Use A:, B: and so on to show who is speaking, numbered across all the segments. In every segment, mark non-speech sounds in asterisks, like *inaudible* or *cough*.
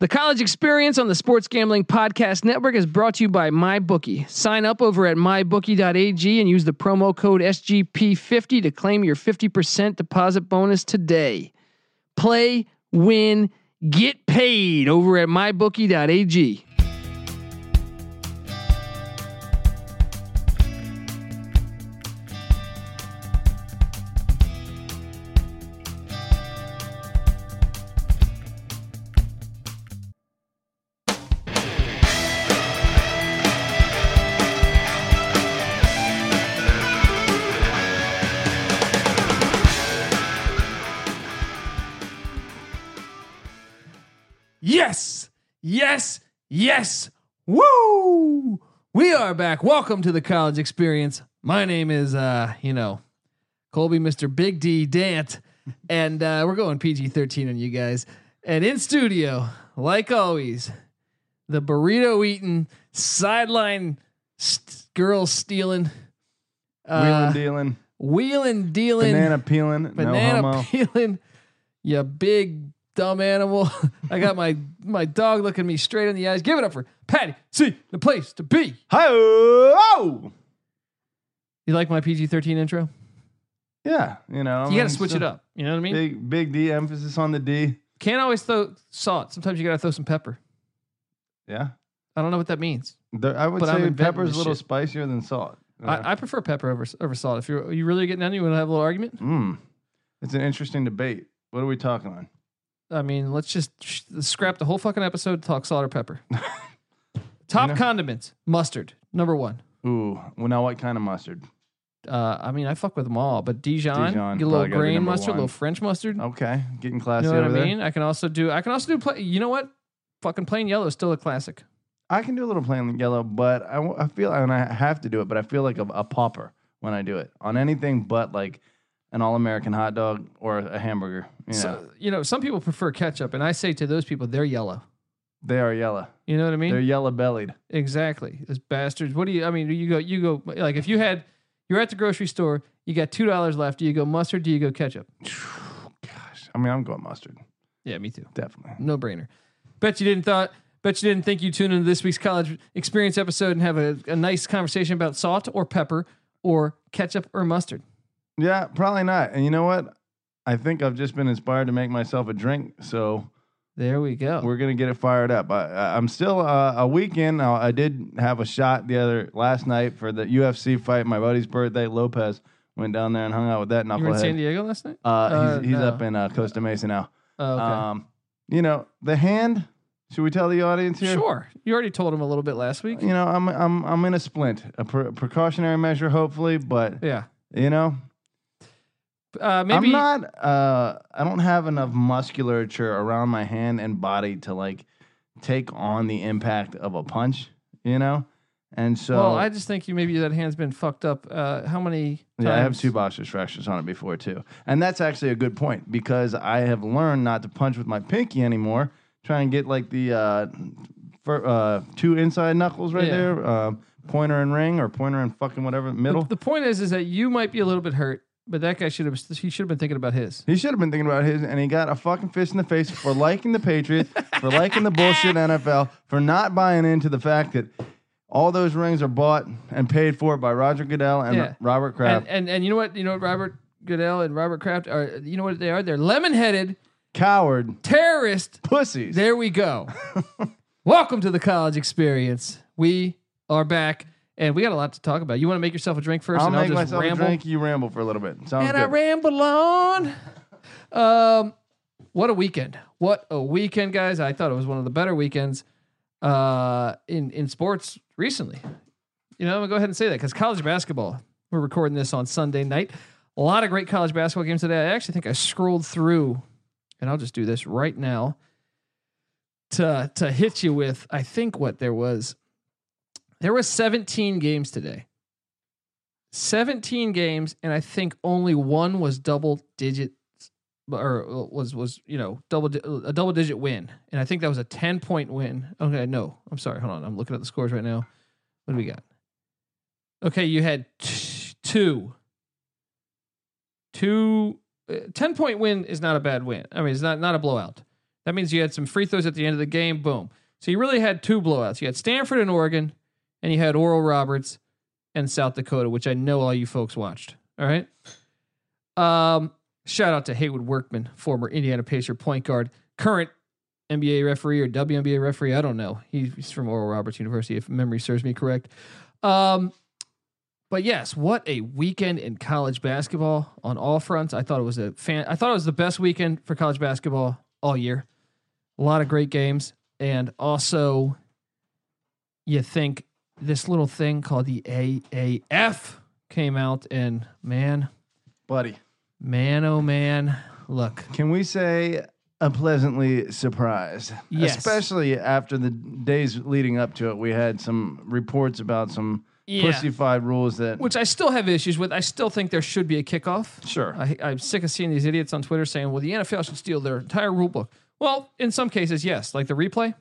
A: The college experience on the Sports Gambling Podcast Network is brought to you by MyBookie. Sign up over at mybookie.ag and use the promo code SGP50 to claim your 50% deposit bonus today. Play, win, get paid over at mybookie.ag. Yes, yes, yes. Woo! We are back. Welcome to the college experience. My name is, uh, you know, Colby, Mr. Big D Dant, *laughs* and uh, we're going PG 13 on you guys. And in studio, like always, the burrito eating, sideline st- girl stealing,
B: Wheeling,
A: uh,
B: dealing,
A: wheeling, dealing,
B: banana peeling,
A: banana
B: no homo.
A: peeling, *laughs* you big dumb animal. *laughs* I got my my dog looking me straight in the eyes. Give it up for Patty. See the place to be.
B: Hi-oh!
A: You like my PG thirteen intro?
B: Yeah, you know. I
A: you got
B: mean,
A: to switch
B: Um, so
A: it up. You know what I mean?
B: Big, big D, emphasis on the D.
A: Can't always throw salt. Sometimes you got to throw some pepper.
B: Yeah.
A: I don't know what that means.
B: There, I would
A: But I'm
B: say
A: inventing
B: pepper's
A: this
B: a little
A: shit.
B: spicier than salt. Uh,
A: I, I prefer pepper over over salt. If you're you really getting on, you want to have a little argument.
B: mm. It's an interesting debate. What are we talking on?
A: I mean, let's just sh- scrap the whole fucking episode to talk salt or pepper.
B: *laughs*
A: Top
B: know-
A: condiments: mustard, number one.
B: Ooh, well, now what kind of mustard?
A: uh, I mean, I fuck with them all, but Dijon,
B: Dijon,
A: get a
B: probably
A: little
B: gotta be
A: grain
B: number
A: mustard, a
B: one. Oh,
A: little French mustard.
B: Okay, getting
A: you
B: classy
A: know what I
B: over
A: mean?
B: there.
A: I can also do, I can also do, pla- you know what? Fucking plain yellow is still a classic.
B: I can do a little plain yellow, but I, w- I feel, and I have to do it, but I feel like a, a pauper when I do it on anything but like an all American hot dog or a hamburger. You know,
A: So, you know, some people prefer ketchup, and I say to those people, they're yellow.
B: they are yellow.
A: You know what I mean?
B: They're yellow bellied.
A: exactly. Those bastards. What do you, I mean, you go, you go, like if you had, you're at the grocery store, you got $2 left. Do you go mustard? Do you go ketchup?
B: *sighs* Gosh, I mean, I'm going mustard,
A: Yeah, me too.
B: definitely.
A: No brainer. Bet you didn't thought. Bet you didn't think you tuned into this week's college experience episode and have a, a nice conversation about salt or pepper or ketchup or mustard.
B: Yeah, probably not. And you know what? I think I've just been inspired to make myself a drink, so
A: There we go.
B: we're gonna get it fired up. I- I, I'm still uh, a weekend. I, I did have a shot the other last night for the UFC fight. My buddy's birthday. Lopez went down there and hung out with that
A: you were in San
B: knucklehead.
A: Diego last night.
B: Uh, he's he's
A: no.
B: up in uh, Costa Mesa now.
A: Oh, okay.
B: Um, you know the hand. Should we tell the audience here?
A: sure. You already told him a little bit last week.
B: You know I'm I'm I'm in a splint, a pre- precautionary measure, hopefully, but
A: Yeah.
B: you know
A: Uh, maybe.
B: I'm not. Uh, I don't have enough musculature around my hand and body to like take on the impact of a punch. You know, and so
A: well, I just think you maybe that hand's been fucked up. Uh, how many? Times?
B: yeah, I have two boxers fractures on it before too, and that's actually a good point because I have learned not to punch with my pinky anymore. Try and get like the uh, fir- uh, two inside knuckles right
A: Yeah.
B: there, uh, pointer and ring, or pointer and fucking whatever middle.
A: The point is, is that you might be a little bit hurt, but that guy should have. He should have been thinking about his.
B: He should have been thinking about his, and he got a fucking fist in the face for liking the Patriots, for liking
A: *laughs*
B: the bullshit NFL, for not buying into the fact that all those rings are bought and paid for by Roger Goodell and
A: Yeah.
B: Robert Kraft.
A: And, and and you know what? You know what? Robert Goodell and Robert Kraft are. You know what they are? They're lemon headed
B: Coward
A: terrorist
B: pussies.
A: There we
B: *laughs*
A: go. Welcome to the college experience. We are back, and we got a lot to talk about. You want to make yourself a drink 1st
B: I'll
A: and
B: make
A: I'll just
B: myself
A: ramble.
B: a drink. You ramble for a little bit. Sounds
A: And I
B: good.
A: ramble on. *laughs* Um, what a weekend! What a weekend, guys! I thought it was one of the better weekends uh, in in sports recently. You know, I'm gonna go ahead and say that because college basketball. We're recording this on Sunday night. A lot of great college basketball games today. I actually think I scrolled through, and I'll just do this right now to to hit you with. I think what there was, there was 17 games today. 17 games, and I think only one was double digit or was was you know double di- a double digit win, and I think that was a 10 point win. Okay, no, I'm sorry. Hold on, I'm looking at the scores right now. What do we got? Okay, you had t- two, two. uh, 10 point win is not a bad win. I mean, it's not not a blowout. That means you had some free throws at the end of the game. Boom. So you really had two blowouts. You had Stanford and Oregon, and you had Oral Roberts and South Dakota, which I know all you folks watched. All right. Um, shout out to Haywood Workman, former Indiana Pacer point guard, current NBA referee or WNBA referee. I don't know. He's from Oral Roberts University, if memory serves me correct. Um, but yes, what a weekend in college basketball on all fronts. I thought it was a fan. I thought it was the best weekend for college basketball all year. A lot of great games, and also, you think this little thing called the AAF came out, and man,
B: buddy.
A: man, oh man, look,
B: Can we say a pleasantly surprised?
A: Yes.
B: Especially after the days leading up to it, we had some reports about some
A: Yeah.
B: pussyfied rules that.
A: which I still have issues with. I still think there should be a kickoff.
B: sure.
A: I, I'm sick of seeing these idiots on Twitter saying, "Well, the NFL should steal their entire rule book." Well, in some cases, yes, like the replay.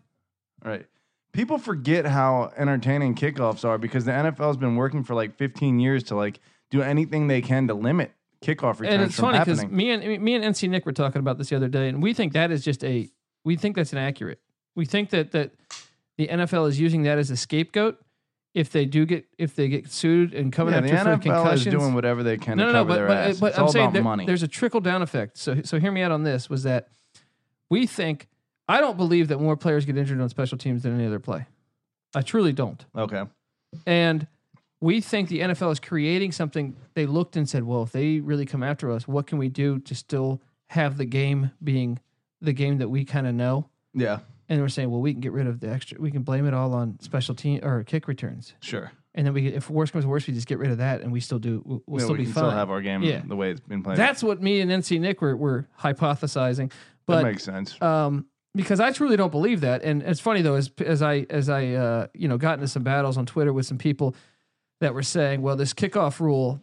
B: Right. People forget how entertaining kickoffs are because the NFL's been working for like 15 years to like do anything they can to limit kickoff returns
A: and it's
B: from
A: funny because
B: happening.
A: me and me and NC Nick were talking about this the other day, and we think that is just a we think that's inaccurate. We think that that the NFL is using that as a scapegoat if they do get if they get sued and coming
B: Yeah, the
A: after for
B: NFL
A: concussions.
B: is doing whatever they can
A: no,
B: to
A: no, no,
B: cover
A: but
B: their
A: but,
B: ass.
A: but
B: it's
A: I'm
B: all
A: saying
B: about
A: there-
B: money.
A: there's a trickle down effect. So so hear me out on this was that we think I don't believe that more players get injured on special teams than any other play. I truly don't.
B: Okay.
A: And we think the NFL is creating something. They looked and said, well, if they really come after us, what can we do to still have the game being the game that we kind of know?
B: Yeah.
A: And we're saying, well, we can get rid of the extra. We can blame it all on special team or kick returns.
B: Sure.
A: And then we, if worse comes to worse, we just get rid of that, and we still do. We'll, we'll
B: Yeah,
A: still
B: we
A: be
B: can
A: fine.
B: still have our game
A: Yeah.
B: the way it's been played.
A: That's what me and NC Nick were, were hypothesizing. But
B: that makes sense.
A: um, because I truly don't believe that. And it's funny though, as as I as I uh, you know got into some battles on Twitter with some people that were saying, well, this kickoff rule,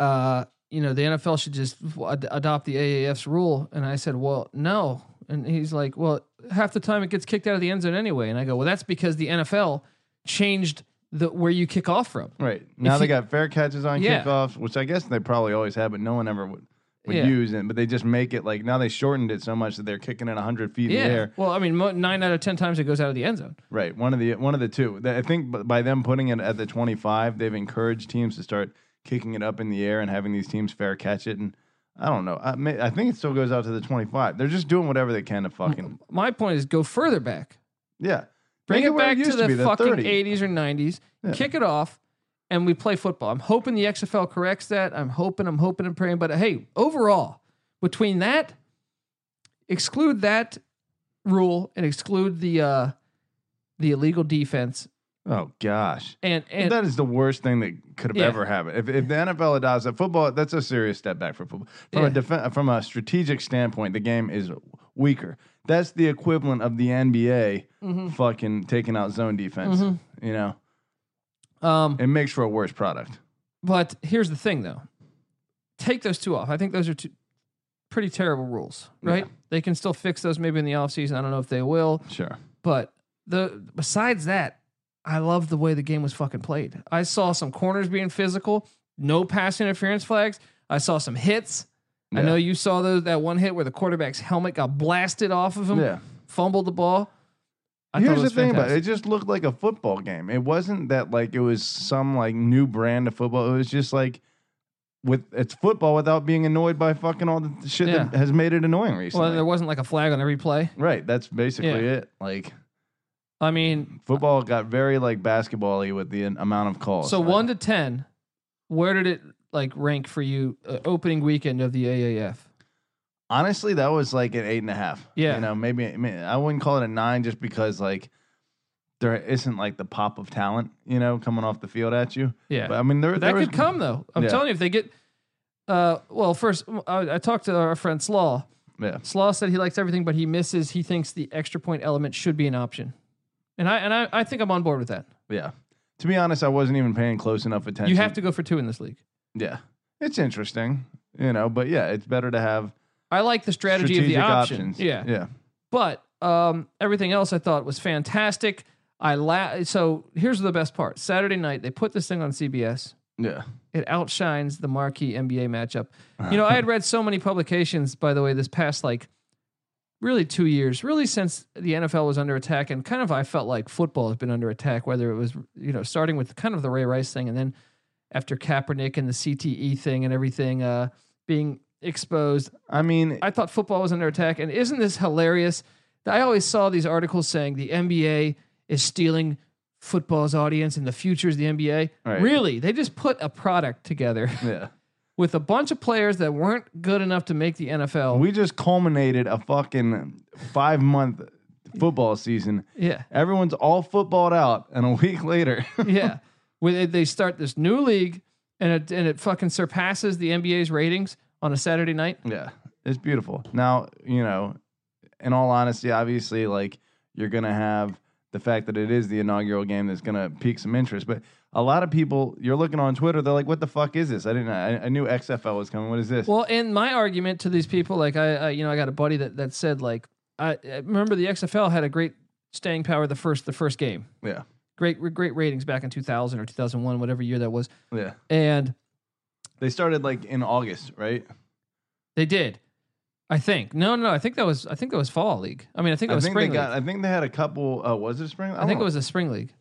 A: uh, you know, the NFL should just ad- adopt the AAF's rule. And I said, well, no. And he's like, well, half the time it gets kicked out of the end zone anyway. And I go, well, that's because the NFL changed the where you kick off from.
B: Right. Now they
A: you-
B: got fair catches on
A: Yeah.
B: kickoffs, which I guess they probably always had, but no one ever would, would
A: Yeah.
B: use it. But they just make it like now they shortened it so much that they're kicking it 100 feet in the
A: Yeah.
B: air.
A: Well, I mean, mo- nine out of ten times it goes out of the end zone.
B: Right. One of the one of the two. That- I think b- by them putting it at the 25, they've encouraged teams to start kicking it up in the air and having these teams fair catch it. And I don't know. I, may, I think it still goes out to the 25. They're just doing whatever they can
A: *laughs*
B: to fucking
A: My point is, go further back.
B: yeah.
A: Bring
B: Make
A: it
B: where
A: back to
B: used
A: the,
B: be,
A: fucking
B: 30.
A: 80s or 90s.
B: Yeah.
A: Kick it off, and we play football. I'm hoping the XFL corrects that. I'm hoping, I'm hoping and praying. But hey, overall, between that, exclude that rule and exclude the uh the illegal defense
B: Oh gosh.
A: and and
B: that is the worst thing that could have
A: Yeah.
B: ever happened. If, if the NFL adopts that football, that's a serious step back for football. From
A: Yeah.
B: a def- from a strategic standpoint, the game is weaker. That's the equivalent of the NBA
A: Mhm.
B: fucking taking out zone defense.
A: Mhm.
B: You know,
A: um
B: it makes for a worse product.
A: But here's the thing, though. Take those two off. I think those are two pretty terrible rules, right? They can still fix those maybe in the offseason. I don't know if they will.
B: Sure.
A: But the besides that, I love the way the game was fucking played. I saw some corners being physical, no pass interference flags. I saw some hits. I
B: Yeah.
A: know you saw those that one hit where the quarterback's helmet got blasted off of him,
B: Yeah.
A: fumbled the ball. Mm-hmm. I
B: Here's
A: thought it
B: the
A: was
B: thing about it.
A: fantastic.
B: It just looked like a football game. It wasn't that like it was some like new brand of football. It was just like with it's football without being annoyed by fucking all the shit that
A: Yeah.
B: has made it annoying recently.
A: Well, there wasn't like a flag on every play.
B: Right. That's basically
A: Yeah.
B: it. Like
A: I mean,
B: football got very like basketball-y with the an- amount of calls.
A: So
B: Like,
A: one to ten, where did it like rank for you? Uh, opening weekend of the AAF.
B: honestly, that was like an eight and a half.
A: Yeah.
B: You know, maybe I, mean, I wouldn't call it a nine just because like there isn't like the pop of talent, you know, coming off the field at you.
A: Yeah,
B: But I mean, there
A: But
B: there
A: that
B: was,
A: could come though. I'm
B: Yeah.
A: telling you, if they get, uh, well, first I, I talked to our friend Slaw.
B: Yeah.
A: Slaw said he likes everything, but he misses. He thinks the extra point element should be an option, and I and I, I think I'm on board with that.
B: Yeah. To be honest, I wasn't even paying close enough attention.
A: You have to go for two in this league.
B: Yeah. It's interesting, you know, but yeah, it's better to have
A: I like the strategy
B: strategic
A: of the option.
B: options.
A: Yeah,
B: Yeah.
A: but um, everything else I thought was fantastic. I la- so here's the best part. Saturday night they put this thing on CBS.
B: Yeah.
A: it outshines the marquee NBA matchup. You know, I had read so many publications, by the way, this past like really two years, really since the NFL was under attack, and kind of I felt like football has been under attack, whether it was, you know, starting with kind of the Ray Rice thing and then after Kaepernick and the CTE thing and everything uh, being exposed.
B: I mean,
A: I thought football was under attack. And isn't this hilarious? I always saw these articles saying the NBA is stealing football's audience and the future is the NBA.
B: Right.
A: Really? They just put a product together *laughs*
B: yeah.
A: with a bunch of players that weren't good enough to make the NFL.
B: We just culminated a fucking five month football season.
A: yeah.
B: Everyone's all footballed out, and a week *laughs* later,
A: yeah. *laughs* Where they- they start this new league and it and it fucking surpasses the NBA's ratings on a Saturday night.
B: yeah, it's beautiful. Now, you know, in all honesty, obviously, like you're gonna have the fact that it is the inaugural game that's gonna pique some interest, but a lot of people, you're looking on Twitter, they're like, "What the fuck is this? I didn't. I, I knew XFL was coming. What is this?"
A: Well, and my argument to these people, like I, I you know, I got a buddy that that said like I, I remember the XFL had a great staying power the first the first game,
B: yeah,
A: great great ratings back in two thousand or two thousand one, whatever year that was,
B: yeah.
A: and
B: They started like in August, right?
A: they did. I think no, no, I think that was I think that was fall league. I mean, I think that
B: I
A: was
B: think they
A: spring
B: got.
A: league.
B: I think they had a couple. Uh, was it spring?
A: I, think
B: don't
A: it was a spring league.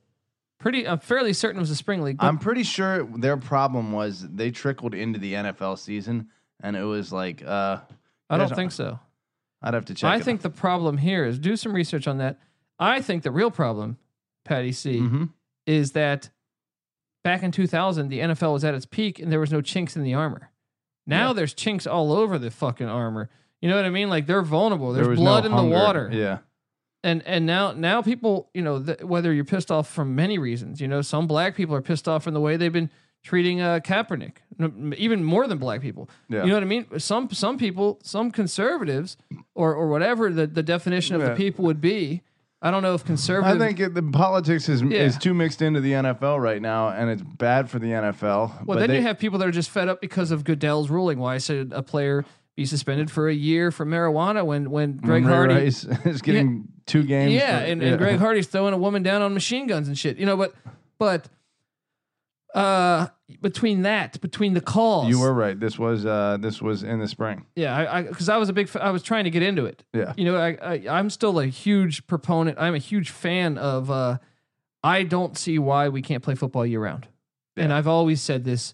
A: Pretty, I'm fairly certain it was a spring league. But
B: I'm pretty sure their problem was they trickled into the NFL season, and it was like uh,
A: I don't
B: there's-
A: think so.
B: I'd have to check.
A: I
B: it.
A: think the problem here is do some research on that. I think the real problem, Patty C,
B: Mhm.
A: is that back in 2000 the NFL was at its peak and there was no chinks in the armor. Now
B: Yeah.
A: there's chinks all over the fucking armor. You know what I mean? Like they're vulnerable.
B: There
A: There's
B: was
A: blood
B: no
A: in the
B: hunger.
A: water.
B: Yeah,
A: And and now now people, you know, th- whether you're pissed off from many reasons, you know, some black people are pissed off from the way they've been treating uh, Kaepernick, No, even more than black people.
B: yeah.
A: You know what I mean? Some some people, some conservatives, or or whatever the, the definition of
B: Yeah.
A: the people would be. I don't know if
B: I
A: conservative.
B: think it, the politics is
A: Yeah.
B: is too mixed into the NFL right now, and it's bad for the NFL.
A: well,
B: but
A: then
B: they,
A: you have people that are just fed up because of Goodell's ruling. Why should a player be suspended for a year for marijuana when when Greg
B: Ray
A: Hardy?
B: Rice *laughs* is getting two games.
A: Yeah,
B: for-
A: and, and
B: *laughs*
A: Greg Hardy's throwing a woman down on machine guns and shit. You know, but but uh between that, between the calls,
B: You were right. This was uh, this was in the spring.
A: yeah, I because I, was a big, fa- I was trying to get into it.
B: Yeah,
A: you know, I, I I'm still a huge proponent. I'm a huge fan of. Uh, I don't see why we can't play football year round, and I've always said this.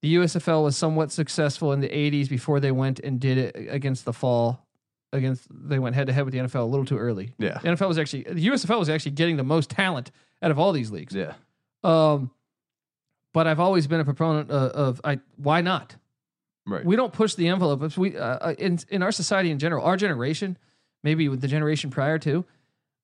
A: The USFL was somewhat successful in the '80s before they went and did it against the fall. Against they went head to head with the NFL a little too early.
B: yeah,
A: The NFL was actually the USFL was actually getting the most talent out of all these leagues.
B: yeah.
A: Um, but I've always been a proponent of, of I why not?
B: Right.
A: we don't push the envelope. If we uh, uh, in in our society in general, our generation, maybe with the generation prior to,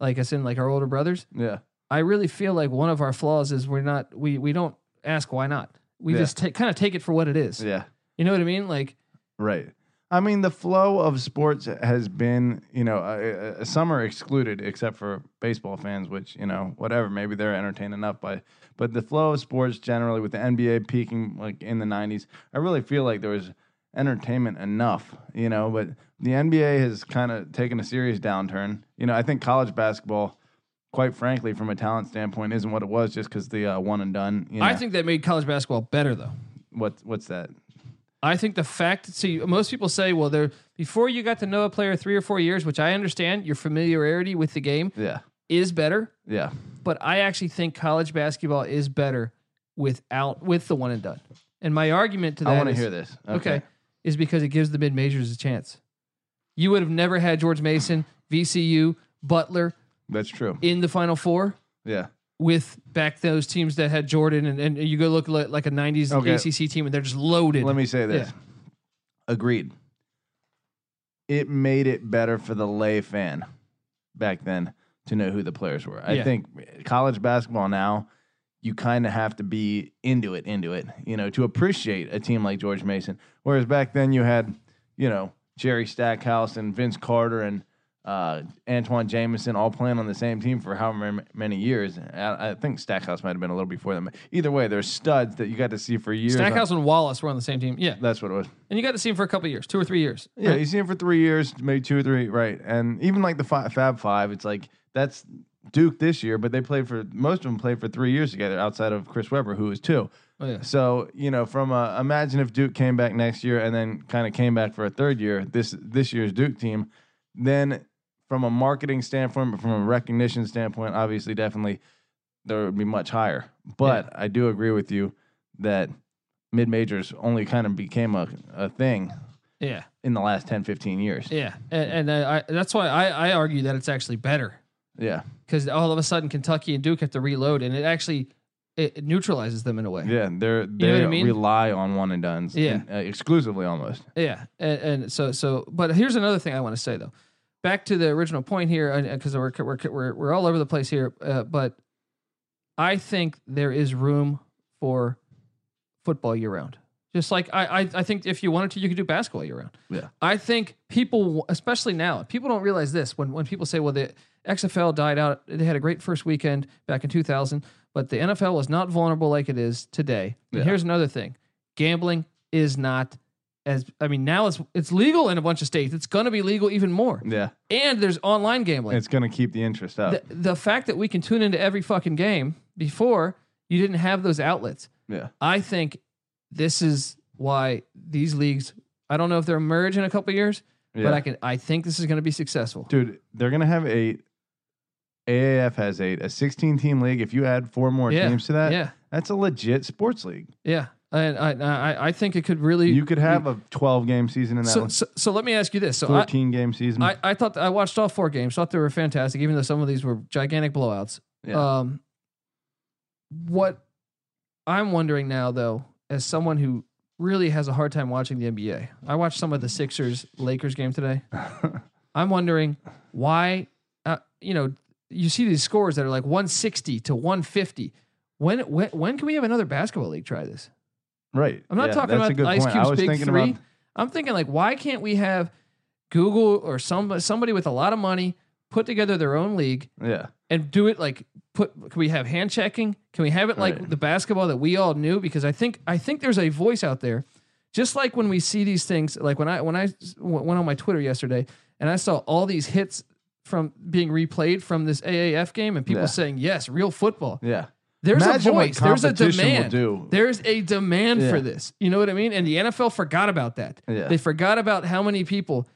A: like us in like our older brothers,
B: yeah.
A: I really feel like one of our flaws is we're not we we don't ask why not. We
B: Yeah.
A: just ta- kind of take it for what it is.
B: Yeah.
A: You know what I mean? Like
B: Right. I mean, the flow of sports has been, you know, uh, uh, summer excluded, except for baseball fans, which, you know, whatever, maybe they're entertained enough by. But the flow of sports generally, with the NBA peaking like in the 90s, I really feel like there was entertainment enough, you know, but the NBA has kind of taken a serious downturn. You know, I think college basketball, quite frankly, from a talent standpoint, isn't what it was just because the uh, one and done, you know,
A: I think that made college basketball better though.
B: what, what's that?
A: I think the fact see most people say, well, there before you got to know a player three or four years, which I understand, your familiarity with the game
B: Yeah.
A: is better.
B: Yeah.
A: but I actually think college basketball is better without with the one and done. And my argument to that
B: I want to
A: is-
B: hear this.
A: Okay. is because it gives the mid majors a chance. You would have never had George Mason, VCU, Butler
B: That's true.
A: in the Final Four
B: Yeah.
A: with back those teams that had Jordan and, and you go look li- like a '90s
B: Okay.
A: ACC team and they're just loaded.
B: Let me say this.
A: Yeah.
B: Agreed. It made it better for the lay fan back then to know who the players were. I
A: Yeah.
B: think college basketball now, you kind of have to be into it, into it, you know, to appreciate a team like George Mason. Whereas back then you had, you know, Jerry Stackhouse and Vince Carter and uh, Antoine Jameson all playing on the same team for however m- many years. I, I think Stackhouse might have been a little before them. Either way, there's studs that you got to see for years. on-
A: Stackhouse and Wallace were on the same team. Yeah,
B: That's what it was.
A: and you got to see him for a couple of years, two or three years.
B: Yeah, you see him for three years, maybe two or three, right? And even like the fi- Fab Five, it's like that's Duke this year, but they played for most of them played for three years together, outside of Chris Webber, who was two.
A: Oh, yeah.
B: So you know, from uh, a, imagine if Duke came back next year and then kind of came back for a third year. This this year's Duke team, then from a marketing standpoint, but from a recognition standpoint, obviously, definitely there would be much higher. But I do agree with you that mid majors only kind of became a, a thing
A: Yeah.
B: in the last 10, 15 years.
A: Yeah. And, and I, that's why I, I argue that it's actually better
B: Yeah.
A: because all of a sudden Kentucky and Duke have to reload and it actually it, it neutralizes them in a way.
B: Yeah. They're, they
A: what I mean?
B: rely on one and done's
A: Yeah.
B: and, uh, exclusively almost.
A: Yeah, and, and so so. But here's another thing I want to say though. Back to the original point here, because we're, we're we're we're all over the place here. Uh, but I think there is room for football year round. Just like I, I, I think if you wanted to, you could do basketball year round.
B: Yeah.
A: I think people, especially now, people don't realize this when when people say, well, the XFL died out. They had a great first weekend back in 2000, but the NFL was not vulnerable like it is today. And
B: Yeah.
A: here's another thing: gambling is not as I mean now it's it's legal in a bunch of states. It's going to be legal even more,
B: Yeah.
A: and there's online gambling
B: It's going to keep the interest up.
A: the, the fact that we can tune into every fucking game before you didn't have those outlets.
B: yeah.
A: I think this is why these leagues. I don't know if they're merge in a couple years,
B: Yeah.
A: but I can. I think this is going to be successful.
B: Dude, they're going to have eight. AAF has eight. A 16 team league. If you add four more
A: Yeah.
B: teams to that,
A: yeah,
B: that's a legit sports league.
A: yeah. And I, I, I think it could really.
B: You could have a 12 game season in that
A: so,
B: one.
A: so, so let me ask you this. So I,
B: 14 game season.
A: I, I thought I watched all four games. Thought they were fantastic, even though some of these were gigantic blowouts.
B: Yeah.
A: Um, what I'm wondering now, though, as someone who really has a hard time watching the NBA, I watched some of the Sixers Lakers game
B: *laughs*
A: today. I'm wondering why, uh, you know, you see these scores that are like 160 to 150. When when when can we have another basketball league try this?
B: right.
A: I'm not
B: Yeah,
A: talking
B: that's a
A: about
B: good
A: Ice
B: point. I
A: Cube's
B: was
A: Big
B: thinking
A: Three.
B: about-
A: I'm thinking like, why can't we have Google or some somebody with a lot of money put together their own league
B: Yeah.
A: and do it like put? Can we have hand checking? Can we have it like
B: Right.
A: the basketball that we all knew? Because I think I think there's a voice out there, just like when we see these things. Like when I when I s- w- went on my Twitter yesterday and I saw all these hits from being replayed from this AAF game and people
B: Yeah.
A: saying yes, real football.
B: Yeah.
A: There's
B: Imagine
A: a
B: what
A: voice. There's a
B: competition will
A: demand.
B: do.
A: There's a demand for
B: Yeah.
A: this. You know what I mean? And the NFL forgot about that.
B: Yeah.
A: They forgot about how many people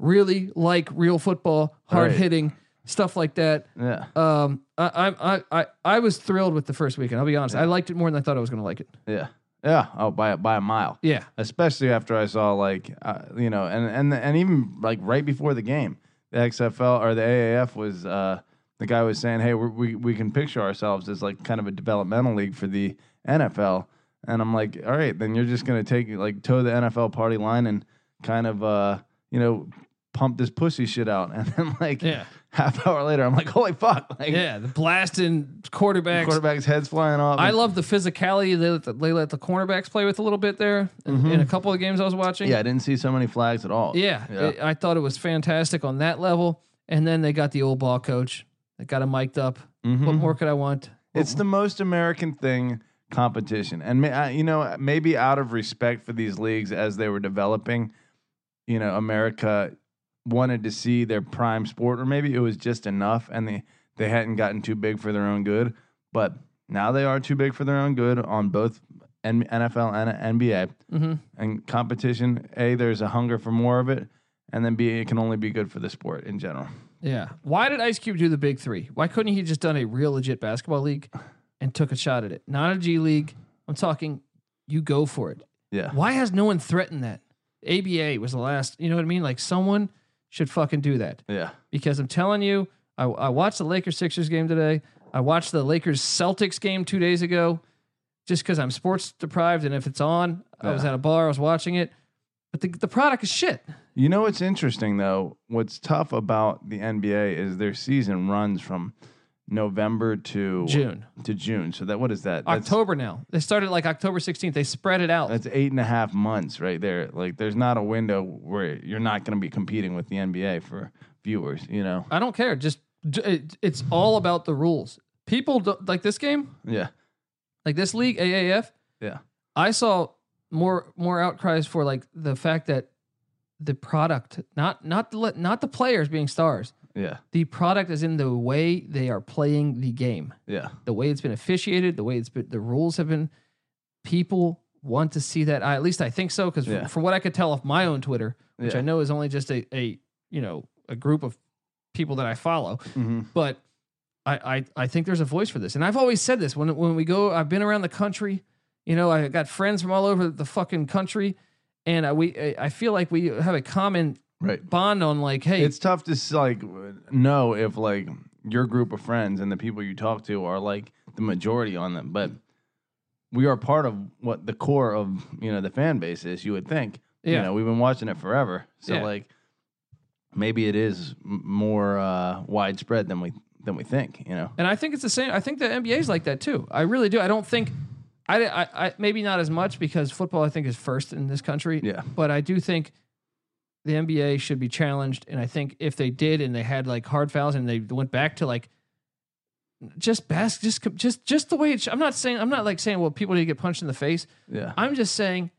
A: really like real football, hard hitting stuff like that.
B: Yeah.
A: Um, I, I, I, I, I was thrilled with the first weekend. I'll be honest. I liked it more than I thought I was going to like it.
B: Yeah. Yeah. Oh, by a, by a mile.
A: Yeah.
B: Especially after I saw like uh, you know, and and and even like right before the game, the XFL or the AAF was uh, the guy was saying, hey, we're, we we can picture ourselves as like kind of a developmental league for the NFL, and I'm like, all right, then you're just gonna take like toe the NFL party line and kind of uh, you know. Pump this pussy shit out, *laughs* and then like
A: Yeah.
B: half hour later, I'm like, "Holy fuck!" Like
A: Yeah. The blasting quarterbacks.
B: quarterbacks' heads flying off.
A: I love the physicality they let the, they let the cornerbacks play with a little bit there in, in a couple of games I was watching.
B: Mm-hmm. Yeah, I didn't see so many flags at all.
A: Yeah,
B: Yeah.
A: it- I thought it was fantastic on that level. And then they got the old ball coach that got him mic'd up.
B: Mm-hmm.
A: What more could I want?
B: It's the most American thing competition. And, ma- I- you know, maybe out of respect for these leagues as they were developing, you know, America wanted to see their prime sport, or maybe it was just enough and they, they hadn't gotten too big for their own good. But now they are too big for their own good on both N- NFL and NBA.
A: Mm-hmm.
B: And competition, A, there's a hunger for more of it. And then B, it can only be good for the sport in general.
A: Yeah. Why did Ice Cube do the big three? Why couldn't he just done a real legit basketball league and took a shot at it? Not a G League. I'm talking, you go for it.
B: Yeah.
A: Why has no one threatened that? ABA was the last, you know what I mean? Like someone should fucking do that.
B: Yeah.
A: because I'm telling you, I, I watched the Lakers Sixers game today. I watched the Lakers Celtics game two days ago, just because I'm sports deprived, and if it's on, I was
B: Yeah.
A: at a bar, I was watching it. But the, the product is shit.
B: You know what's interesting though? What's tough about the NBA is their season runs from November to
A: June,
B: To June. So that what is that? That's-
A: October now. They started like October 16th. They spread it out.
B: That's, eight and a half months right there. Like there's not a window where you're not going to be competing with the NBA for viewers. You know?
A: I don't care. Just d- it, it's all about the rules. People do, like this game,
B: Yeah.
A: like this league, AAF.
B: Yeah.
A: I saw more more outcries for like the fact that the product, not not the, not the players being stars,
B: Yeah.
A: the product is in the way they are playing the game,
B: Yeah.
A: the way it's been officiated, the way it's been, the rules have been. People want to see that. I, at least I think so, because
B: Yeah.
A: from, what I could tell off my own Twitter, which
B: Yeah.
A: I know is only just a, a you know a group of people that I follow,
B: Mhm.
A: but I, I I think there's a voice for this, and I've always said this when when we go. I've been around the country, you know. I got friends from all over the fucking country, and I, we I I feel like we have a common
B: Right.
A: bond on like, hey,
B: It's tough to s- like know if like your group of friends and the people you talk to are like the majority on them, but we are part of what the core of you know the fan base is. You would think.
A: Yeah.
B: You know, we've been watching it forever, so
A: Yeah.
B: like maybe it is m- more uh, widespread than we than we think. You know.
A: And I think it's the same. I think the NBA's like that too. I really do. I don't think, I, I, I maybe not as much because football I think is first in this country.
B: Yeah.
A: But I do think the NBA should be challenged. And I think if they did and they had like hard fouls and they went back to like just bas just just just the way it's. I'm not saying I'm not like saying well people need to get punched in the face.
B: Yeah.
A: I'm just saying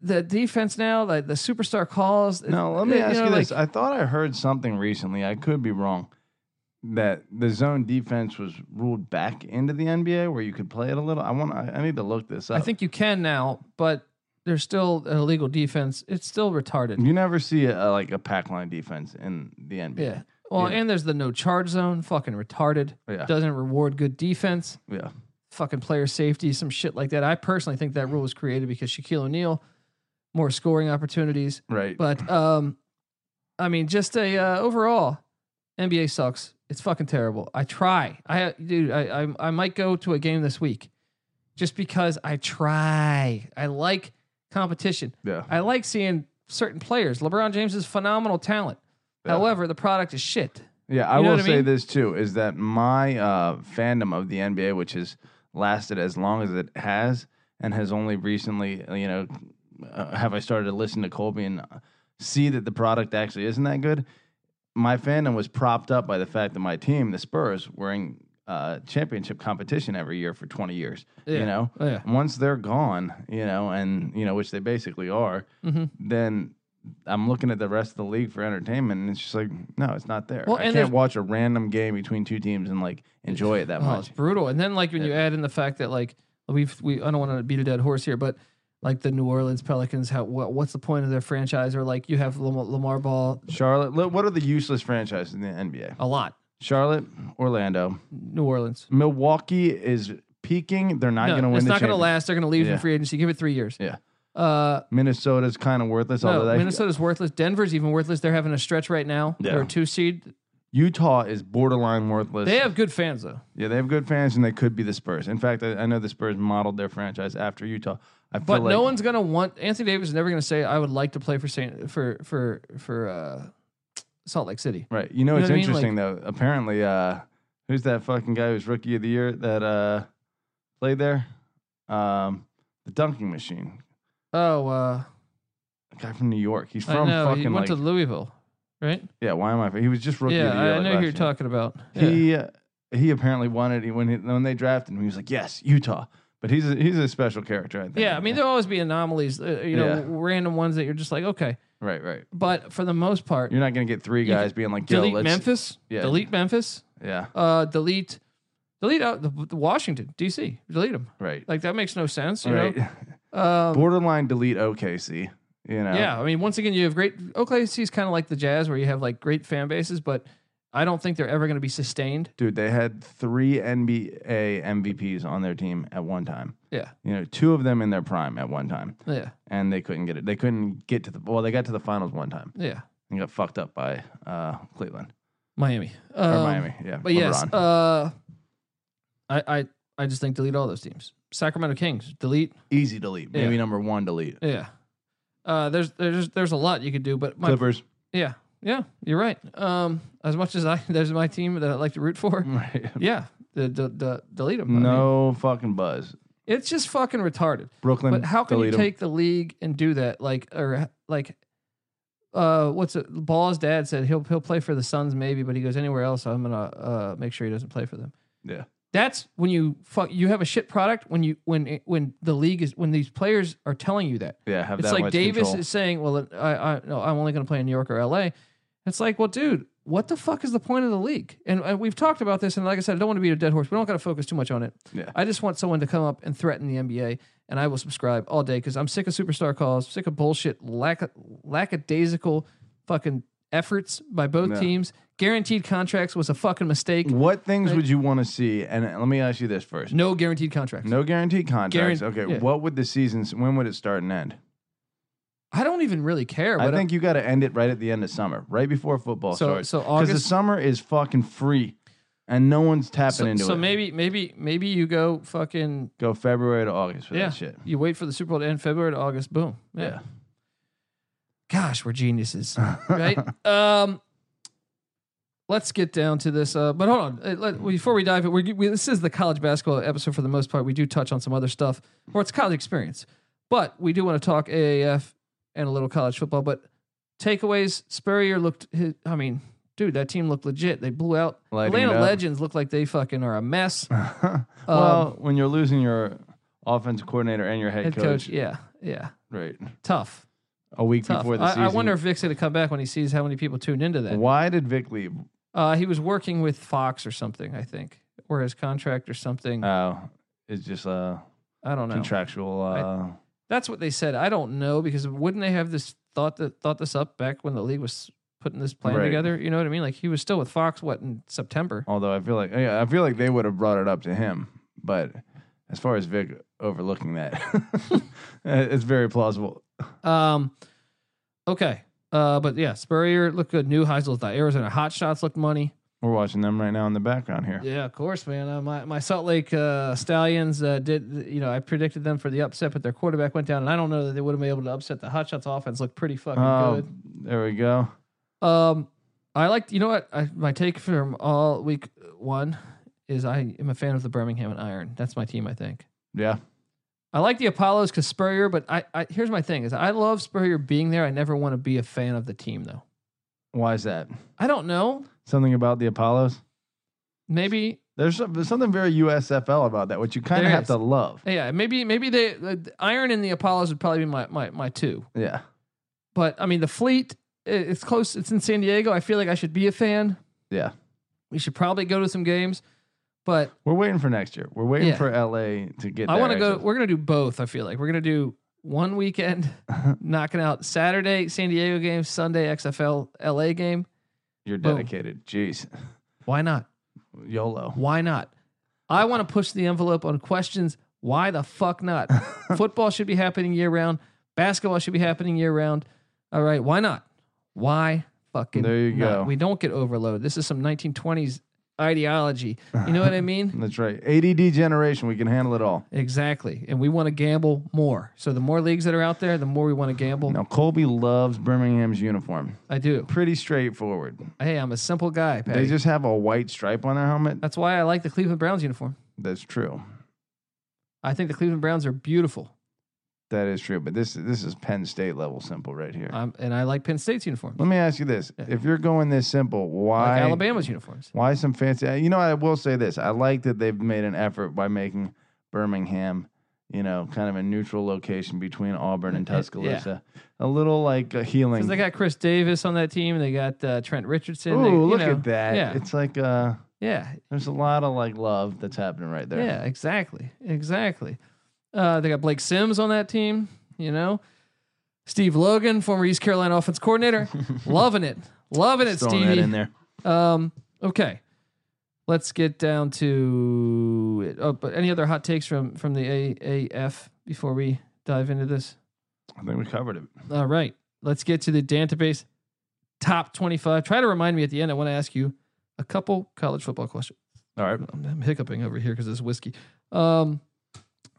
A: the defense now like the superstar calls.
B: No, let me
A: you
B: ask
A: know,
B: you
A: like-
B: this. I thought I heard something recently. I could be wrong. That the zone defense was ruled back into the NBA, where you could play it a little. I want. I, I need to look this up.
A: I think you can now, but there's still an illegal defense. It's still retarded.
B: you never see a, like a pack line defense in the NBA.
A: Yeah. Well,
B: Yeah.
A: and there's the no charge zone, fucking retarded.
B: Yeah.
A: Doesn't reward good defense,
B: Yeah.
A: fucking player safety, some shit like that. I personally think that rule was created because Shaquille O'Neal, more scoring opportunities.
B: Right.
A: But um, I mean, just a uh, overall, NBA sucks. It's fucking terrible. I try. I dude, I, I I might go to a game this week, just because I try. I like competition.
B: yeah.
A: I like seeing certain players. LeBron James is phenomenal talent.
B: Yeah.
A: However, the product is shit.
B: Yeah, I
A: You know
B: will
A: what I
B: say
A: mean?
B: this too is that my uh, fandom of the NBA, which has lasted as long as it has, and has only recently, you know, uh, have I started to listen to Colby and uh, see that the product actually isn't that good. My fandom was propped up by the fact that my team, the Spurs, were in uh, championship competition every year for 20 years.
A: Yeah.
B: You know,
A: Yeah.
B: once they're gone, you know, and you know, which they basically are,
A: Mm-hmm.
B: then I'm looking at the rest of the league for entertainment, and it's just like, no, it's not there.
A: Well,
B: I
A: and
B: can't
A: there's-
B: watch a random game between two teams and like enjoy it that
A: Oh, it's
B: much.
A: brutal. And then like when you add in the fact that like we've we I don't want to beat a dead horse here, but like the New Orleans Pelicans, how what, what's the point of their franchise? Or like you have Lamar, Lamar Ball
B: Charlotte, look, what are the useless franchises in the NBA?
A: a lot.
B: Charlotte, Orlando,
A: New Orleans.
B: Milwaukee is peaking. They're not
A: No,
B: going to win.
A: it's
B: the
A: not going to
B: championship.
A: last. They're going to leave in
B: Yeah.
A: free agency. Give it three years.
B: Yeah.
A: Uh,
B: Minnesota's kind of worthless.
A: no,
B: although they,
A: Minnesota's worthless. Denver's even worthless. They're having a stretch right now.
B: Yeah.
A: They're a two seed.
B: Utah is borderline worthless.
A: They have good fans though.
B: yeah, they have good fans, and they could be the Spurs. In fact, I, I know the Spurs modeled their franchise after Utah. I feel
A: But
B: like
A: no one's gonna want Anthony Davis is never gonna say I would like to play for Saint for for for uh, Salt Lake City.
B: Right. You know,
A: You know
B: it's
A: what I mean?
B: interesting though. Apparently, uh, who's that fucking guy who's rookie of the year that uh, played there? Um, the dunking machine.
A: Oh, uh,
B: A guy from New York. He's
A: I
B: from
A: know.
B: fucking
A: He went
B: like
A: to Louisville, right?
B: yeah. Why am I? He was just rookie
A: yeah,
B: of the year.
A: I
B: like,
A: know
B: last
A: who you're
B: year.
A: talking about. Yeah.
B: He uh, he apparently wanted he, when he, when they drafted him. He was like, yes, Utah. But he's a, he's a special character. I think.
A: Yeah, I mean there'll always be anomalies, uh, you know,
B: Yeah.
A: random ones that you're just like, okay.
B: right, right.
A: But for the most part,
B: You're not gonna get three
A: You
B: guys being like, yo,
A: delete
B: let's
A: Memphis,
B: yeah.
A: delete Memphis,
B: yeah,
A: uh, delete, delete out the, the Washington D.C. Delete them.
B: right,
A: Like that makes no sense, you
B: right. *laughs*
A: know. Um,
B: Borderline delete OKC. You know.
A: Yeah, I mean, once again, you have great OKC is kind of like the Jazz, where you have like great fan bases, but I don't think they're ever going to be sustained.
B: Dude, they had three NBA MVPs on their team at one time.
A: Yeah,
B: You know, two of them in their prime at one time,
A: yeah,
B: and they couldn't get it. They couldn't get to the well. They got to the finals one time
A: yeah.
B: and got fucked up by uh, Cleveland
A: Miami
B: or
A: Um,
B: Miami. Yeah,
A: but yes,
B: LeBron.
A: uh, I I I just think delete all those teams. Sacramento Kings, delete.
B: easy delete. Maybe
A: yeah.
B: number one delete.
A: Yeah, uh, there's there's there's a lot you could do, but my, *laughs*
B: Clippers.
A: yeah, yeah, you're right. Um, as much as I *laughs* there's my team that I like to root
B: *laughs*
A: for.
B: Right.
A: Yeah, the, the, the delete them.
B: No fucking buzz.
A: it's just fucking retarded.
B: Brooklyn.
A: But how can you
B: delete 'em.
A: take the league and do that? Like or like, uh, what's it? Ball's dad said he'll he'll play for the Suns maybe, but he goes anywhere else. I'm gonna uh make sure he doesn't play for them.
B: Yeah.
A: That's when you fuck. You have a shit product when you when it- when the league is when these players are telling you that.
B: Yeah, have
A: It's
B: that
A: like
B: much
A: Davis
B: control.
A: is saying, "Well, I, I no, I'm only going to play in New York or L.A." It's like, well, dude, what the fuck is the point of the league? And, and we've talked about this, and like I said, I don't want to be a dead horse. We don't got to focus too much on it.
B: Yeah.
A: I just want someone to come up and threaten the NBA, and I will subscribe all day because I'm sick of superstar calls, sick of bullshit, lack lackadaisical, fucking efforts by both
B: No.
A: teams. Guaranteed contracts was a fucking mistake.
B: What things
A: Like-
B: would you want to see? And uh, let me ask you this first.
A: No guaranteed contracts.
B: No guaranteed contracts.
A: Guaran-
B: okay,
A: yeah.
B: what would the seasons? When would it start and end?
A: I don't even really care.
B: I
A: But I
B: think you got to end it right at the end of summer, right before football
A: so.
B: starts,
A: So
B: because
A: August.
B: the summer is fucking free, and no one's tapping
A: so,
B: into
A: so
B: it.
A: maybe maybe maybe you go fucking
B: go February to August for
A: Yeah.
B: that shit.
A: you wait for the Super Bowl to end February to August. Boom. Yeah. Gosh, we're geniuses, right? um, let's get down to this. Uh, but hold on, Uh, let, before we dive in, we're, we, this is the college basketball episode for the most part. We do touch on some other stuff, or it's college experience, but we do want to talk AAF and a little college football. But takeaways: Spurrier looked. hi- I mean, dude, that team looked legit. They blew out
B: Lighting it
A: Atlanta
B: up.
A: Legends. Look like they fucking are a mess.
B: *laughs*
A: Um,
B: well, when you're losing your offensive coordinator and your head,
A: Head
B: coach,
A: coach, yeah, yeah,
B: right,
A: tough.
B: a week
A: Tough.
B: before the
A: I,
B: season.
A: I wonder if Vic's going to come back when he sees how many people tuned into that.
B: why did Vic leave?
A: Uh, he was working with Fox or something, I think, or his contract or something.
B: Oh, it's just uh,
A: I don't know.
B: contractual. Uh,
A: I- That's what they said. I don't know because wouldn't they have this thought that thought this up back when the league was putting this plan
B: Right.
A: together? You know what I mean? Like he was still with Fox. What in September?
B: although I feel like yeah, I feel like they would have brought it up to him, but as far as Vic overlooking that, *laughs* it's very plausible.
A: Um, okay. Uh, but yeah, Spurrier looked good. New Heisel, the Arizona Hotshots looked money.
B: We're watching them right now in the background here.
A: Yeah, of course, man. Uh, my my Salt Lake uh, Stallions uh, did. You know, I predicted them for the upset, but their quarterback went down, and I don't know that they would have been able to upset the Hotshots offense. Looked pretty fucking
B: oh,
A: good.
B: there we go.
A: Um, I like you know what I, my take from all week one is I am a fan of the Birmingham and Iron. That's my team. I think
B: Yeah,
A: I like the Apollos because Spurrier. But I, I here's my thing is I love Spurrier being there. I never want to be a fan of the team though.
B: why is that?
A: I don't know.
B: Something about the Apollos.
A: Maybe
B: There's, some, there's something very USFL about that, which you kind of
A: There
B: have
A: is.
B: to love.
A: yeah. Maybe maybe they the Iron and the Apollos would probably be my my my two.
B: Yeah,
A: But I mean the Fleet. i- It's close. It's in San Diego. I feel like I should be a fan.
B: yeah.
A: We should probably go to some games. But
B: We're waiting for next year. We're waiting
A: Yeah.
B: for LA to get.
A: I
B: their
A: want to go.
B: asses.
A: We're gonna do both. I feel like we're gonna do one
B: *laughs*
A: weekend, knocking out Saturday San Diego game, Sunday XFL LA game.
B: You're
A: boom.
B: dedicated. Jeez,
A: Why not?
B: YOLO.
A: Why not? I want to push the envelope on questions. Why the fuck
B: *laughs*
A: not? Football should be happening year round. Basketball should be happening year round. All right, why not? Why fucking?
B: There you
A: not?
B: go.
A: We don't get overloaded. This is some 1920s ideology. You know what I mean?
B: *laughs* That's right. ADD generation. We can handle it all.
A: Exactly. And we want to gamble more. So the more leagues that are out there, the more we want to gamble.
B: Now Colby loves Birmingham's uniform.
A: I do.
B: Pretty straightforward.
A: Hey, I'm a simple guy, Patty.
B: They just have a white stripe on their helmet.
A: That's why I like the Cleveland Browns uniform.
B: That's true.
A: I think the Cleveland Browns are beautiful.
B: That is true. But this this is Penn State level simple right here.
A: Um, and I like Penn State's uniform.
B: Let me ask you this: If you're going this simple,
A: I
B: why
A: like Alabama's uniforms.
B: Why some fancy? uh, You know, I will say this: I like that they've made an effort by making Birmingham, you know, kind of a neutral location between Auburn
A: *laughs*
B: and
A: Yeah.
B: Tuscaloosa, a little like a healing.
A: Because they got Chris Davis on that team. They got uh, Trent Richardson.
B: Ooh,
A: they, you
B: look
A: know,
B: at that!
A: Yeah.
B: It's like uh,
A: yeah.
B: there's a lot of like love that's happening right there.
A: Yeah, exactly. Exactly. Uh, they got Blake Sims on that team, you know. Steve Logan, former East Carolina offense
B: *laughs*
A: coordinator. loving it. Loving it,
B: Just throwing
A: Stevie.
B: that in there.
A: Um, okay. Let's get down to it. Oh, but any other hot takes from from the AAF before we dive into this?
B: I think we covered it.
A: All right. Let's get to the database top 25. Try to remind me at the end. I want to ask you a couple college football questions.
B: All right,
A: I'm, I'm hiccuping over here because it's whiskey. Um,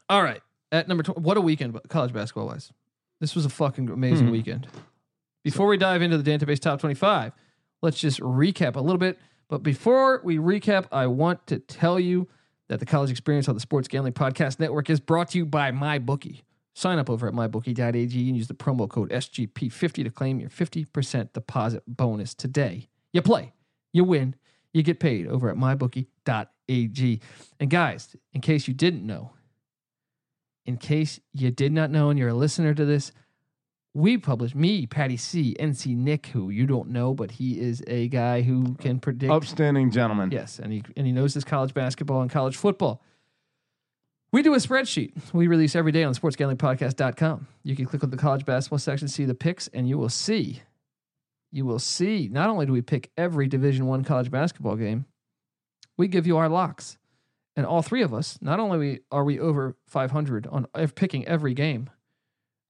A: all right. At number 20, what a weekend but college basketball wise. This was a fucking amazing
B: Hmm.
A: weekend. Before we dive into the database top 25, let's just recap a little bit. But before we recap, I want to tell you that the college experience on the Sports Gambling Podcast Network is brought to you by MyBookie. Sign up over at mybookie.ag and use the promo code SGP50 to claim your 50% deposit bonus today. You play, you win, you get paid over at mybookie.ag. And guys, in case you didn't know, in case you did not know and you're a listener to this, we publish me, Patty C, NC Nick, who you don't know, but he is a guy who can predict
B: upstanding gentleman.
A: Yes, and he and he knows his college basketball and college football. We do a spreadsheet. We release every day on sportsgamblingpodcast.com. You can click on the college basketball section, see the picks, and you will see you will see not only do we pick every division one college basketball game we give you our locks and all three of us not only we- are we over 500 on ev- picking every game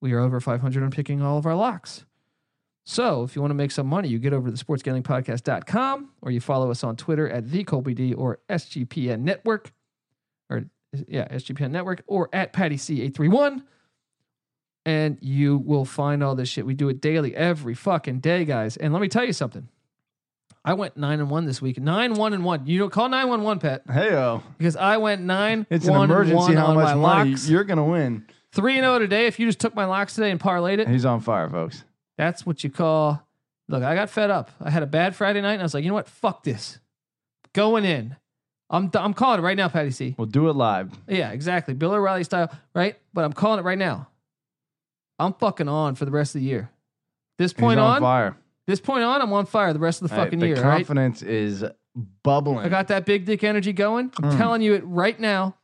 A: we are over 500 on picking all of our locks so if you want to make some money you get over to sportsgamblingpodcast.com or you follow us on twitter at the colbd or sgpn network or yeah sgpn network or at patty c831 and you will find all this shit. We do it daily, every fucking day, guys. And let me tell you something. I went nine and one this week. Nine one and one. You know, call nine one one, Pat,
B: Hey, oh,
A: because I went nine.
B: it's
A: one
B: an
A: And
B: emergency.
A: one
B: How
A: on
B: much
A: my
B: money
A: locks.
B: you're gonna win?
A: Three and zero today. If you just took my locks today and parlayed it,
B: He's on fire, folks.
A: that's what you call. Look, I got fed up. I had a bad Friday night, and I was like, you know what? Fuck this. Going in. I'm I'm calling it right now, Patty C.
B: We'll do it live.
A: Yeah, exactly. Bill O'Reilly style, right? But I'm calling it right now. I'm fucking on for the rest of the year. This
B: He's on,
A: point on,
B: fire.
A: this point on, I'm on fire the rest of the
B: Hey,
A: fucking
B: the
A: year, right?
B: confidence is bubbling.
A: I got that big dick energy going. I'm
B: Mm.
A: telling you it right now.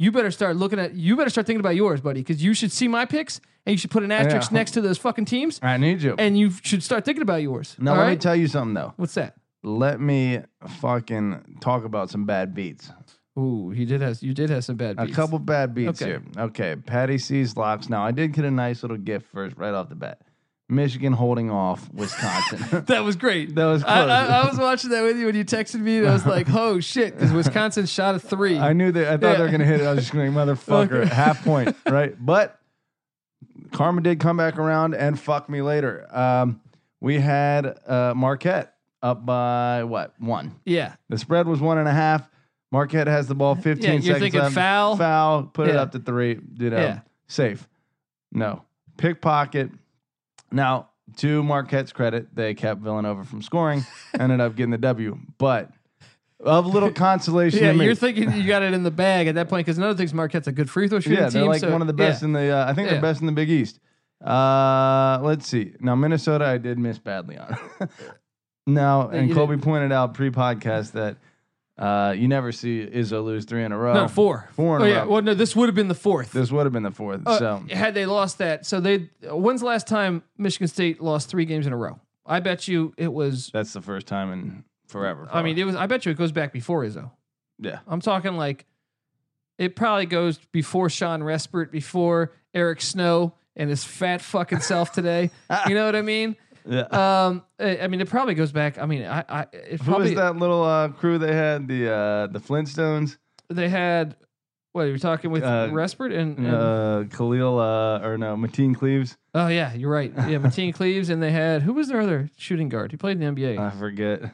A: You better start looking at you better start thinking about yours, buddy, because you should see my picks and you should put an asterisk
B: Yeah.
A: next to those fucking teams
B: I need you.
A: and you should start thinking about yours.
B: now
A: all
B: let me
A: right?
B: tell you something though.
A: What's that?
B: Let me fucking talk about some bad beats.
A: Ooh, he did have you did have some bad
B: A
A: beats.
B: couple bad beats
A: Okay.
B: here. Okay, Patty C's locks. Now I did get a nice little gift first, right off the bat. Michigan holding off Wisconsin.
A: That was great.
B: that was close.
A: I,
B: I,
A: I, I was watching that with you when you texted me, and I was like, "Oh shit!"
B: *laughs*
A: Because Wisconsin shot a three.
B: knew that. *laughs* I thought they were
A: Yeah.
B: gonna hit it. I was just going, motherfucker,
A: Okay.
B: half point, right? *laughs* But Karma did come back around and fuck me later. Um, we had uh, Marquette up by what one?
A: yeah,
B: The spread was one and a half. Marquette has the ball 15
A: Yeah, you're
B: seconds
A: thinking
B: left.
A: foul?
B: Foul. Put it
A: Yeah.
B: up to three. You know,
A: Yeah.
B: safe. No. Pickpocket. Now, to Marquette's credit, they kept Villanova
A: *laughs*
B: from scoring. ended up getting the W. But of little consolation
A: yeah.
B: to me.
A: You're thinking you got it in the bag at that point because another thing's Marquette's a good free throw shooting
B: yeah,
A: team.
B: they're like
A: so-
B: one of the best
A: yeah.
B: in the. Uh, I think
A: Yeah.
B: they're best in the Big East. Uh, let's see. Now Minnesota, I did miss badly on. *laughs* now,
A: Yeah,
B: and
A: you
B: Colby pointed out pre-podcast that uh, you never see Izzo lose three in a row.
A: no four.
B: Four in
A: oh
B: a
A: yeah.
B: row.
A: Well, no, this would have been the fourth.
B: This would have been the fourth.
A: Uh,
B: so
A: had they lost that, so they. When's the last time Michigan State lost three games in a row? I bet you it was.
B: that's the first time in forever.
A: I mean,
B: probably.
A: it was. I bet you it goes back before Izzo.
B: yeah,
A: I'm talking like it probably goes before Sean Respert, before Eric Snow and his fat fucking self today. you know what I
B: *laughs*
A: mean?
B: yeah.
A: Um, I I mean, it probably goes back. I mean, I, I it
B: Who was
A: probably
B: that little uh, crew they had? The uh, the Flintstones,
A: they had. What you were talking with
B: Uh,
A: Respert and, and-
B: uh, Khalil, uh, or no, Mateen Cleaves.
A: oh yeah, you're right.
B: *laughs*
A: Yeah, Mateen Cleaves and they had who was their other shooting guard? He played in the NBA.
B: I forget.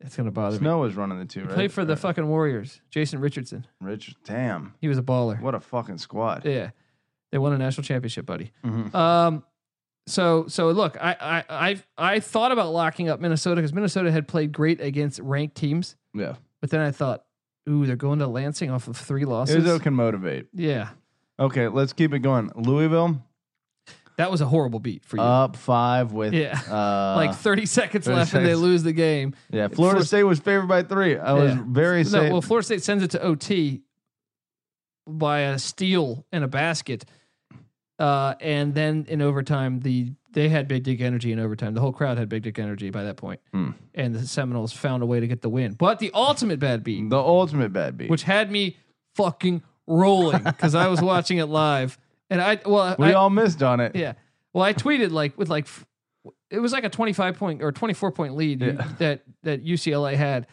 A: it's gonna bother me.
B: Uh, Snow was running the two.
A: He
B: right? Uh,
A: played for the
B: Or-
A: fucking Warriors. Jason Richardson.
B: Rich. Damn.
A: He was a baller.
B: What a fucking squad.
A: Yeah, they won a national championship, buddy.
B: Mhm.
A: Um, so so look, I I I I thought about locking up Minnesota because Minnesota had played great against ranked teams,
B: Yeah.
A: but then I thought, ooh, they're going to Lansing off of three losses.
B: Izzo can motivate.
A: Yeah,
B: Okay, let's keep it going. Louisville
A: that was a horrible beat for you.
B: up five with
A: Yeah.
B: uh,
A: *laughs* like 30 seconds
B: 30
A: left and they
B: seconds.
A: lose the game.
B: yeah. Florida
A: Flor-
B: State was favored by three. I was
A: Yeah.
B: very
A: No,
B: safe.
A: well, Florida State sends it to OT by a steal and a basket. Uh, and then in overtime, the they had big dick energy in overtime. The whole crowd had big dick energy by that point.
B: Hmm.
A: And the Seminoles found a way to get the win. But the ultimate bad beat
B: the ultimate bad beat.
A: which had me fucking rolling because I was watching it live. And I, well,
B: we
A: I,
B: all missed on
A: *laughs*
B: it.
A: yeah, well, I tweeted like with like, f- it was like a 25 point or 24 point lead you-
B: Yeah.
A: that, that UCLA had.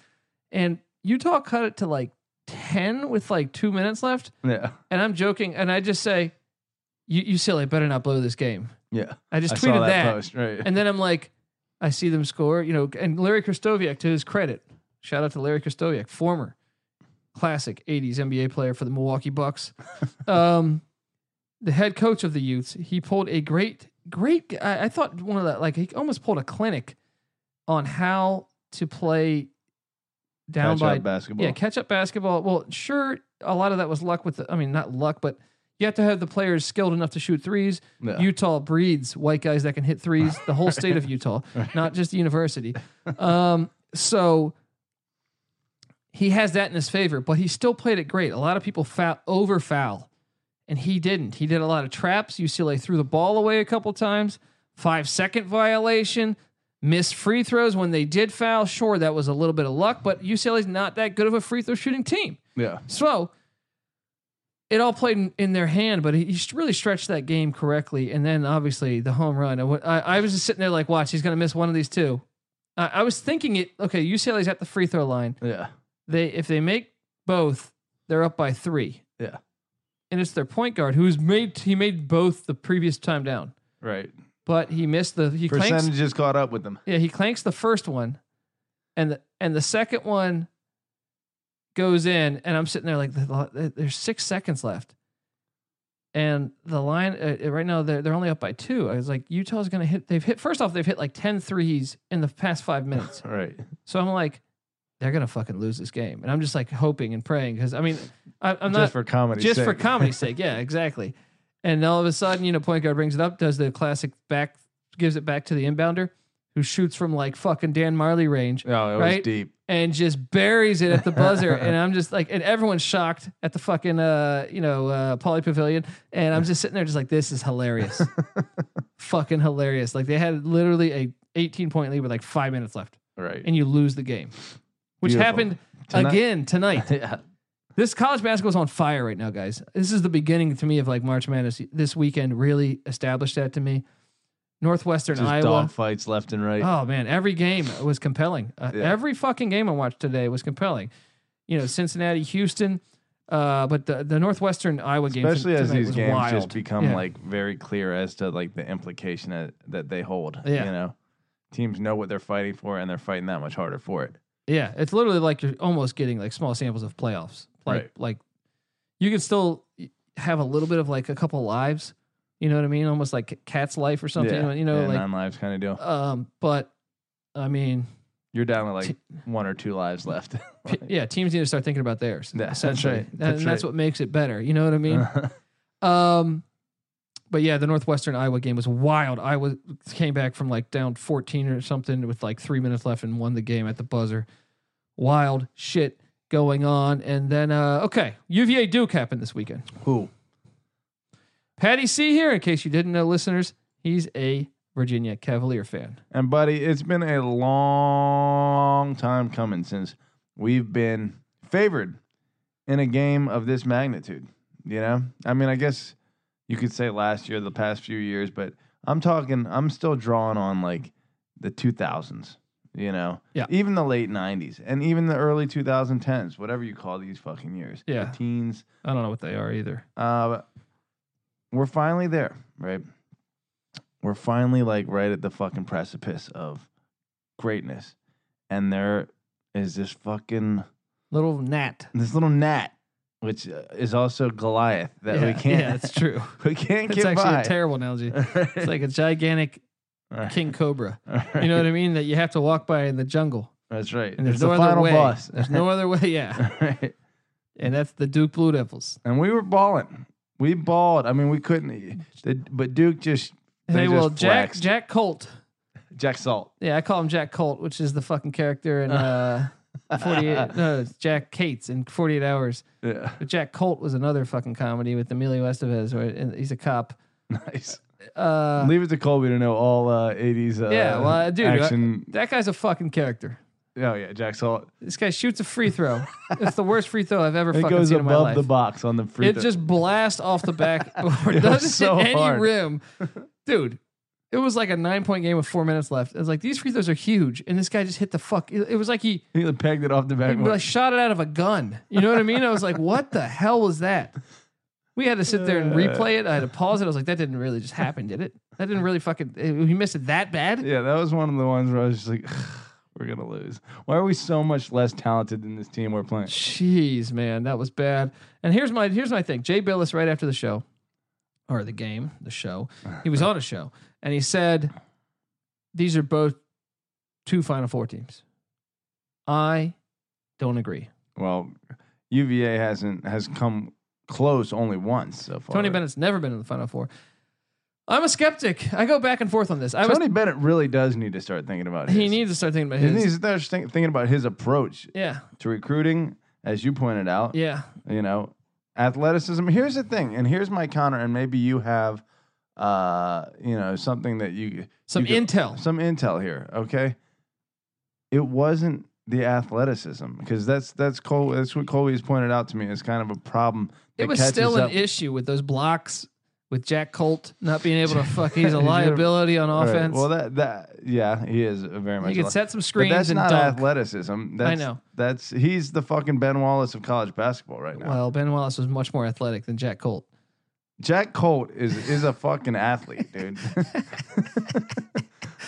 A: And Utah cut it to like 10 with like two minutes left.
B: Yeah.
A: And I'm joking. And I just say, "U- UCLA better not blow this game.
B: Yeah.
A: I just
B: I
A: tweeted
B: saw that,
A: that.
B: post. Right.
A: And then I'm like, I see them score, you know, and Larry Kristoviak, to his credit, shout out to Larry Kristoviak, former classic 80s NBA player for the Milwaukee
B: *laughs*
A: Bucks. Um, the head coach of the youths, he pulled a great, great, I, I thought one of the, like, he almost pulled a clinic on how to play down
B: Catch
A: by
B: up basketball.
A: yeah, catch up basketball. Well, sure, a lot of that was luck with the, I mean, not luck, but you have to have the players skilled enough to shoot threes.
B: Yeah.
A: Utah breeds white guys that can hit threes, the whole state of Utah, not just the university. Um, so he has that in his favor, but he still played it great. A lot of people foul, over foul, and he didn't. He did a lot of traps. UCLA threw the ball away a couple times. five second violation, missed free throws when they did foul. Sure, that was a little bit of luck, but UCLA's not that good of a free throw shooting team.
B: Yeah.
A: So it all played in, in their hand, but he, he really stretched that game correctly. And then obviously the home run. I, wa- I- I was just sitting there like, watch, he's going to miss one of these two. I, I was thinking it. Okay, UCLA's at the free throw line.
B: Yeah.
A: They if they make both, they're up by three.
B: Yeah.
A: and it's their point guard who's made he made both the previous time down,
B: Right.
A: but he missed the he clanks
B: Percentages caught up with them.
A: yeah, he clanks the first one, and the and the second one goes in, and I'm sitting there like the- the- there's six seconds left, and the line uh, right now they're they're only up by two. I was like Utah's gonna hit. They've hit first off they've hit like 10 threes in the past five
B: *laughs*
A: minutes,
B: Right.
A: so I'm like they're gonna fucking lose this game, and I'm just like hoping and praying because I mean I, I'm not
B: just for comedy.
A: just for comedy's
B: *laughs*
A: sake. Yeah, exactly. And all of a sudden, you know, point guard brings it up, does the classic back, gives it back to the inbounder, who shoots from like fucking Dan Marley range
B: Oh, it
A: Right?
B: was deep.
A: and just buries it at the buzzer. and I'm just like, and everyone's shocked at the fucking, uh, you know, uh, Poly Pavilion. And I'm just sitting there, just like, this is
B: *laughs*
A: hilarious, fucking hilarious. Like they had literally a 18 point lead with like five minutes left,
B: Right.
A: and you lose the game, which
B: Beautiful.
A: happened
B: Tonight-
A: again tonight.
B: *laughs* yeah.
A: This college basketball is on fire right now, guys. This is the beginning to me of like March Madness. This weekend really established that to me. Northwestern
B: Just
A: Iowa.
B: dog fights left and right.
A: Oh man, every game was compelling. Uh,
B: Yeah.
A: Every fucking game I watched today was compelling. You know, Cincinnati, Houston, uh, but the, the Northwestern Iowa game,
B: Especially as
A: tonight
B: these
A: was
B: games
A: wild.
B: just become
A: Yeah.
B: like very clear as to like the implication that, that they hold.
A: Yeah.
B: You know, teams know what they're fighting for and they're fighting that much harder for it.
A: Yeah, it's literally like you're almost getting like small samples of playoffs. Like
B: Right.
A: like you can still have a little bit of like a couple lives. You know what I mean? Almost like cat's life or something.
B: Yeah.
A: You know,
B: yeah,
A: like
B: nine lives kind of deal.
A: Um, but I mean,
B: You're down to like
A: T-
B: one or two lives *laughs* left.
A: *laughs* p- yeah, teams need to start thinking about theirs.
B: Yeah, that's
A: essentially.
B: right.
A: And
B: That's
A: that's
B: right. Uh.
A: what makes it better. You know what I mean? um, but yeah, the Northwestern Iowa game was wild. Iowa came back from like down 14 or something with like three minutes left and won the game at the buzzer. Wild shit going on. And then, uh, okay, UVA Duke happened this weekend.
B: *laughs* Who?
A: Patty C here, in case you didn't know, listeners, he's a Virginia Cavalier fan.
B: And buddy, it's been a long time coming since we've been favored in a game of this magnitude. You know, I mean, I guess you could say last year, the past few years, but I'm talking, I'm still drawing on like the 2000s. You know,
A: Yeah.
B: even the late 90s and even the early 2010s, whatever you call these fucking years,
A: Yeah.
B: the teens.
A: I don't know what they are either.
B: Uh, we're finally there, right? We're finally like right at the fucking precipice of greatness, and there is this fucking
A: Little gnat.
B: this little gnat, which uh, is also Goliath that
A: yeah,
B: we can't
A: Yeah, it's true.
B: *laughs* we can't
A: It's
B: get
A: actually
B: by.
A: a terrible analogy.
B: *laughs*
A: It's like a gigantic king cobra. You know what I mean? That you have to walk by in the jungle,
B: That's right.
A: and there's
B: it's
A: no
B: the
A: other
B: final
A: way.
B: boss.
A: There's no other way. Yeah,
B: *laughs* Right.
A: and that's the Duke Blue Devils.
B: And we were balling. We balled. I mean, we couldn't. The, but Duke just They
A: Hey,
B: just
A: well, Jack
B: flexed.
A: Jack Colt.
B: Jack Salt.
A: Yeah, I call him Jack Colt, which is the fucking character in
B: *laughs*
A: uh, 48. no, it's Jack Cates in 48 Hours.
B: Yeah.
A: But Jack Colt was another fucking comedy with Emilio Estevez, where and he's a cop.
B: Nice.
A: Uh,
B: Leave it to Colby to know all uh, 80s. Uh,
A: Yeah, well, dude, I-
B: Action.
A: that guy's a fucking character.
B: oh, yeah, Jack Salt.
A: This guy shoots a free
B: *laughs*
A: throw. it's the worst free throw I've ever
B: It
A: fucking
B: goes
A: seen in my
B: above
A: life.
B: the box on the free
A: it
B: throw.
A: just blasts off the back
B: *laughs*
A: or
B: It was
A: doesn't
B: so
A: hit any
B: hard.
A: rim. Dude, it was like a nine point game with four minutes left. It was like these free throws are huge. And this guy just hit the fuck. It it was like he,
B: *laughs* he pegged it off the
A: he
B: back.
A: like shot it out of a gun. You know what I mean? I was like, what the hell was that? We had to sit there and replay it. I had to pause it. I was like, that didn't really just happen, did it? That didn't really fucking. He missed it that bad?
B: yeah, that was one of the ones where I was just like, we're going to lose. Why are we so much less talented than this team we're playing?
A: Jeez, man, that was bad. And here's my here's my thing. Jay Billis, right after the show, or the game, the show, he was on a show, and he said, "These are both two Final Four teams." I don't agree.
B: Well, UVA hasn't has come close only once so far.
A: Tony Bennett's never been in the Final Four. I'm a skeptic. I go back and forth on this. I was.
B: Tony Bennett really does need to start thinking about his.
A: He needs to start thinking about
B: He
A: his.
B: needs to start think- thinking about his approach
A: Yeah,
B: to recruiting, as you pointed out.
A: yeah,
B: you know athleticism here's the thing and here's my counter and maybe you have uh, you know, something that you
A: Some
B: you go-
A: intel.
B: some intel here, okay? It wasn't the athleticism because that's that's Cole. That's what Colby's pointed out to me is kind of a problem.
A: It
B: that
A: was
B: catches
A: still an
B: up-
A: issue with those blocks with Jack Colt not being able to fuck.
B: *laughs*
A: He's a
B: You're-
A: liability on
B: All right,
A: offense.
B: Well, that that yeah, he is very much.
A: he
B: a-
A: can set some
B: but
A: screens
B: that's
A: and
B: not
A: dunk.
B: athleticism. That's,
A: know.
B: That's he's the fucking Ben Wallace of college basketball right now.
A: Well, Ben Wallace was much more athletic than Jack
B: *laughs*
A: Colt.
B: Jack Colt is is a fucking
A: *laughs*
B: athlete, dude.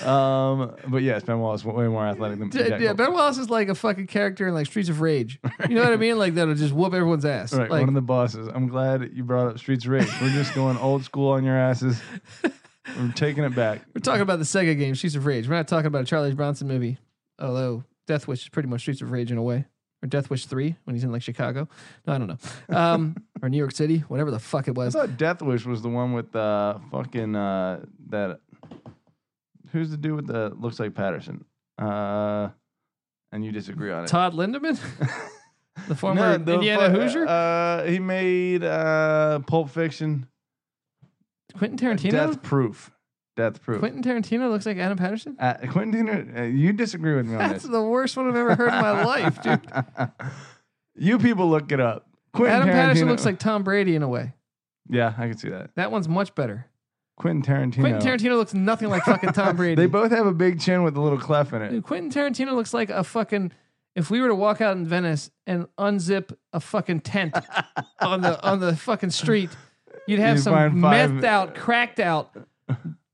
B: um, but yes, Ben Wallace way more athletic than
A: D-
B: Jack
A: yeah,
B: Colt.
A: Ben Wallace is like a fucking character in like Streets of
B: *laughs*
A: Rage. You know what I mean? Like that'll just whoop everyone's ass.
B: Right,
A: like
B: one of the bosses. I'm glad you brought up Streets of Rage. We're just going old school on your asses. We're taking it back.
A: we're talking about the Sega game Streets of Rage. We're not talking about a Charlie Bronson movie, although Death Wish is pretty much Streets of Rage in a way, or Death Wish Three when he's in like Chicago. No, I don't know,
B: *laughs*
A: um, or New York City, whatever the fuck it
B: I
A: was.
B: thought Death Wish was the one with uh fucking uh that who's the dude with the looks like Patterson? Uh and you disagree on it.
A: Todd
B: *laughs*
A: Lindemann, the former
B: the
A: Indiana
B: fu-
A: Hoosier,
B: Uh he made uh Pulp Fiction.
A: Quentin Tarantino.
B: Death Proof. Death Proof.
A: Quentin Tarantino looks like Adam Patterson.
B: uh, Quentin Tarantino- uh, you disagree with me on
A: That's
B: this.
A: the worst one I've ever heard in
B: *laughs*
A: my life, dude.
B: you people look it up. Quentin
A: Adam Patterson
B: Tarantino-
A: looks like Tom Brady in a way.
B: Yeah, I can see that.
A: That one's much better.
B: Quentin Tarantino.
A: Quentin Tarantino looks nothing like fucking Tom Brady.
B: They both have a big chin with a little clef in it.
A: Dude, Quentin Tarantino looks like a fucking. If we were to walk out in Venice and unzip a fucking
B: *laughs*
A: tent on the on the fucking street, you'd have
B: You'd
A: some
B: find five-
A: methed out, cracked out,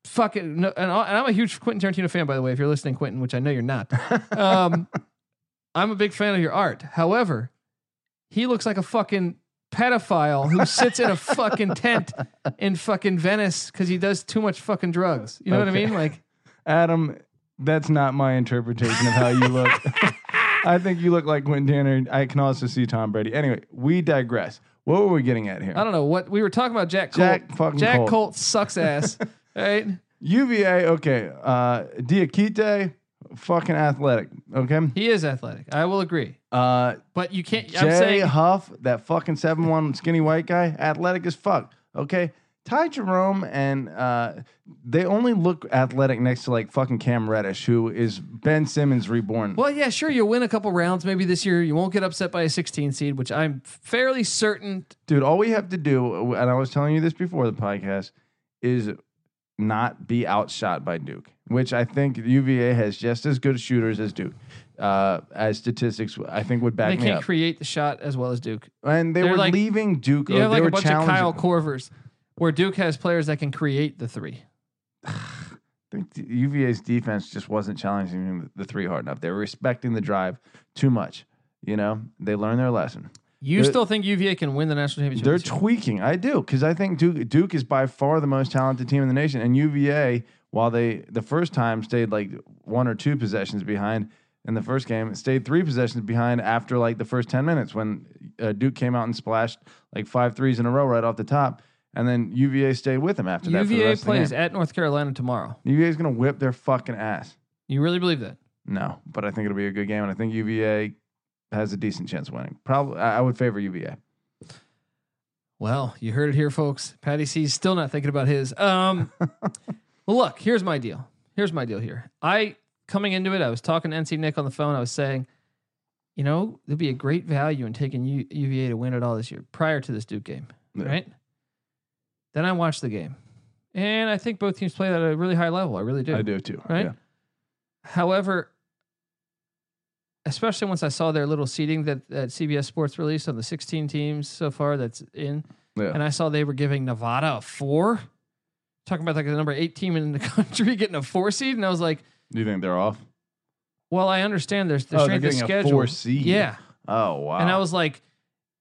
A: fucking. No, and, I- and I'm a huge Quentin Tarantino fan, by the way. If you're listening, Quentin, which I know you're not,
B: *laughs*
A: um, I'm a big fan of your art. However, he looks like a fucking pedophile who sits in a fucking tent in fucking Venice because he does too much fucking drugs. You know what I
B: Okay.
A: mean? Like.
B: Adam, that's not my interpretation of how you
A: *laughs*
B: look. I think you look like Quentin Tarantino. I can also see Tom Brady. Anyway, we digress. What were we getting at here?
A: I don't know what we were talking about. Jack Colt.
B: Jack fucking
A: Jack
B: Colt.
A: Colt, sucks
B: *laughs*
A: ass. right?
B: UVA, okay. Uh, Diakite, fucking athletic. Okay.
A: He is athletic. I will agree.
B: Uh,
A: But you can't. I'm
B: Jay
A: saying
B: Huff, that fucking seven one skinny white guy, athletic as fuck. Okay. Ty Jerome and uh, they only look athletic next to like fucking Cam Reddish, who is Ben Simmons reborn.
A: Well, yeah, sure. You'll win a couple rounds maybe this year. You won't get upset by a 16 seed, which I'm fairly certain.
B: Dude, all we have to do, and I was telling you this before the podcast, is not be outshot by Duke, which I think UVA has just as good shooters as Duke. Uh, as statistics, I think would back
A: They
B: me up.
A: can't create the shot as well as Duke.
B: and they
A: They're
B: were
A: like-
B: leaving Duke.
A: You have
B: they
A: like
B: were
A: a bunch of
B: challenging-
A: Kyle Corvers, where Duke has players that can create the three.
B: I think the UVA's defense just wasn't challenging the three hard enough. They were respecting the drive too much. You know, they learned their lesson.
A: You
B: They're-
A: still think UVA can win the national championship?
B: They're
A: this year?
B: tweaking. I do because I think Duke Duke is by far the most talented team in the nation, and UVA, while they the first time stayed like one or two possessions behind in the first game, stayed three possessions behind after like the first ten minutes when uh, Duke came out and splashed like five threes in a row right off the top, and then UVA stayed with them after that. For the
A: UVA
B: rest
A: plays
B: Of the
A: at North Carolina tomorrow.
B: game. UVA is going to whip their fucking ass.
A: You really believe that?
B: No, but I think it'll be a good game, and I think UVA has a decent chance of winning. Probably, I I would favor UVA.
A: Well, you heard it here, folks. Patty C's still not thinking about his.
B: *laughs*
A: Um, well, look, here's my deal. Here's my deal here. I coming into it, I was talking to NC Nick on the phone. I was saying, you know, there'd be a great value in taking U- UVA to win it all this year prior to this Duke game,
B: Yeah.
A: right? Then I watched the game, and I think both teams played at a really high level. I really do.
B: I do too.
A: Right?
B: Yeah.
A: However, especially once I saw their little seating that, that CBS Sports released on the 16 teams so far that's in,
B: Yeah.
A: and I saw they were giving Nevada a four, talking about like the number eight team in the *laughs* country getting a four seed, and I was like,
B: Do you think they're off?
A: well, I understand there's the
B: Oh, they're
A: strength of
B: getting a
A: schedule.
B: four seed.
A: Yeah,
B: Oh wow!
A: and I was like,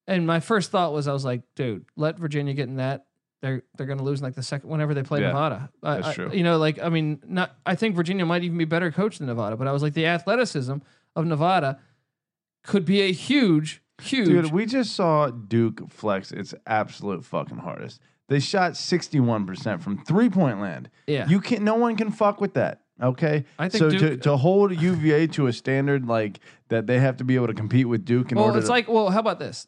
A: and my first thought was, I was like, dude, let Virginia get in that. They're they're going to lose in like the second whenever they play
B: Yeah,
A: Nevada. I-
B: that's
A: I-
B: true.
A: you know, like I mean, not I think Virginia might even be better coached than Nevada, but I was like, the athleticism of Nevada could be a huge, huge.
B: dude, we just saw Duke flex its absolute fucking hardest. They shot sixty-one percent from three-point land.
A: yeah,
B: You can not No one can fuck with that. Okay,
A: I think
B: so. to,
A: Duke-
B: to hold UVA to a standard like that, they have to be able to compete with Duke in
A: well,
B: order.
A: it's
B: to,
A: like, well, how about this?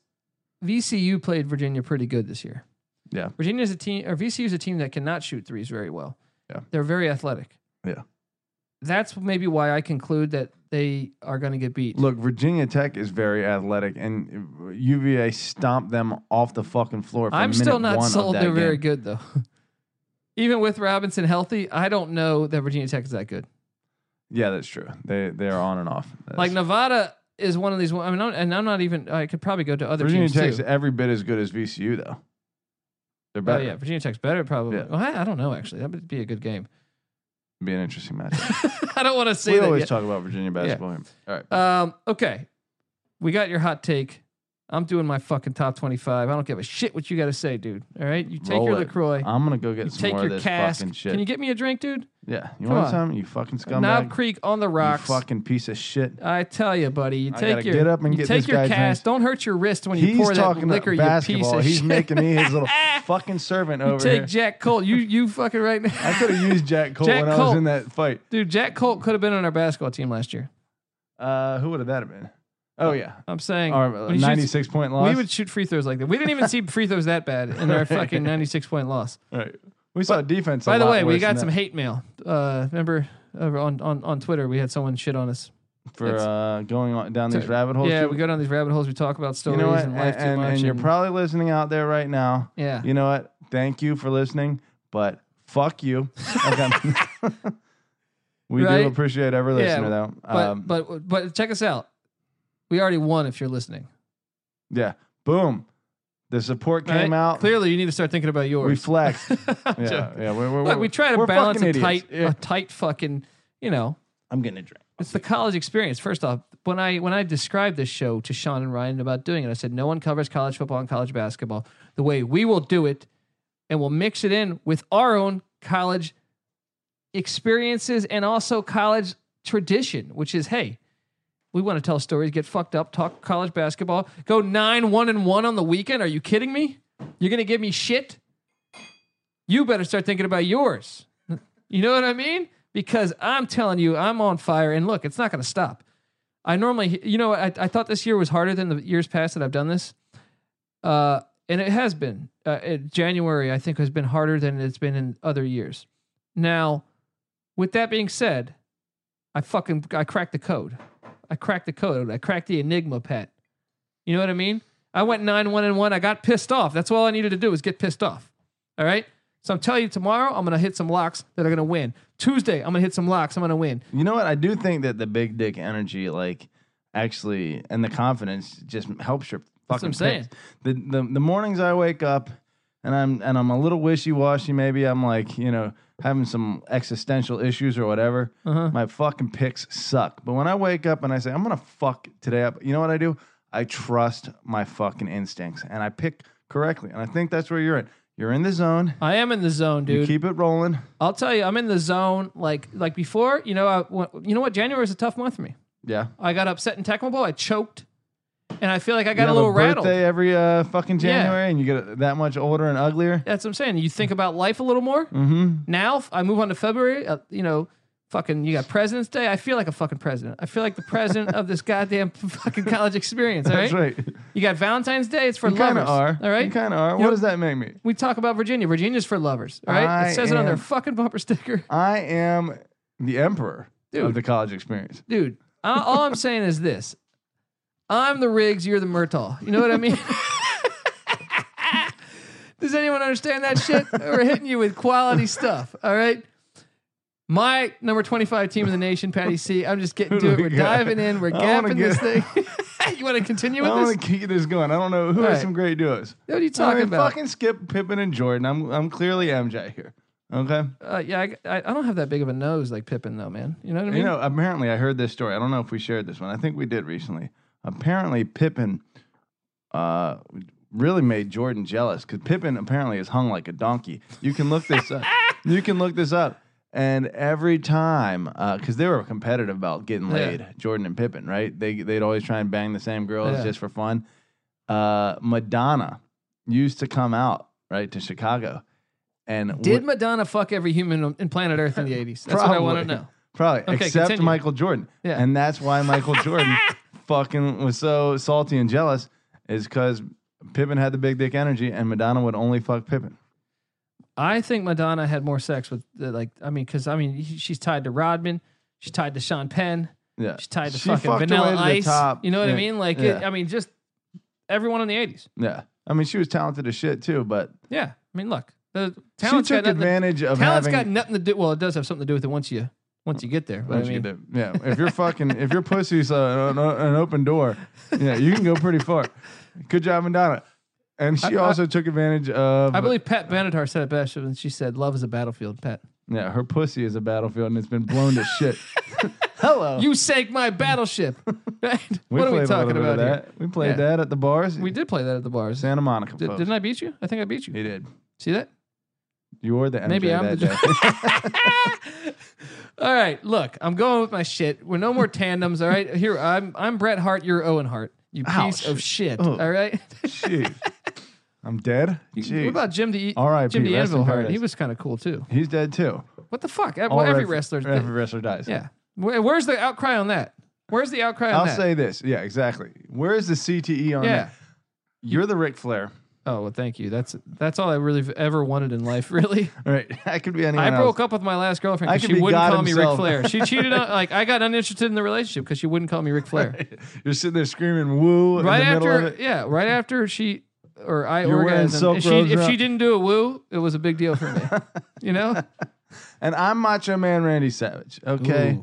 A: VCU played Virginia pretty good this year.
B: Yeah.
A: Virginia's a team, or VCU's a team that cannot shoot threes very well.
B: Yeah.
A: They're very athletic.
B: Yeah.
A: That's maybe why I conclude that they are going to get beat.
B: Look, Virginia Tech is very athletic, and UVA stomped them off the fucking floor. From
A: I'm still
B: minute
A: not
B: one of
A: sold
B: that
A: they're very
B: game.
A: good, though. *laughs* Even with Robinson healthy, I don't know that Virginia Tech is that good.
B: Yeah, that's true. They they are on and off. That's-
A: Like Nevada is one of these. I mean, I'm- and I'm not even. I could probably go to other
B: Virginia
A: teams
B: Tech's
A: too.
B: every bit as good as VCU though.
A: Oh
B: They're better.
A: yeah, Virginia Tech's better probably.
B: Yeah.
A: Well, I, I don't know actually. That would be a good game. *laughs*
B: Be an interesting match.
A: I don't want to *laughs* say
B: we
A: that.
B: always
A: Yet.
B: talk about Virginia basketball. here. All right.
A: Um, okay, we got your hot take. I'm doing my fucking top 25. I don't give a shit what you got to say, dude. All right, you take
B: Roll
A: your
B: it.
A: Lacroix.
B: I'm gonna go get
A: You
B: some
A: take
B: more of
A: your
B: this
A: cask.
B: fucking shit.
A: Can you get me a drink, dude?
B: yeah, you
A: Come
B: want
A: on.
B: some? You fucking
A: Knob
B: scumbag.
A: Creek on the
B: You
A: rocks.
B: fucking piece of shit.
A: I tell you, buddy, you
B: I
A: take
B: gotta
A: your
B: get up and
A: you
B: get
A: take
B: this
A: your
B: guy
A: cast.
B: drinks.
A: Don't hurt your wrist when you
B: He's
A: pour that
B: talking
A: liquor.
B: about
A: you piece
B: basketball.
A: of
B: He's
A: shit.
B: making me
A: *laughs*
B: his little fucking servant over
A: take
B: here.
A: Jack Colt. You you fucking right now.
B: I could have used Jack Cole
A: Jack
B: when I was
A: Cole.
B: in that fight.
A: *laughs* Dude, Jack Colt could have been on our basketball team last year.
B: Uh, who would have that have been? Oh yeah,
A: I'm saying
B: our
A: when he shoots-
B: ninety-six point loss.
A: we would shoot free throws like that. We didn't even see free throws that bad in
B: *laughs*
A: our fucking 96 point loss.
B: Right. We saw defense. a
A: By the
B: lot
A: way, we
B: worse
A: got
B: than
A: some
B: that
A: hate mail. Uh, remember over on, on, on Twitter, we had someone shit on us.
B: for uh, going on down these
A: Sorry.
B: rabbit holes.
A: yeah,
B: too.
A: we go down these rabbit holes. We talk about
B: You
A: stories
B: know what?
A: and
B: And,
A: life too
B: and,
A: much.
B: and you're
A: and-
B: probably listening out there right now.
A: yeah.
B: You know what? Thank you for listening, but fuck you. Okay.
A: *laughs*
B: *laughs* we
A: Right?
B: do appreciate every listener, though. Um,
A: But, but but check us out. We already won if you're listening.
B: yeah, boom. The support
A: All
B: came
A: right?
B: out.
A: Clearly, you need to start thinking about yours.
B: We flexed.
A: *laughs* I'm
B: yeah,
A: joking.
B: yeah. We're, we're,
A: Look, we try to
B: we're
A: balance
B: fucking
A: a
B: idiots.
A: tight,
B: Yeah.
A: a tight fucking, you know,
B: I'm getting a drink.
A: it's the college experience. First off, when I when I described this show to Sean and Ryan about doing it, I said no one covers college football and college basketball the way we will do it, and we'll mix it in with our own college experiences and also college tradition, which is hey, we want to tell stories, get fucked up, talk college basketball, go nine one and one on the weekend. Are you kidding me? You're gonna give me shit. You better start thinking about yours. You know what I mean? Because I'm telling you, I'm on fire. And look, it's not going to stop. I normally, you know, I, I thought this year was harder than the years past that I've done this. Uh, and it has been. Uh, it- January, I think, has been harder than it's been in other years. Now, with that being said, I fucking I cracked the code. I cracked the code. I cracked the enigma, Pat. You know what I mean? I went nine one and one. I got pissed off. That's all I needed to do was get pissed off. All right. So I'm telling you, tomorrow I'm gonna hit some locks that are gonna win. Tuesday I'm gonna hit some locks. I'm gonna win.
B: You know what? I do think that the big dick energy, like, actually, and the confidence just helps your
A: That's what
B: fucking.
A: I'm saying.
B: picks. The, the the mornings I wake up, and I'm and I'm a little wishy washy. Maybe I'm like you know having some existential issues or whatever.
A: Uh-huh.
B: My fucking picks suck. But when I wake up and I say I'm gonna fuck today up, you know what I do? I trust my fucking instincts and I pick correctly. And I think that's where you're at. You're in the zone.
A: I am in the zone, dude.
B: You keep it rolling.
A: I'll tell you, I'm in the zone. Like like before, you know, I, wa- you know what? January is a tough month for me.
B: Yeah.
A: I got upset in Tecmo Bowl. I choked, and I feel like I got
B: you
A: a
B: have
A: little rattled.
B: birthday every uh, fucking
A: Yeah.
B: January, and you get that much older and uglier.
A: That's what I'm saying. You think about life a little more.
B: Mm-hmm.
A: Now f- I move on to February. Uh, you know, fucking, you got President's Day. I feel like a fucking president. I feel like the president of this *laughs* goddamn fucking college experience. All right?
B: That's right.
A: You got Valentine's Day. It's for
B: You kind
A: lovers.
B: of are.
A: All right.
B: You kind of are.
A: You
B: what
A: know-
B: does that make me?
A: we talk about Virginia. Virginia's for lovers. All right.
B: I
A: it says it on their
B: am-
A: fucking bumper sticker.
B: *laughs* I am the emperor of
A: Dude.
B: the college experience.
A: Dude, I, all I'm saying is this. I'm the Riggs, you're the Murtaugh. You know what I mean? *laughs* Does anyone understand that shit? We're hitting you with quality stuff. All right. My number 25 team in the nation, Patty C. I'm just getting
B: Who
A: to it.
B: do *laughs*
A: We're
B: we got?
A: diving in. We're
B: I wanna
A: gapping this thing. *laughs* you want to continue
B: I
A: with this?
B: want to keep this going. I don't know who has
A: Right.
B: some great duos.
A: What are you
B: I
A: talking
B: mean,
A: about?
B: Fucking Skip Pippen and Jordan. I'm I'm clearly MJ here. Okay.
A: Uh, yeah, I, I I don't have that big of a nose like Pippin, though, man. You know what I mean?
B: You know, apparently I heard this story. I don't know if we shared this one. I think we did recently. Apparently Pippen uh, really made Jordan jealous because Pippen apparently is hung like a donkey. You can look
A: *laughs*
B: this up. You can look this up. And every time, because they were competitive about getting
A: Yeah.
B: laid, Jordan and Pippen, right? They they'd always try and bang the same girls
A: Yeah.
B: just for fun. Uh, Madonna used to come out right to Chicago, and
A: Did
B: wh-
A: Madonna fuck every human on in planet Earth in
B: *laughs*
A: the 80s? That's what I want to
B: Probably.
A: know.
B: Probably,
A: Okay,
B: except
A: continue.
B: Michael Jordan.
A: Yeah. *laughs*
B: And that's why Michael Jordan fucking was so salty and jealous, is because Pippen had the big dick energy, and Madonna would only fuck Pippen.
A: I think Madonna had more sex with the, like I mean because I mean she's tied to Rodman, she's tied to Sean Penn,
B: Yeah,
A: she's tied to
B: She
A: fucking
B: fucked her way
A: Vanilla
B: to the
A: Ice.
B: top.
A: You know what
B: Yeah.
A: I mean? Like it,
B: Yeah.
A: I mean just everyone in the eighties.
B: yeah. I mean, she was talented as shit too, but
A: Yeah, I mean look, the talent's
B: she
A: got
B: took
A: nothing,
B: advantage of
A: talent's got
B: having.
A: nothing to do. Well, it does have something to do with it once you once you get there. But I
B: Once you
A: mean,
B: get there. yeah, if you're fucking, if your pussy's uh, an, an open door, yeah, you can go pretty far. Good job, Madonna. And she
A: I- I-
B: also took advantage of.
A: I believe Pat Benatar said it best when she said, "Love is a battlefield, Pat."
B: Yeah, her pussy is a battlefield, and it's been blown to shit. Hello.
A: You sank my
B: *laughs*
A: battleship. Right?
B: Oh. We
A: what are we
B: played a little
A: talking
B: bit of
A: about here?
B: that. We played
A: Yeah.
B: that at the bars.
A: We did play that at the bars.
B: Santa Monica.
A: Did,
B: folks.
A: didn't I beat you? I think I beat you.
B: He did.
A: See that?
B: You were the MJ
A: Maybe I'm
B: that
A: the-
B: day.
A: All right, look, I'm going with my shit. We're no more tandems. All right, here I'm. I'm Bret Hart. You're Owen Hart. You piece
B: Ouch. Oh,
A: of shit.
B: Ugh.
A: All right. *laughs*
B: *laughs* Jeez. I'm dead.
A: What
B: Jeez.
A: about Jim the E,
B: R.I.P.,
A: Jim the
B: rest in
A: Anvil Hart?
B: paradise.
A: He was kind of cool too.
B: He's dead too.
A: What the fuck? Every,
B: All
A: every
B: wrestler-
A: wrestler's dead.
B: every wrestler dies.
A: Yeah. Where, where's the outcry on that? Where's the outcry on
B: I'll
A: that?
B: say this. Yeah, exactly. Where is the CTE on
A: yeah.
B: that? You're the Ric Flair.
A: Oh well, thank you. That's that's all I really ever wanted in life. *laughs* Really,
B: All right. *laughs* I could be anyone
A: I
B: else.
A: broke up with my last girlfriend
B: I
A: because she
B: could be
A: wouldn't
B: God
A: call me Ric
B: himself.
A: Flair.
B: *laughs*
A: She cheated on like I got uninterested in the relationship because she wouldn't call me Ric Flair.
B: You're sitting there screaming woo
A: right
B: in the middle
A: after,
B: of it.
A: yeah, right after she or I
B: You're wearing
A: orgasmed.
B: Silk
A: If she,
B: Road
A: if
B: dra-
A: she didn't do a woo, it was a big deal for me.
B: *laughs*
A: you know?
B: And I'm Macho Man Randy Savage. Okay.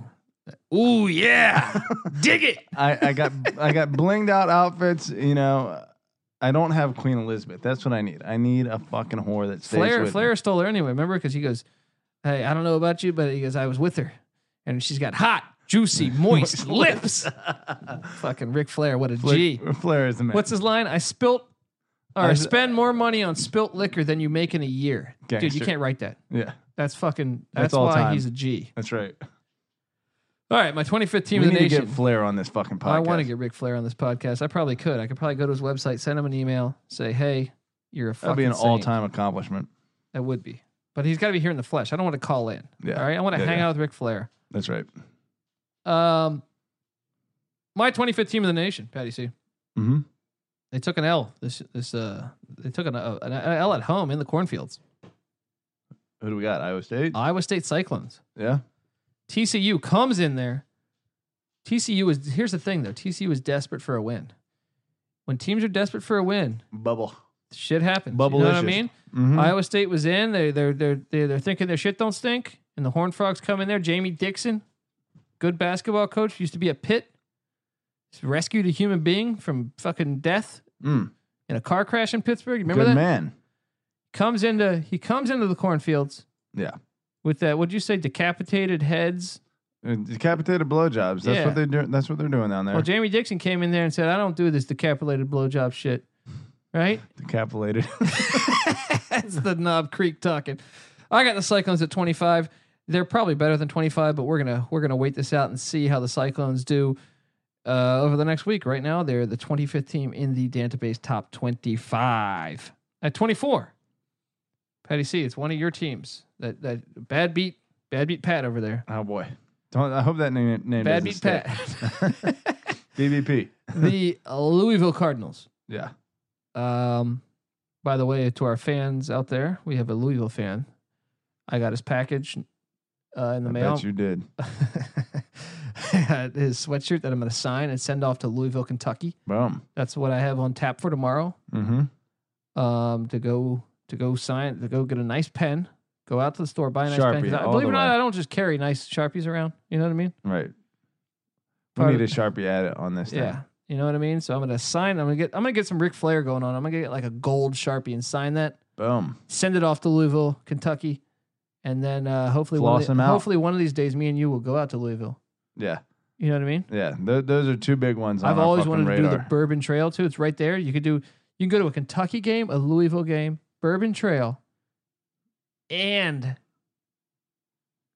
A: Ooh, Ooh, yeah, dig it.
B: I, I got I got blinged out outfits. You know, I don't have Queen Elizabeth. That's what I need. I need a fucking whore that
A: *laughs*
B: stays
A: Flair,
B: with me.
A: Flair stole her anyway. Remember? Because he goes, "Hey, I don't know about you, but he goes, I was with her, and she's got hot,
B: *laughs*
A: juicy, moist lips." Fucking Ric Flair, what a
B: Flair-
A: G.
B: Flair is the man.
A: What's his line? I spilt or
B: I
A: I
B: s-
A: spend more money on spilt liquor than you make in a year. Dude, you
B: Gangster.
A: can't write that.
B: yeah,
A: That's fucking. That's,
B: That's all
A: why
B: time.
A: he's a G.
B: that's right.
A: All right, my 2015
B: we
A: of the
B: need to
A: nation.
B: get Flair on this fucking podcast.
A: Oh, I want to get Ric Flair on this podcast. I probably could. I could probably go to his website, send him an email, say, "Hey, you're a fucking."
B: That'd be an
A: saint."
B: all-time accomplishment.
A: That would be. But he's got to be here in the flesh. I don't want to call in.
B: Yeah.
A: All right. I want to
B: Yeah,
A: hang
B: yeah.
A: out with Ric Flair.
B: That's right.
A: Um, my 2015 of the nation, Patty C.
B: Mm-hmm.
A: They took an L. This this uh, they took an, uh, an L at home in the cornfields.
B: Who do we got? Iowa State.
A: Iowa State Cyclones.
B: yeah.
A: TCU comes in there. TCU is here's the thing though. TCU is desperate for a win. When teams are desperate for a win,
B: Bubble.
A: shit happens. You know what I
B: Bubblicious.
A: mean?
B: Mm-hmm.
A: Iowa State was in. They they're they're they're, they're thinking their shit don't stink, and the Horn Frogs come in there. Jamie Dixon, good basketball coach, used to be a Pitt. He's rescued a human being from fucking death
B: mm.
A: in a car crash in Pittsburgh. You remember
B: Good
A: that?
B: man.
A: Comes into he comes into the cornfields
B: Yeah.
A: with that. What'd you say? Decapitated heads.
B: Uh, Decapitated blowjobs. That's
A: Yeah.
B: what they're doing. That's what they're doing down there.
A: Well, Jamie Dixon came in there and said, "I don't do this decapitated blowjob shit." Right? *laughs*
B: Decapitated.
A: That's the Knob Creek talking. I got the Cyclones at 25. They're probably better than 25, but we're gonna we're gonna wait this out and see how the Cyclones do uh, over the next week. Right now, they're the 25th team in the database top 25 at 24. Patty C, it's one of your teams that that bad beat bad beat Pat over there.
B: oh boy. Don't, I hope that name name
A: Bad
B: doesn't
A: beat
B: stick.
A: Pat. *laughs*
B: DBP.
A: the Louisville Cardinals.
B: Yeah.
A: Um, by the way, to our fans out there, we have a Louisville fan. I got his package uh, in the
B: I
A: mail. *laughs*
B: bet you did.
A: his sweatshirt that I'm going to sign and send off to Louisville, Kentucky.
B: Boom.
A: That's what I have on tap for tomorrow.
B: Mm-hmm.
A: Um, to go to go sign to go get a nice pen. Go out to the store, buy a nice pen.
B: Sharpie,
A: 'cause I,
B: all
A: believe it
B: the
A: or not,
B: way.
A: I don't just carry nice sharpies around. You know what I mean?
B: Right. We
A: Part
B: need a
A: of-
B: sharpie edit on this.
A: Yeah. You know what I mean? So I'm gonna sign. I'm gonna get. I'm gonna get some Ric Flair going on. I'm gonna get like a gold sharpie and sign that.
B: Thing. Boom.
A: send it off to Louisville, Kentucky, and then uh, hopefully
B: Floss
A: one of
B: them
A: the,
B: out.
A: hopefully one of these days, me and you will go out to Louisville.
B: Yeah.
A: You know what I mean?
B: Yeah. Th- those are two big ones. On
A: I've
B: our
A: always
B: fucking
A: wanted to do the
B: radar.
A: Bourbon Trail too. It's right there. You could do you can go to a Kentucky game, a Louisville game, Bourbon Trail, and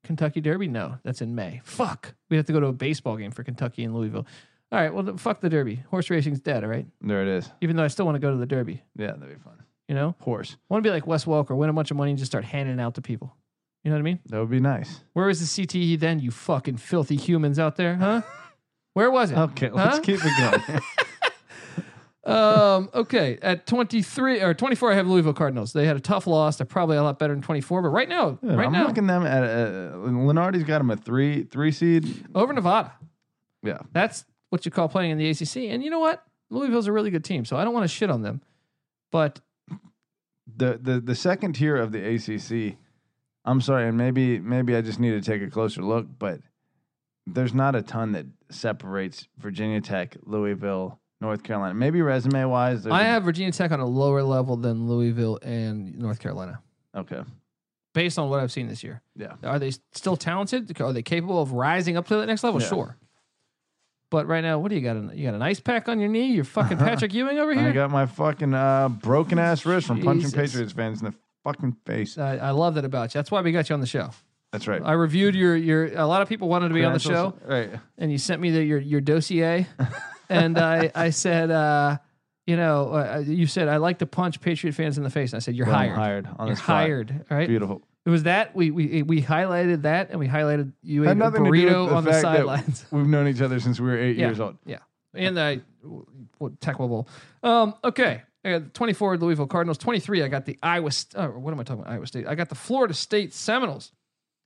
A: Kentucky Derby. No, that's in May. Fuck, we have to go to a baseball game for Kentucky and Louisville. All right, well, th- fuck the Derby. Horse racing's dead. All right,
B: there it is.
A: even though I still want to go to the Derby.
B: Yeah, that'd be fun.
A: You know,
B: Horse.
A: want to be like Wes Walker, win a bunch of money and just start handing it out to people. You know what I mean?
B: That would be nice.
A: Where was the CTE then, you fucking
B: *laughs*
A: filthy humans out there, huh? Where was it?
B: Okay, let's
A: Huh?
B: keep it going.
A: Um, okay, at 23 or 24, I have Louisville Cardinals. They had a tough loss. They're probably a lot better than 24, but right now,
B: Yeah,
A: right
B: I'm
A: now,
B: looking them at uh, Lenardi's got him a three three seed.
A: over Nevada.
B: Yeah,
A: That's what you call playing in the ACC. And you know what? Louisville's a really good team, so I don't want to shit on them. But
B: the the the second tier of the ACC. I'm sorry, and maybe maybe I just need to take a closer look, but there's not a ton that separates Virginia Tech, Louisville, North Carolina. Maybe resume wise,
A: I have Virginia Tech on a lower level than Louisville and North Carolina,
B: okay.
A: based on what I've seen this year.
B: Yeah.
A: Are they still talented? Are they capable of rising up to that next level?
B: Yeah.
A: Sure. But right now, what do you got? You got an ice pack on your knee? You're fucking Patrick Ewing over
B: *laughs* I
A: here.
B: got my fucking uh, broken ass wrist from punching
A: Jesus.
B: Patriots fans in the fucking face.
A: I, I love that about you. That's why we got you on the show.
B: That's right.
A: I reviewed your your. A lot of people wanted to be on the show,
B: Credentials- Right.
A: and you sent me the, your your dossier, and
B: *laughs*
A: I I said, uh, you know, uh, you said I like to punch Patriot fans in the face, and I said you're
B: Boom,
A: hired,
B: Hired. On
A: you're
B: the spot.
A: hired, all right.
B: Beautiful.
A: It was that we we we highlighted that, and we highlighted you ate a
B: Had nothing to do with
A: burrito
B: the
A: on the
B: fact that-
A: sidelines.
B: *laughs* We've known each other since we were eight
A: Yeah.
B: years old.
A: Yeah. And I what Tech Bowl. Um, okay. I got 24 Louisville Cardinals. 23, I got the Iowa St- oh, what am I talking about? Iowa State. I got the Florida State Seminoles.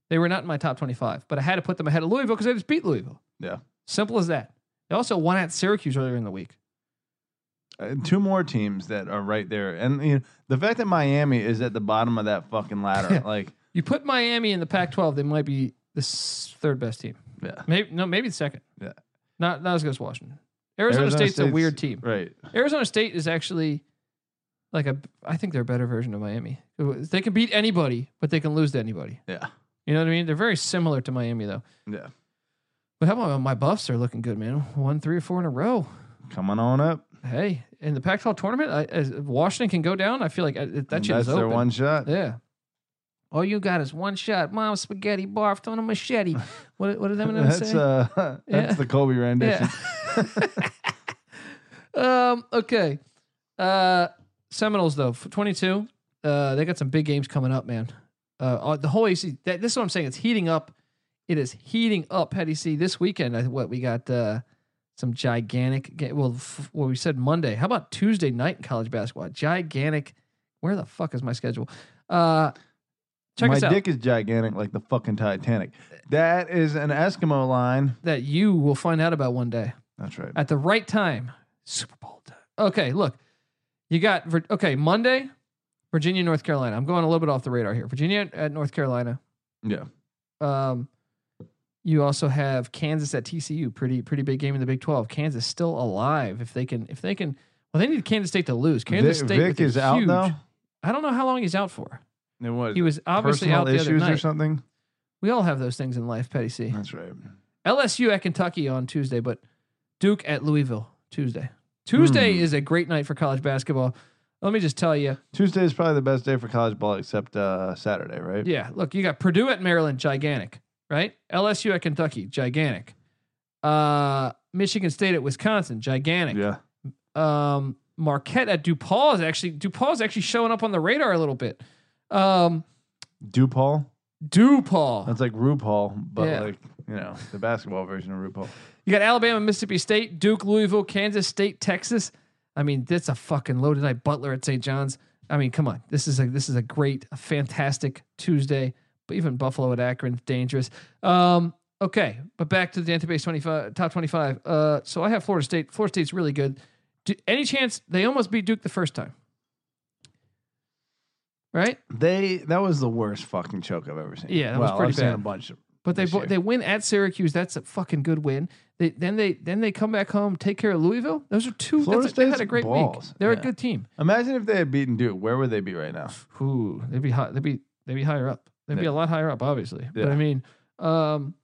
A: They were not in my top 25, but I had to put them ahead of Louisville because they just beat Louisville.
B: Yeah.
A: Simple as that. They also won at Syracuse earlier in the week.
B: Uh, two more teams that are right there, and you know, the fact that Miami is at the bottom of that
A: *laughs*
B: fucking ladder, like,
A: You put Miami in the Pac 12, they might be the s- third best team.
B: yeah,
A: Maybe no, maybe the second.
B: Yeah.
A: Not not as good as Washington. Arizona,
B: Arizona
A: State's, a
B: State's-
A: weird team.
B: right.
A: Arizona State is actually like a I think they're a better version of Miami. They can beat anybody, but they can lose to anybody.
B: Yeah.
A: You know what I mean? They're very similar to Miami though.
B: Yeah,
A: But how about my buffs are looking good, man? One, three, or four in a row.
B: coming on up.
A: Hey, in the Pac-12 tournament, I, as if Washington can go down. I feel like I, that
B: And
A: shit
B: That's
A: is
B: their
A: open.
B: one shot.
A: Yeah. All you got is one shot. Mom, spaghetti barfed on a
B: *laughs*
A: machete. What what did Eminem
B: That's
A: say?
B: uh, *laughs* that's
A: Yeah.
B: the Kobe rendition.
A: Yeah. *laughs* um. Okay. Uh. Seminoles though, for 22. Uh. They got some big games coming up, man. Uh. all- The whole AC. That, this is what I'm saying. It's heating up. It is heating up. Petty C. This weekend. I, what we got? Uh. Some gigantic. Ga- well, f- well, we said Monday. How about Tuesday night in college basketball? Gigantic. Where the fuck is my schedule? Uh. Check
B: My
A: us out.
B: dick is gigantic, like the fucking Titanic. That is an Eskimo line.
A: that you will find out about one day.
B: That's right.
A: at the right time. Super Bowl time. Okay, look, you got Vir- okay Monday, Virginia, North Carolina. I'm going a little bit off the radar here. Virginia at- at North Carolina.
B: Yeah,
A: Um, you also have Kansas at TCU. Pretty pretty big game in the Big Twelve. Kansas still alive if they can if they can. Well, they need Kansas State to lose. Kansas
B: Vic,
A: State
B: Vic
A: with a
B: is out
A: huge-
B: though.
A: I don't know how long he's out for.
B: It was
A: He was obviously
B: personal
A: out the
B: issues
A: other
B: or
A: night.
B: something.
A: We all have those things in life, Petty C.
B: That's right.
A: LSU at Kentucky on Tuesday, but Duke at Louisville Tuesday. Tuesday
B: Hmm.
A: is a great night for college basketball. Let me just tell you.
B: Tuesday is probably the best day for college ball, except uh, Saturday, right?
A: Yeah, look, you got Purdue at Maryland, gigantic, right? LSU at Kentucky, gigantic. Uh, Michigan State at Wisconsin, gigantic.
B: yeah.
A: Um, Marquette at DuPaul is actually DuPaul is actually showing up on the radar a little bit. Um,
B: DuPaul.
A: DuPaul.
B: That's like RuPaul, but
A: Yeah.
B: like you know the basketball version of RuPaul.
A: You got Alabama, Mississippi State, Duke, Louisville, Kansas State, Texas. I mean, that's a fucking loaded night. Butler at St. John's. I mean, come on. This is a this is a great, a fantastic Tuesday. But even Buffalo at Akron, dangerous. Um, okay, but back to the Antibase twenty five top twenty five. Uh, so I have Florida State. Florida State's really good. Do, any chance they almost beat Duke the first time? Right,
B: They that was the worst fucking choke I've ever seen.
A: Yeah, that was
B: well,
A: pretty
B: I've seen
A: bad.
B: a bunch. Of,
A: but they
B: This
A: bo-
B: year.
A: they win at Syracuse. That's a fucking good win. They then they then they come back home, take care of Louisville. Those are two.
B: Florida
A: that's a- they had
B: State's
A: a great
B: balls.
A: week. They're a
B: Yeah.
A: good team.
B: imagine if they had beaten Duke, where would they be right now?
A: Ooh, they'd be high, they'd be they'd be higher up. They'd be
B: Yeah.
A: a lot higher up, obviously. But
B: Yeah.
A: I mean, um,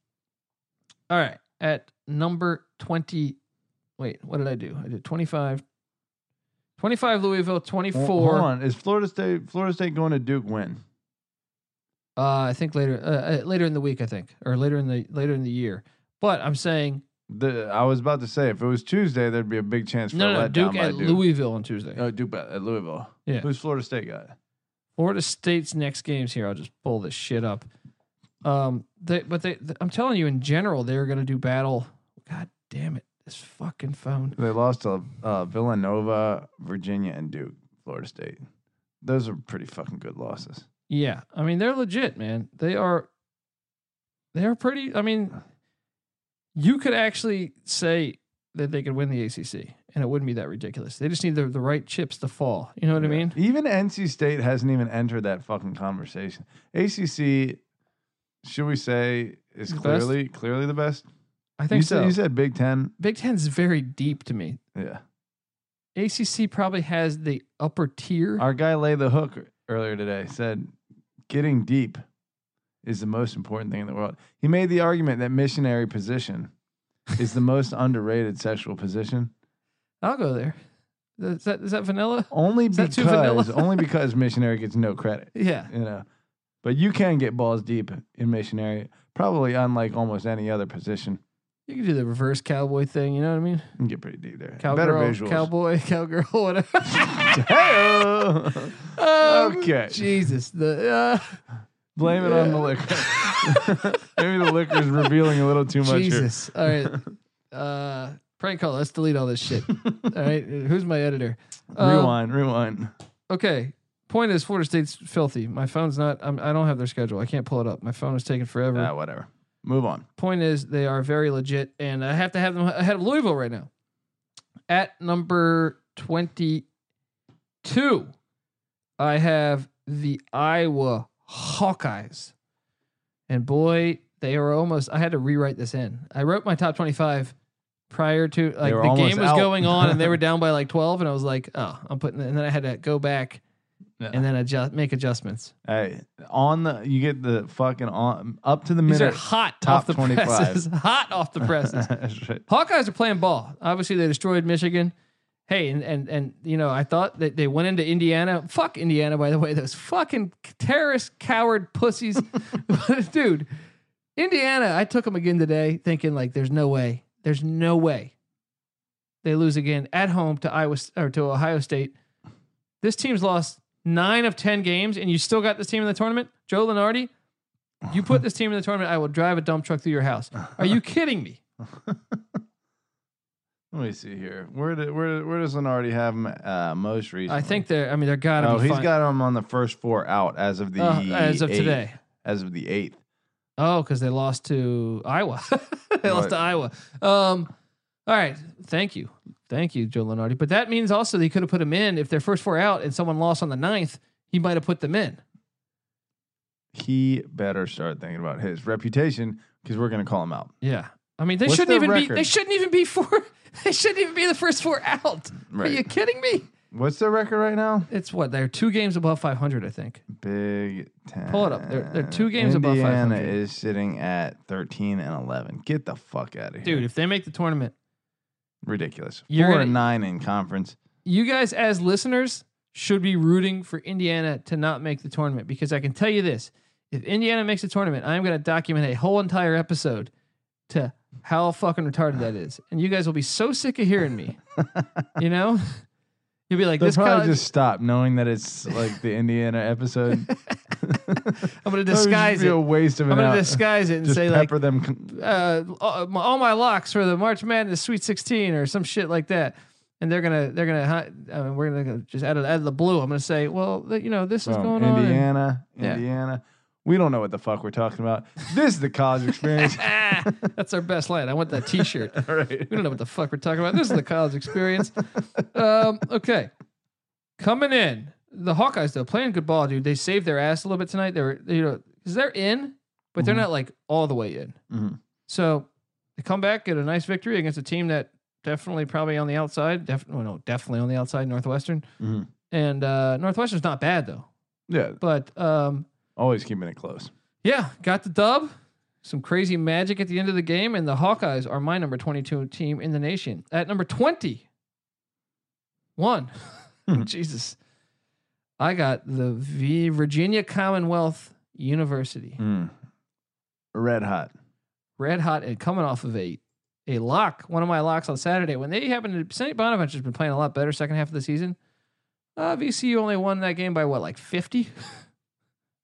A: all right. At number twenty, wait, what did I do? I did 25, 25 Louisville, twenty
B: Well,
A: four.
B: Hold on, is Florida State Florida State going to Duke win?
A: uh, I think later uh, uh, later in the week, I think, or later in the later in the year. But I'm saying
B: The I was about to say if it was Tuesday, there'd be a big chance for
A: no,
B: a
A: no, no,
B: letdown
A: Duke
B: by
A: at
B: Duke.
A: Louisville on Tuesday.
B: Oh, Duke at at Louisville.
A: Yeah.
B: who's Florida State got?
A: Florida State's next games here. I'll just pull this shit up. Um, they, but they, th- I'm telling you, in general, they're going to do battle. God damn it! This fucking phone.
B: They lost to uh, Villanova, Virginia, and Duke, Florida State. Those are pretty fucking good losses.
A: Yeah, I mean they're legit, man. They are. They are pretty. I mean, you could actually say that they could win the ACC, and it wouldn't be that ridiculous. They just need the, the right chips to fall. You know what I mean?
B: Even NC State hasn't even entered that fucking conversation. ACC, should we say, is
A: The best?
B: clearly clearly the best?
A: I think
B: you
A: so.
B: Said, you said Big Ten.
A: Big Ten's very deep to me.
B: Yeah.
A: ACC probably has the upper tier.
B: Our guy lay the hook earlier today. Said getting deep is the most important thing in the world. He made the argument that missionary position is
A: *laughs*
B: the most underrated sexual position.
A: I'll go there. Is that is that vanilla?
B: Only
A: Is that too
B: because
A: vanilla?
B: *laughs* only because missionary gets no credit.
A: Yeah.
B: You know. But you can get balls deep in missionary, probably unlike almost any other position.
A: You can do the reverse cowboy thing, you know what I mean?
B: You can get pretty deep there.
A: Cowgirl,
B: Better visuals.
A: cowboy, *laughs* cowgirl, whatever.
B: *laughs* Hey-oh.
A: Um,
B: Okay.
A: Jesus. The uh,
B: Blame it on the liquor. *laughs* Maybe the liquor's revealing a little too
A: uh,
B: much
A: Jesus. All right. Uh prank call. Let's delete all this shit.
B: *laughs*
A: all right. *laughs* Who's my editor?
B: here.
A: Um,
B: Rewind, rewind.
A: okay. Point is, Florida State's filthy. My phone's not. I'm, I don't have their schedule. I can't pull it up. My phone is taking forever.
B: Ah, whatever. Move on.
A: Point is, they are very legit, and I have to have them ahead of Louisville right now. At number 22, I have the Iowa Hawkeyes. And boy, they are almost. I had to rewrite this in. I wrote my top 25 prior to like
B: were
A: the game
B: almost
A: was
B: out.
A: going on and they
B: *laughs*
A: were down by like 12 and I was like, "Oh, I'm putting it." and then I had to go back
B: Yeah.
A: and then adjust make adjustments.
B: Hey, on the you get the fucking on up to the
A: These are
B: minute.
A: *laughs* hot
B: top
A: off the
B: 25.
A: presses. *laughs* Hot off the presses.
B: *laughs* That's right.
A: Hawkeyes are playing ball. Obviously, they destroyed Michigan. Hey, and and and you know, I thought that they went into Indiana. Fuck Indiana, by the way. Those fucking terrorist coward pussies, *laughs* dude. Indiana, I took them again today, thinking like, there's no way, there's no way they lose again at home to Iowa or to Ohio State. This team's lost nine of ten games, and you still got this team in the tournament. Joe Lenardi, you put this team in the tournament, I will drive a dump truck through your house. Are you kidding me?
B: Let me see here. Where did where where does Lenardi have him uh, most recently?
A: I think they're. I mean, they're gotta
B: Oh,
A: be.
B: he's
A: fine.
B: got him on the first four out as of the
A: Uh, as of
B: eighth-
A: today.
B: As of the eighth.
A: Oh, because they lost to Iowa. *laughs* they lost
B: Right.
A: to Iowa. Um, all right. Thank you, thank you, Joe Lenardi. But that means also they could have put him in if their first four out and someone lost on the ninth. He might have put them in.
B: He better start thinking about his reputation because we're gonna call him out.
A: Yeah. I mean, they
B: What's
A: shouldn't
B: their
A: even be.
B: record?
A: They shouldn't even be four. *laughs* They shouldn't even be the first four out. Are
B: Right.
A: you kidding me?
B: What's their record right now?
A: It's what they're two games above five hundred. I think.
B: Big Ten.
A: Pull it up. They're- they're two games above
B: Indiana
A: 500.
B: is sitting at 13 and 11. Get the fuck out of here.
A: Dude, if they make the tournament,
B: Ridiculous.
A: You're
B: 4
A: gonna-
B: and 9 in conference.
A: you guys as listeners should be rooting for Indiana to not make the tournament because I can tell you this: if Indiana makes the tournament, I'm going to document a whole entire episode to how fucking retarded that is, and you guys will be so sick of hearing
B: *laughs*
A: me. you know, you'll be like,
B: They'll
A: "This
B: probably
A: college,
B: just stop knowing that it's like the Indiana
A: *laughs*
B: episode.
A: I'm going to
B: That would
A: disguise
B: just be
A: it.
B: a
A: I'm
B: waste of an
A: going
B: hour.
A: to disguise it and
B: just
A: say like."
B: pepper them. con-
A: uh, all my- all my locks for the March Madness Sweet 16 or some shit like that. And they're gonna, they're gonna, hi- I mean, we're gonna just out of, out of the blue. I'm gonna say, well, th- you know, this is
B: from
A: going on. and-
B: Indiana,
A: Yeah.
B: Indiana. We don't know what the fuck we're talking about. This is the college
A: *laughs*
B: experience.
A: Ah, that's our best line. I want that T-shirt.
B: All right.
A: We don't know what the fuck we're talking about. This is the college experience. Um, okay, coming in the Hawkeyes though playing good ball, dude. They saved their ass a little bit tonight. They're you know because they're in, but they're
B: Mhm.
A: not like all the way in.
B: Mhm.
A: So they come back get a nice victory against a team that definitely probably on the outside. Definitely no, definitely on the outside. Northwestern
B: Mhm.
A: and uh, Northwestern's not bad though,
B: Yeah,
A: but um,
B: always keeping it close.
A: yeah, got the dub. Some crazy magic at the end of the game, and the Hawkeyes are my number 22 team in the nation. At number 21, *laughs*
B: Hmm.
A: Jesus, I got the v- Virginia Commonwealth University.
B: Mm. Red hot.
A: Red hot and coming off of a, a lock, one of my locks on Saturday. When they happen to, St. Bonaventure's been playing a lot better second half of the season. Uh, VCU only won that *laughs* game by what, like 50?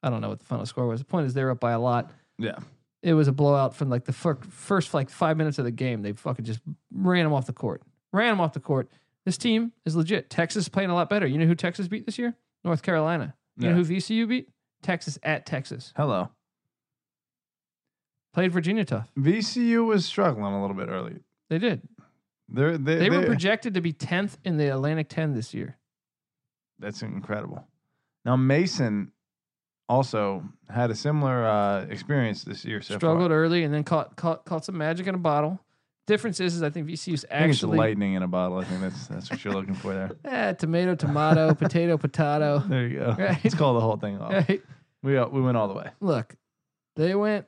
A: I don't know what the final score was. The point is, they're up by a lot.
B: Yeah.
A: It was a blowout from like the fir- first like five minutes of the game. They fucking just ran them off the court. Ran them off the court. This team is legit. Texas is playing a lot better. You know who Texas beat this year? North Carolina. You
B: Yeah.
A: know who VCU beat? Texas at Texas.
B: Hello.
A: Played Virginia tough.
B: VCU was struggling a little bit early.
A: They did.
B: They're, they
A: They were
B: they-
A: projected to be tenth in the Atlantic Ten this year.
B: That's incredible. Now Mason also had a similar uh, experience this year. So
A: Struggled
B: Far.
A: early and then caught, caught caught some magic in a bottle. Difference is, is I think VCU's
B: I think it's
A: actually
B: lightning in a bottle. I think that's that's what you're
A: *laughs*
B: looking for there.
A: Eh, tomato,
B: *laughs*
A: tomato, potato, potato.
B: There you go.
A: Right.
B: Let's call the whole thing off.
A: Right?
B: We uh, we went all the way.
A: Look, they went.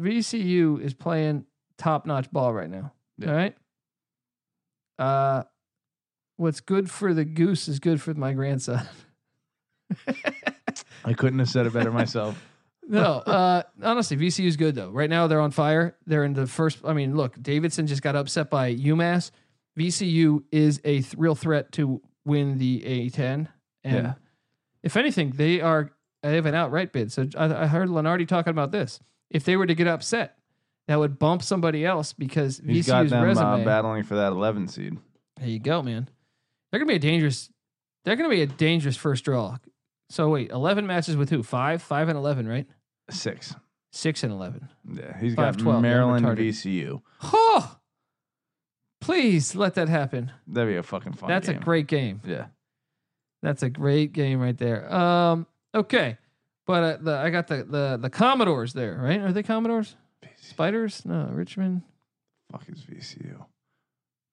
A: VCU is playing top notch ball right now.
B: Yeah.
A: All right. Uh, what's good for the goose is good for my grandson. *laughs*
B: I couldn't have said it
A: *laughs*
B: better myself.
A: no, uh, honestly, VCU is good though. Right now, they're on fire. They're in the first. I mean, look, Davidson just got upset by UMass. VCU is a th- real threat to win the A10, and
B: Yeah.
A: if anything, they are they have an outright bid. So I, I heard Lenardi talking about this. If they were to get upset, that would bump somebody else because
B: He's got
A: VCU's
B: them uh,
A: resume.
B: battling for that 11 seed.
A: There you go, man. They're gonna be a dangerous. They're gonna be a dangerous first draw. So wait, eleven matches with who? Five, five, and eleven, right?
B: Six.
A: Six and eleven.
B: Yeah, he's
A: Five,
B: got
A: 12, yeah,
B: Maryland
A: retarded.
B: VCU.
A: Oh, please let that happen.
B: That'd be a fucking fun.
A: That's a
B: game.
A: great game.
B: Yeah.
A: That's a great game right there. Um, okay, but uh, the I got the the the Commodores there, right? Are they Commodores? Spiders? No, Richmond.
B: Fuck is VCU.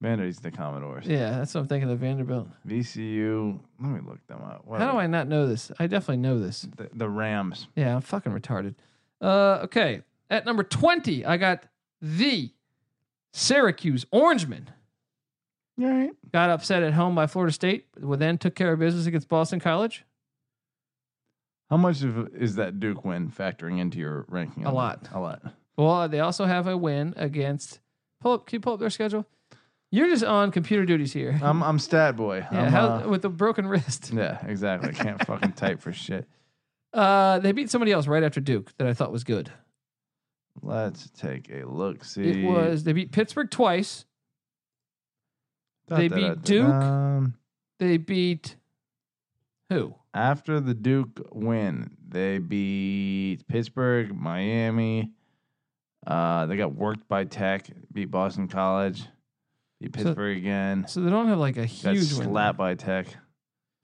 B: Vanderbilt's the Commodores.
A: Yeah, that's what I'm thinking of Vanderbilt.
B: VCU. Let me look them up. What
A: How do
B: are
A: I not know this? I definitely know this.
B: The, the Rams.
A: Yeah, I'm fucking retarded. Uh, okay, at number twenty, I got the Syracuse Orangemen.
B: All right.
A: Got upset at home by Florida State. Well, then took care of business against Boston College.
B: How much of is that Duke win factoring into your ranking?
A: A
B: on that?
A: lot.
B: A lot.
A: Well, they also have a win against. Pull up, can you pull up their schedule? You're just on computer duties here.
B: I'm I'm stat boy.
A: *laughs* yeah,
B: I'm,
A: how,
B: uh,
A: with a broken wrist.
B: yeah, exactly. I can't fucking type for shit.
A: Uh, they beat somebody else right after Duke that I thought was good.
B: Let's take a look.
A: It
B: See.
A: was they beat Pittsburgh twice. they beat Duke.
B: Um,
A: They beat who?
B: after the Duke win, they beat Pittsburgh, Miami. Uh, they got worked by Tech, beat Boston College, beat
A: So-
B: Pittsburgh again,
A: So they don't have like a
B: got
A: huge win.
B: slapped by Tech,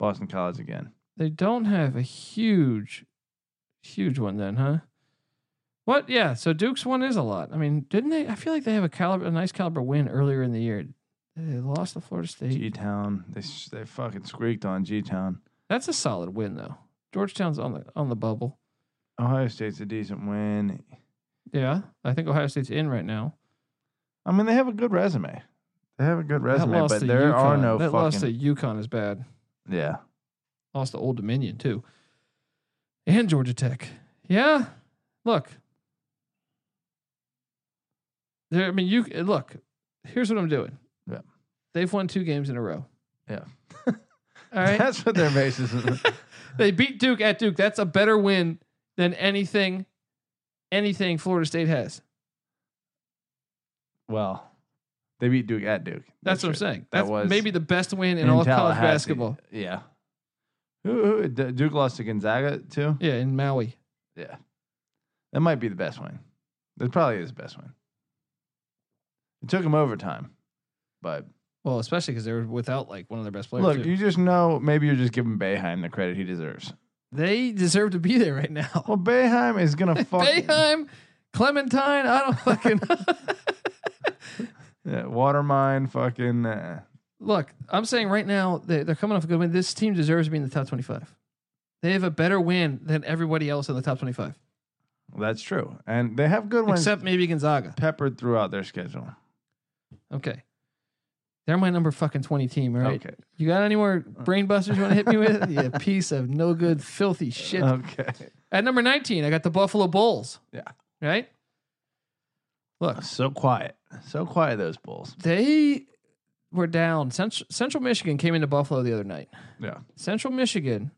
B: Boston College again.
A: They don't have a huge, huge one then, huh? What? Yeah. So Duke's one is a lot. I mean, didn't they? I feel like they have a caliber, a nice caliber win earlier in the year. They lost to Florida State.
B: G Town, they s- they fucking squeaked on G Town.
A: That's a solid win though. Georgetown's on the on the bubble.
B: Ohio State's a decent win.
A: Yeah, I think Ohio State's in right now.
B: I mean, they have a good resume. They have a good
A: that
B: resume,
A: loss
B: but
A: to
B: there are
A: UConn-
B: no
A: that loss to
B: fucking
A: UConn is bad.
B: yeah.
A: Lost to Old Dominion too, and Georgia Tech. Yeah, look. There, I mean, you look. Here's what I'm doing.
B: Yeah.
A: They've won two games in a row.
B: Yeah.
A: *laughs*
B: *laughs*
A: All right.
B: That's what their basis *laughs* is.
A: they beat Duke at Duke. That's a better win than anything, anything Florida State has.
B: well, they beat Duke at Duke.
A: That's, what I'm
B: true.
A: saying.
B: That
A: That's
B: was-
A: maybe the best win in, all of college
B: Tallahassee.
A: basketball.
B: Yeah. Who, who- D- Duke lost to Gonzaga too.
A: Yeah, in Maui.
B: Yeah, that might be the best win. That probably is the best win. It took them overtime, but
A: Well, especially because they were without like one of their best players.
B: look,
A: too.
B: you just know maybe you're just giving Bayheim the credit he deserves.
A: they deserve to be there right now. *laughs*
B: Well, Bayheim is gonna fuck
A: Bayheim, Clementine, I don't fucking *laughs*
B: yeah, Watermine, fucking uh,
A: look. I'm saying right now they, they're coming off a good win. This team deserves to be in the top 25. They have a better win than everybody else in the top 25,
B: that's true, and they have good ones
A: except maybe Gonzaga.
B: peppered throughout their schedule.
A: Okay, they're my number fucking 20 team. All right,
B: Okay, Uh.
A: you got any more brain busters you want to hit me
B: *laughs*
A: with? You piece of no good, filthy shit.
B: okay,
A: At number 19, I got the Buffalo Bulls.
B: Yeah.
A: Right? Look,
B: so quiet, so quiet those Bulls.
A: they were down. Central, Central Michigan came into Buffalo the other night.
B: Yeah.
A: Central Michigan,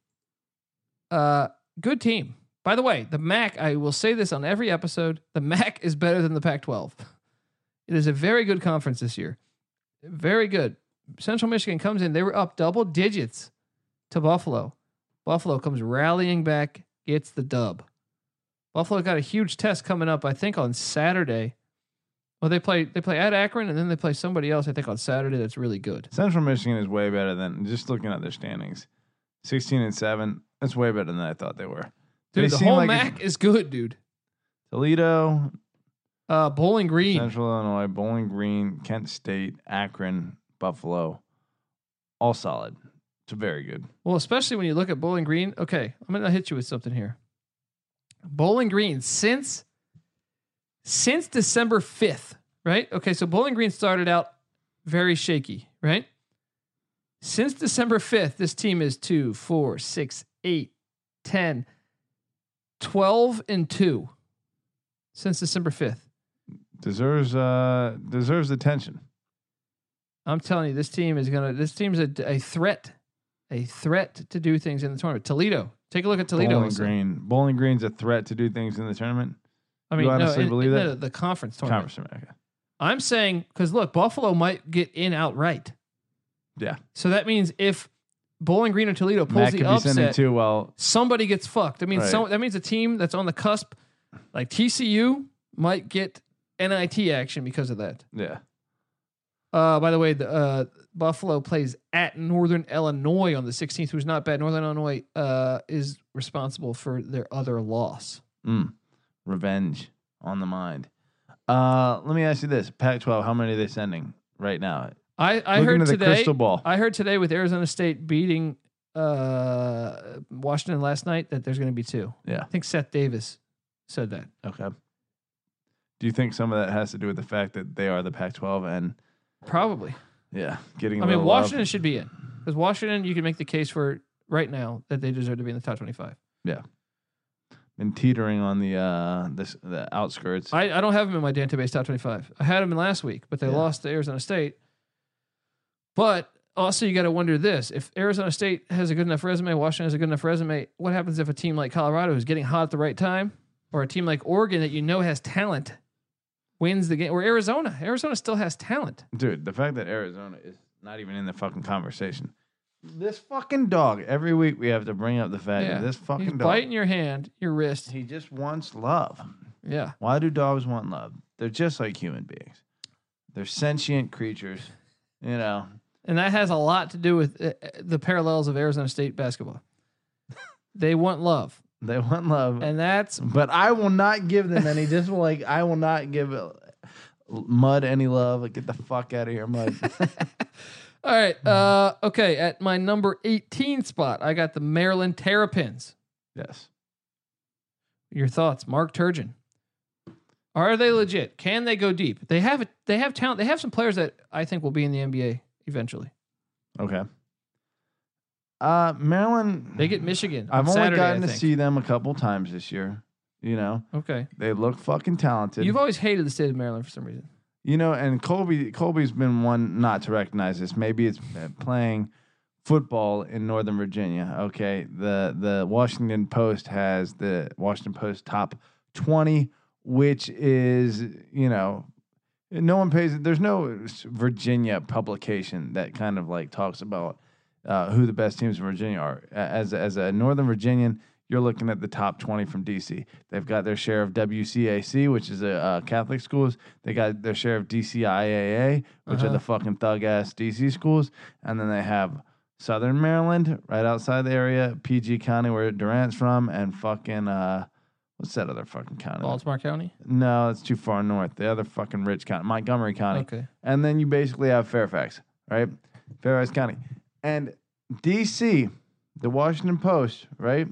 A: uh, good team. By the way, the MAC, I will say this on every episode the MAC is better than the Pac 12. It is a very good conference this year. Very good. Central Michigan comes in, they were up double digits to Buffalo. Buffalo comes rallying back, gets the dub. Buffalo got a huge test coming up, I think, on Saturday. Well, they play they play at Akron and then they play somebody else, I think, on Saturday that's really good.
B: Central Michigan is way better than just looking at their standings. Sixteen and seven. That's way better than I thought they were.
A: Dude,
B: They
A: the
B: seem
A: whole
B: like a-
A: MAC is good, dude.
B: Toledo,
A: Uh, Bowling Green.
B: Central Illinois, Bowling Green, Kent State, Akron, Buffalo, all solid. It's very good.
A: Well, especially when you look at Bowling Green. Okay, I'm gonna hit you with something here. Bowling Green since since December 5th, right? Okay, so Bowling Green started out very shaky, right? Since December 5th, this team is 2, 4, 6, 8, 10, 12, and 2. Since December 5th.
B: Deserves uh deserves attention.
A: I'm telling you, this team is gonna this team's a, a threat. A threat to do things in the tournament. Toledo. Take a look at Toledo.
B: Bowling
A: Lisa.
B: Green. Bowling Green's a threat to do things in the tournament.
A: I
B: You
A: mean,
B: honestly
A: no, in-
B: believe
A: in
B: that?
A: The, the conference tournament.
B: Conference America.
A: I'm saying because look, Buffalo might get in outright.
B: Yeah.
A: So that means if Bowling Green or Toledo pulls
B: Matt could
A: the
B: be sending
A: upset,
B: too well.
A: somebody gets fucked. I mean,
B: Right.
A: so that means a team that's on the cusp, like TCU, might get NIT action because of that.
B: Yeah.
A: Uh, by the way, the, uh, Buffalo plays at Northern Illinois on the 16th, who's not bad. Northern Illinois uh, is responsible for their other loss.
B: Mm. Revenge on the mind. Uh let me ask you this. Pac twelve, how many are they sending right now?
A: I, I
B: Look
A: heard
B: into the
A: today.
B: crystal ball.
A: I heard today with Arizona State beating uh, Washington last night that there's going to be two.
B: Yeah.
A: I think Seth Davis said that.
B: Okay. Do you think some of that has to do with the fact that they are the Pac-12 and
A: Probably.
B: yeah, getting? a
A: I mean,
B: little
A: Washington
B: love?
A: should be in because Washington, you can make the case for right now that they deserve to be in the top 25.
B: been teetering on the uh this the outskirts.
A: I, I don't have them in my database top 25. I had them in last week, but they
B: Yeah.
A: lost to Arizona State. But also, you got to wonder this if Arizona State has a good enough resume, Washington has a good enough resume, what happens if a team like Colorado is getting hot at the right time, or a team like Oregon that you know has talent wins the game, or Arizona? Arizona still has talent.
B: Dude, the fact that Arizona is not even in the fucking conversation. This fucking dog. Every week we have to bring up the fact
A: Yeah.
B: that this fucking
A: He's
B: dog.
A: biting your hand, your wrist.
B: He just wants love.
A: Yeah.
B: Why do dogs want love? They're just like human beings. They're sentient creatures. You know,
A: And that has a lot to do with uh, uh, the parallels of Arizona State basketball. they want love,
B: they want love.
A: and that's
B: But I will not give them any. Just *laughs* like I will not give uh, Mud any love. Like, get the fuck out of
A: *laughs*
B: here, Mud.
A: All right. Uh, okay. At my number 18 spot, I got the Maryland Terrapins.
B: yes.
A: Your thoughts, Mark Turgeon. Are they legit? Can they go deep? They have they have talent. They have some players that I think will be in the NBA eventually.
B: Okay. Uh, Maryland.
A: They get Michigan. on
B: Mm. I've only
A: Saturday,
B: gotten
A: I
B: to
A: think.
B: see them a couple times this year. You know,
A: Okay.
B: they look fucking talented.
A: You've always hated the state of Maryland for some reason.
B: You know, and Colby Colby's been one not to recognize this. Maybe it's uh, playing football in Northern Virginia. Okay, the the Washington Post has the Washington Post top twenty, which is you know, no one pays. There's no Virginia publication that kind of like talks about uh, who the best teams in Virginia are. A- As as a Northern Virginian, you're looking at the top 20 from DC. They've got their share of WCAC, which is a uh, Catholic schools. They got their share of DCIAA, which are
A: Uh-huh.
B: the fucking thug ass DC schools, and then they have Southern Maryland, right outside the area, PG County, where Durant's from, and fucking uh, what's that other fucking county?
A: Baltimore County.
B: No, it's too far north. The other fucking rich county, Montgomery County.
A: Okay.
B: And then you basically have Fairfax, right? Fairfax County. And DC, the Washington Post, right?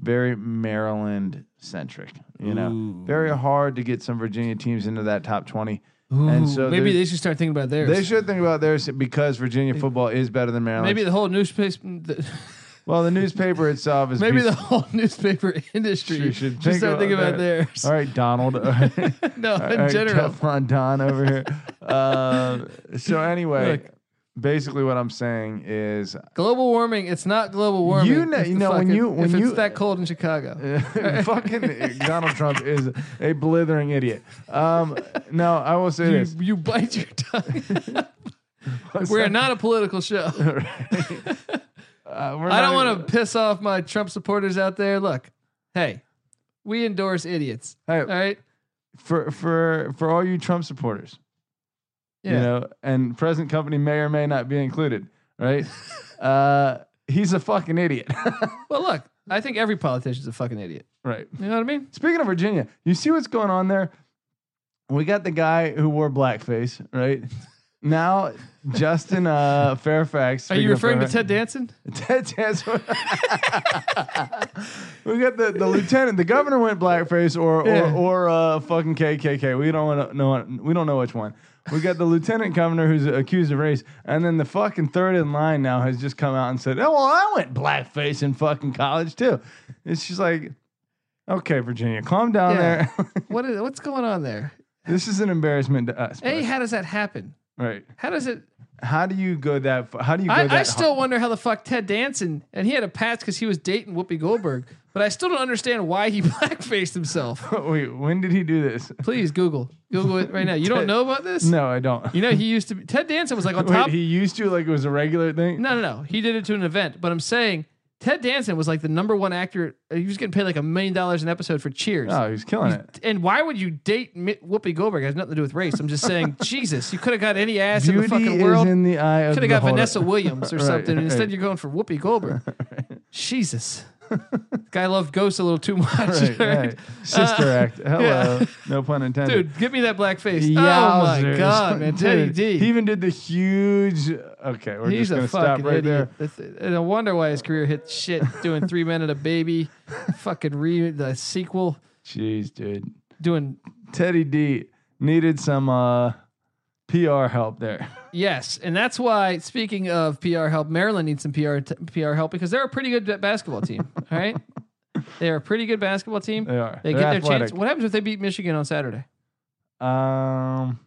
B: Very Maryland centric, you know. Very hard to get some Virginia teams into that top 20. and so
A: maybe
B: there's-
A: they should start thinking about theirs.
B: They should think about theirs because Virginia football is better than Maryland.
A: Maybe the whole newspaper.
B: *laughs*
A: The,
B: well, the newspaper itself is
A: *laughs* maybe
B: piece-
A: the whole newspaper *laughs* industry
B: Should-
A: should,
B: should think
A: start
B: about
A: thinking about
B: that.
A: theirs. *laughs*
B: All right, Donald. All right.
A: no,
B: All
A: in
B: right,
A: general. *laughs*
B: Teflon Don over here. Um, so anyway,
A: Look.
B: basically what I'm saying
A: *laughs*
B: is
A: Global warming. It's not global warming.
B: You know-
A: It's
B: you
A: the
B: know, when you- when
A: if
B: you-
A: it's that cold in Chicago,
B: fucking Donald Trump is a blithering idiot. Um, no, I will say
A: you,
B: this.
A: you bite your tongue.
B: *laughs*
A: We're not a political show.
B: Uh, we're
A: I don't
B: not-
A: want to piss off my Trump supporters out there. Look, hey, we endorse idiots.
B: Hey,
A: All right.
B: for for for all you Trump supporters,
A: Yeah.
B: you know, and present company may or may not be included,
A: *laughs*
B: right? uh, he's a fucking idiot, *laughs*
A: Well, look, I think every politician's a fucking idiot.
B: right?
A: You know what I mean?
B: Speaking of Virginia, you see what's going on there? We got the guy who wore blackface, right? *laughs* Now, Justin uh, Fairfax.
A: Are you referring
B: speaking of
A: to
B: Fairfax-
A: Ted Danson?
B: Ted Danson. we got the, the lieutenant. The governor went blackface, or
A: Yeah.
B: or, or uh, fucking KKK. We don't wanna know. We don't know which one. We got the lieutenant governor who's accused of race, and then the fucking third in line now has just come out and said, "Oh well, I went blackface in fucking college too." It's just like, okay, Virginia, calm down
A: Yeah.
B: there. *laughs*
A: What is what's going on there?
B: this is an embarrassment to us.
A: A,
B: bud.
A: how does that happen?
B: right?
A: How does it?
B: How do you go that? fa- How do you go
A: I,
B: that?
A: I still wonder how the fuck Ted Danson and he had a patch because he was dating Whoopi Goldberg, but I still don't understand why he *laughs* blackfaced himself.
B: *laughs* Wait, when did he do this?
A: Please Google, Google it right now. You don't know about this?
B: No, I don't.
A: You know he used to be Ted Danson was like on
B: Wait,
A: top.
B: he used to like it was a regular thing.
A: No, no, no. He did it to an event, but I'm saying Ted Danson was like the number one actor. Uh, He was getting paid like a million dollars an episode for Cheers.
B: Oh, he's killing it.
A: And why would you date Mi- Whoopi Goldberg? It has nothing to do with race. I'm just saying, *laughs* Jesus, you could have got any ass in the
B: Beauty
A: fucking
B: is
A: world.
B: in the eye of
A: Could
B: the
A: have got
B: beholder.
A: Vanessa Williams or
B: *laughs* Right,
A: something. and Instead,
B: right.
A: you're going for Whoopi
B: *laughs*
A: Goldberg. Jesus. Guy loved ghosts a little too much. *laughs*
B: Right, right. Sister Act. Hello.
A: Uh, yeah.
B: No pun intended.
A: Dude, give me that black face. Oh my
B: Yowzers.
A: God, man. Teddy
B: Dude,
A: D.
B: He even did the huge. Okay, we're
A: He's
B: just
A: a
B: gonna stop
A: fucking
B: right there.
A: idiot. That's- And I wonder why his career hit shit
B: *laughs*
A: doing Three Men and a Baby, fucking re the sequel,
B: Jeez, dude.
A: doing
B: Teddy D needed some uh, PR help there. *laughs*
A: Yes, and that's why. Speaking of PR help, Maryland needs some PR t- PR help because they're a pretty good basketball team. all
B: *laughs*
A: right, they're a pretty good basketball team.
B: They are.
A: They
B: They're
A: get their chance.
B: athletic.
A: What happens if they beat Michigan on Saturday?
B: Um.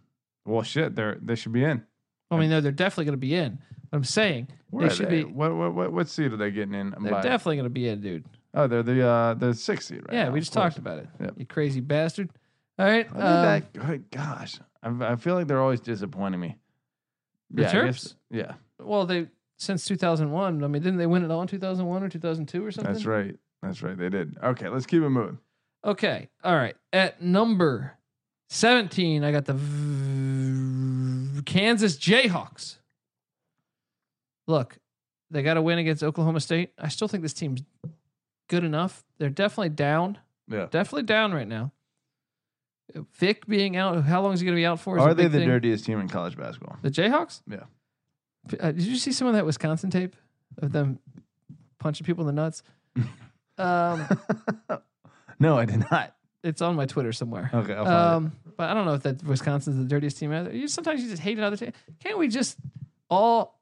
B: Well, shit. They're they should be in.
A: I mean, no, they're definitely going to be in. But I'm saying
B: Where
A: they
B: are
A: should be.
B: they? What, what what what seed are they getting in?
A: They're
B: by?
A: definitely going to be in, dude.
B: oh, they're the uh the sixth seed, right?
A: yeah,
B: now,
A: we
B: of
A: just
B: course.
A: talked about it.
B: Yep.
A: You crazy bastard. All right.
B: Other
A: um,
B: than that, good gosh, I, I feel like they're always disappointing me.
A: The
B: yeah, I
A: Terps?
B: guess- yeah,
A: well, they since 2001. I mean, didn't they win it all in 2001 or 2002 or something?
B: that's right. That's right. They did. Okay, let's keep it moving.
A: Okay. All right. At number 17, I got the v- Kansas Jayhawks. Look, they got a win against Oklahoma State. I still think this team's good enough. They're definitely down.
B: Yeah.
A: Definitely down right now. Vic being out, how long is he going to be out for? is a
B: Are they
A: big
B: the
A: thing.
B: dirtiest team in college basketball? *laughs*
A: The Jayhawks?
B: Yeah.
A: Uh, did you see some of that Wisconsin tape of them punching people in the
B: *laughs*
A: nuts? um,
B: No, I did not.
A: it's on my Twitter somewhere.
B: Okay, I'll find
A: Um, but I don't know if that Wisconsin's the dirtiest team out there. You, sometimes you just hate another team. Can't we just all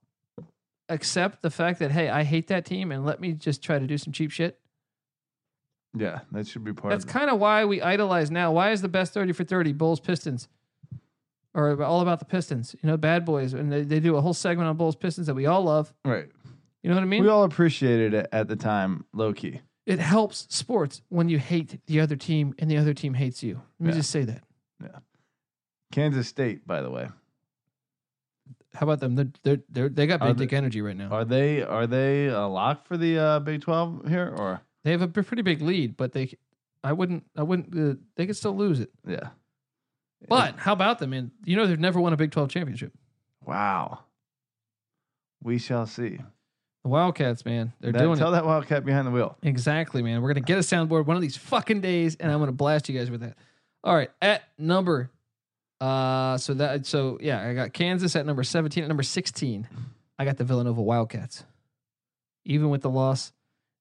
A: accept the fact that hey, I hate that team, and let me just try to do some cheap shit?
B: it. Yeah, that should be part.
A: That's
B: of
A: kind of why we idolize now. Why is the best thirty for thirty Bulls Pistons, or all about the Pistons? You know, bad boys, and they, they do a whole segment on Bulls Pistons that we all love.
B: it. right.
A: You know what I mean?
B: We all appreciated it at the time, low key.
A: it helps sports when you hate the other team and the other team hates you. Let me
B: Yeah.
A: just say that.
B: Kansas State, by the way,
A: How about them? They're, they're, they're, they got
B: Are
A: big
B: they-
A: dick energy right now.
B: are they are they a lock for the uh, Big Twelve here or
A: They have a b- pretty big lead, but they, I wouldn't, I wouldn't, uh, they could still lose it.
B: yeah?
A: But how about them? And you know, they've never won a Big 12 championship.
B: Wow, we shall see.
A: The Wildcats, man, they're
B: That-
A: doing
B: tell
A: it.
B: that Wildcat behind the wheel.
A: Exactly, man. We're going to get a soundboard one of these fucking days, and I'm going to blast you guys with that. All right. At number, uh, so that, so yeah, I got Kansas at number 17. At number 16, I got the Villanova Wildcats. Even with the loss,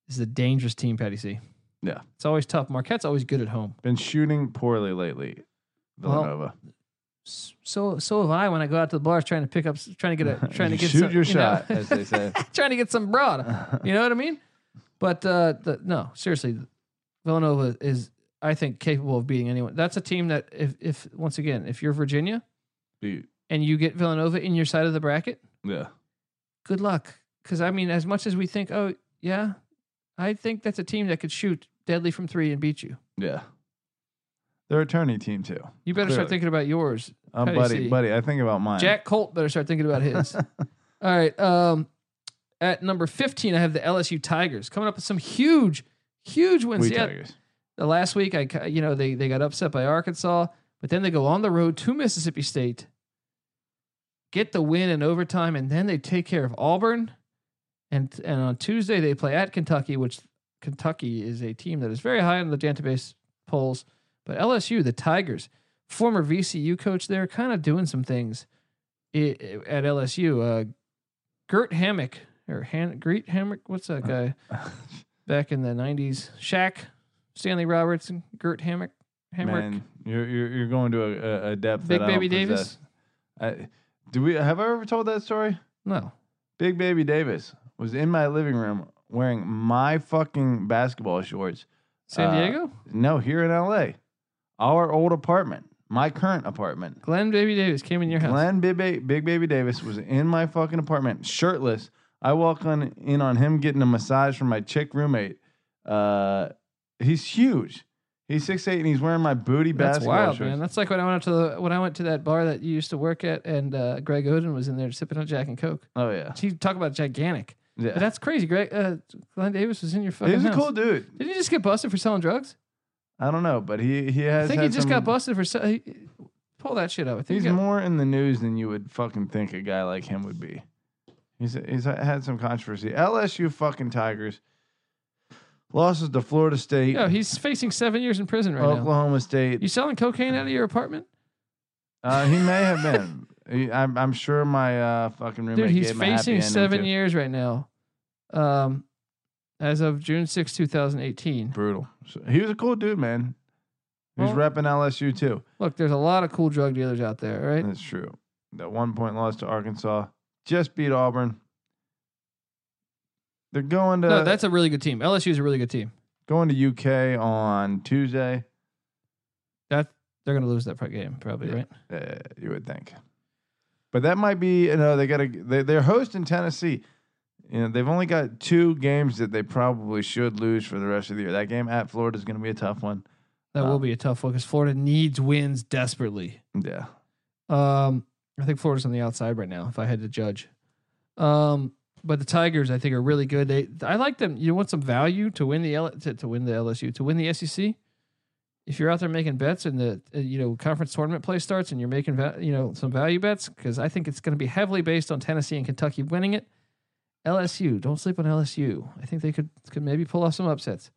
A: this is a dangerous team, Patty C.
B: Yeah.
A: It's always tough. Marquette's always good at home.
B: Been shooting poorly lately,
A: Well,
B: Villanova.
A: so so have I when I go out to the bars trying to pick up trying to get
B: *laughs*
A: a trying to
B: You
A: get
B: shoot
A: some,
B: your
A: you know,
B: shot,
A: *laughs*
B: as they say.
A: trying to get some broad. You know what I mean? But uh, the, no, seriously, Villanova is I think capable of beating anyone. That's a team that if if once again if you're Virginia
B: Dude,
A: and you get Villanova in your side of the bracket,
B: Yeah.
A: good luck. Because I mean, as much as we think, oh yeah, I think that's a team that could shoot deadly from three and beat you.
B: Yeah. They're a tourney team too.
A: You better start
B: Clearly.
A: thinking about yours.
B: Uh,
A: How do you
B: buddy,
A: see?
B: buddy, I think about mine.
A: Jack Colt better start thinking about
B: *laughs*
A: his. All right. Um, at number fifteen, I have the LSU Tigers coming up with some huge, huge wins.
B: we
A: Yeah,
B: Tigers.
A: the last week I ca- you know they they got upset by Arkansas, but then they go on the road to Mississippi State, get the win in overtime, and then they take care of Auburn, and and on Tuesday they play at Kentucky, which Kentucky is a team that is very high on the database polls, but LSU the Tigers, former VCU coach there, kind of doing some things i- i- at LSU. Uh, Gert Hammock or Han- Gert Hammock, what's that guy? back in the 90s. Shaq, Stanley Robertson, Gert Hammock, Hammock,
B: Man, you're, you're you're going to a- a, a depth.
A: Big
B: that I don't
A: Baby Davis.
B: possess. I, do we have I ever told that story?
A: No.
B: Big Baby Davis was in my living room wearing my fucking basketball shorts.
A: San
B: Uh,
A: Diego?
B: No, here in LA. Our old apartment, my current apartment.
A: Glenn Baby Davis came in your house.
B: Glenn Big, ba- Big Baby Davis was in my fucking apartment, shirtless. I walk on in on him getting a massage from my chick roommate. Uh, he's huge. He's six eight and he's wearing my booty
A: That's
B: basketball
A: wild,
B: shorts.
A: man. That's like when I went out to the when I went to that bar that you used to work at, and uh, Greg Oden was in there sipping on Jack and Coke.
B: Oh yeah,
A: He talk about gigantic. But
B: yeah.
A: that's crazy. Greg uh, Glenn Davis was in your fucking
B: He's a
A: house.
B: cool dude.
A: Did he just get busted for selling drugs?
B: I don't know, but he he has.
A: I think he
B: had
A: just
B: some-
A: got busted for se- he, pull that shit up. I think
B: He's
A: he got-
B: more in the news than you would fucking think a guy like him would be. He's he's had some controversy. LSU fucking Tigers losses to Florida State,
A: Yo, he's facing seven years in prison right now.
B: Oklahoma State.
A: You selling cocaine out of your apartment?
B: Uh, he may have been. He, I'm I'm sure my uh, fucking roommate.
A: Dude, he's
B: gave him a happy
A: facing
B: ending,
A: seven
B: too.
A: years right now. Um, as of June 6, 2018.
B: Brutal. So, he was a cool dude, man. He was
A: Well-
B: repping LSU too.
A: Look, there's a lot of cool drug dealers out there, all right?
B: That's true. That one point loss to Arkansas just beat Auburn. They're going to
A: No, that's a really good team. LSU is a really good team.
B: going to UK on Tuesday.
A: That they're gonna lose that pro- game probably, right?
B: Uh, you would think, but that might be you know they got to they, they're hosting Tennessee. You know they've only got two games that they probably should lose for the rest of the year. That game at Florida is going to be a tough one.
A: That
B: Uh,
A: will be a tough one because Florida needs wins desperately.
B: Yeah,
A: Um, I think Florida's on the outside right now. If I had to judge, um, but the Tigers I think are really good. They I like them. You want some value to win the L, to, to win the LSU to win the SEC. If you're out there making bets and the uh, you know conference tournament play starts and you're making va- you know some value bets because I think it's going to be heavily based on Tennessee and Kentucky winning it. LSU, don't sleep on LSU. I think they could could maybe pull off some upsets.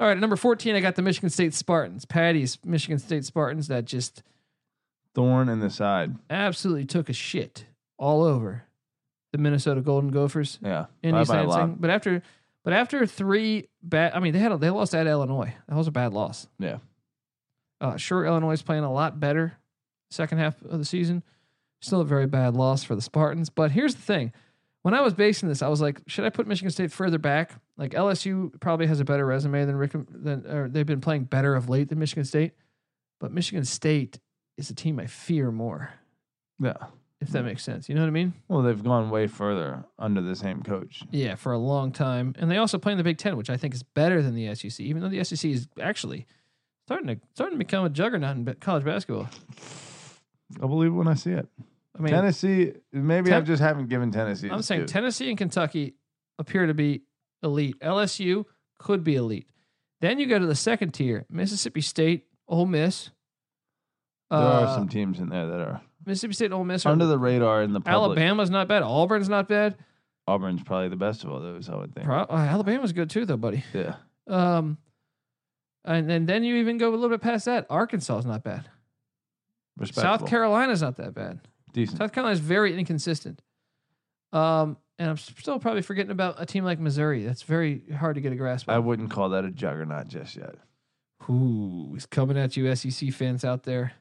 A: All right, at number 14, I got the Michigan State Spartans. Patty's Michigan State Spartans that just
B: thorn in the side.
A: absolutely took a shit all over the Minnesota Golden Gophers
B: Yeah,
A: in
B: Bye-bye
A: East Lansing. But after, but after three bad, I mean they had a, they lost at Illinois. That was a bad loss.
B: Yeah.
A: Uh, sure, Illinois is playing a lot better second half of the season. Still a very bad loss for the Spartans. But here's the thing: when I was basing this, I was like, should I put Michigan State further back? Like LSU probably has a better resume than Rick, than or they've been playing better of late than Michigan State. But Michigan State is a team I fear more
B: Yeah.
A: if that makes sense. You know what I mean?
B: Well, they've gone way further under the same coach.
A: Yeah, for a long time. And they also play in the Big Ten, which I think is better than the SEC, even though the SEC is actually starting to starting to become a juggernaut in ba- college basketball.
B: I believe when I see it.
A: I mean,
B: Tennessee. Maybe I
A: Ten-
B: just haven't given Tennessee.
A: I'm
B: its
A: saying
B: due.
A: Tennessee and Kentucky appear to be elite. LSU could be elite. Then you go to the second tier: Mississippi State, Ole Miss.
B: there
A: Uh,
B: are some teams in there that are
A: Mississippi State, Ole Miss. Are,
B: under the radar in the public.
A: Alabama's not bad. Auburn's not bad.
B: Auburn's probably the best of all those. I would think.
A: Pro- uh, Alabama's good too, though, buddy.
B: Yeah.
A: Um, and, and then you even go a little bit past that. Arkansas is not bad.
B: Respectable.
A: South Carolina's not that bad.
B: Decent.
A: South Carolina's very inconsistent. Um, and I'm still probably forgetting about a team like Missouri. That's very hard to get a grasp
B: I
A: on.
B: wouldn't call that a juggernaut just yet.
A: Ooh, he's coming at you, SEC fans out there.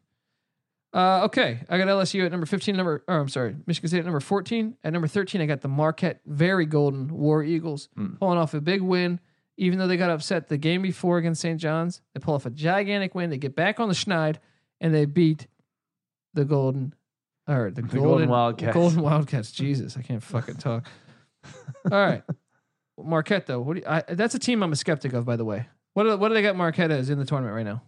A: Uh, okay, I got LSU at number 15. Number, or I'm sorry, Michigan State at number 14. At number 13, I got the Marquette very golden War Eagles
B: Mm.
A: pulling off a big win. Even though they got upset the game before against St. John's, they pull off a gigantic win. They get back on the schneid and they beat the Golden All right, the,
B: The
A: golden,
B: Golden Wildcats.
A: Golden Wildcats. Jesus, I can't fucking *laughs* talk. All right, Marquette though. What do you, I, that's a team I'm a skeptic of, by the way. What do, what do they got? Marquette as in the tournament right now.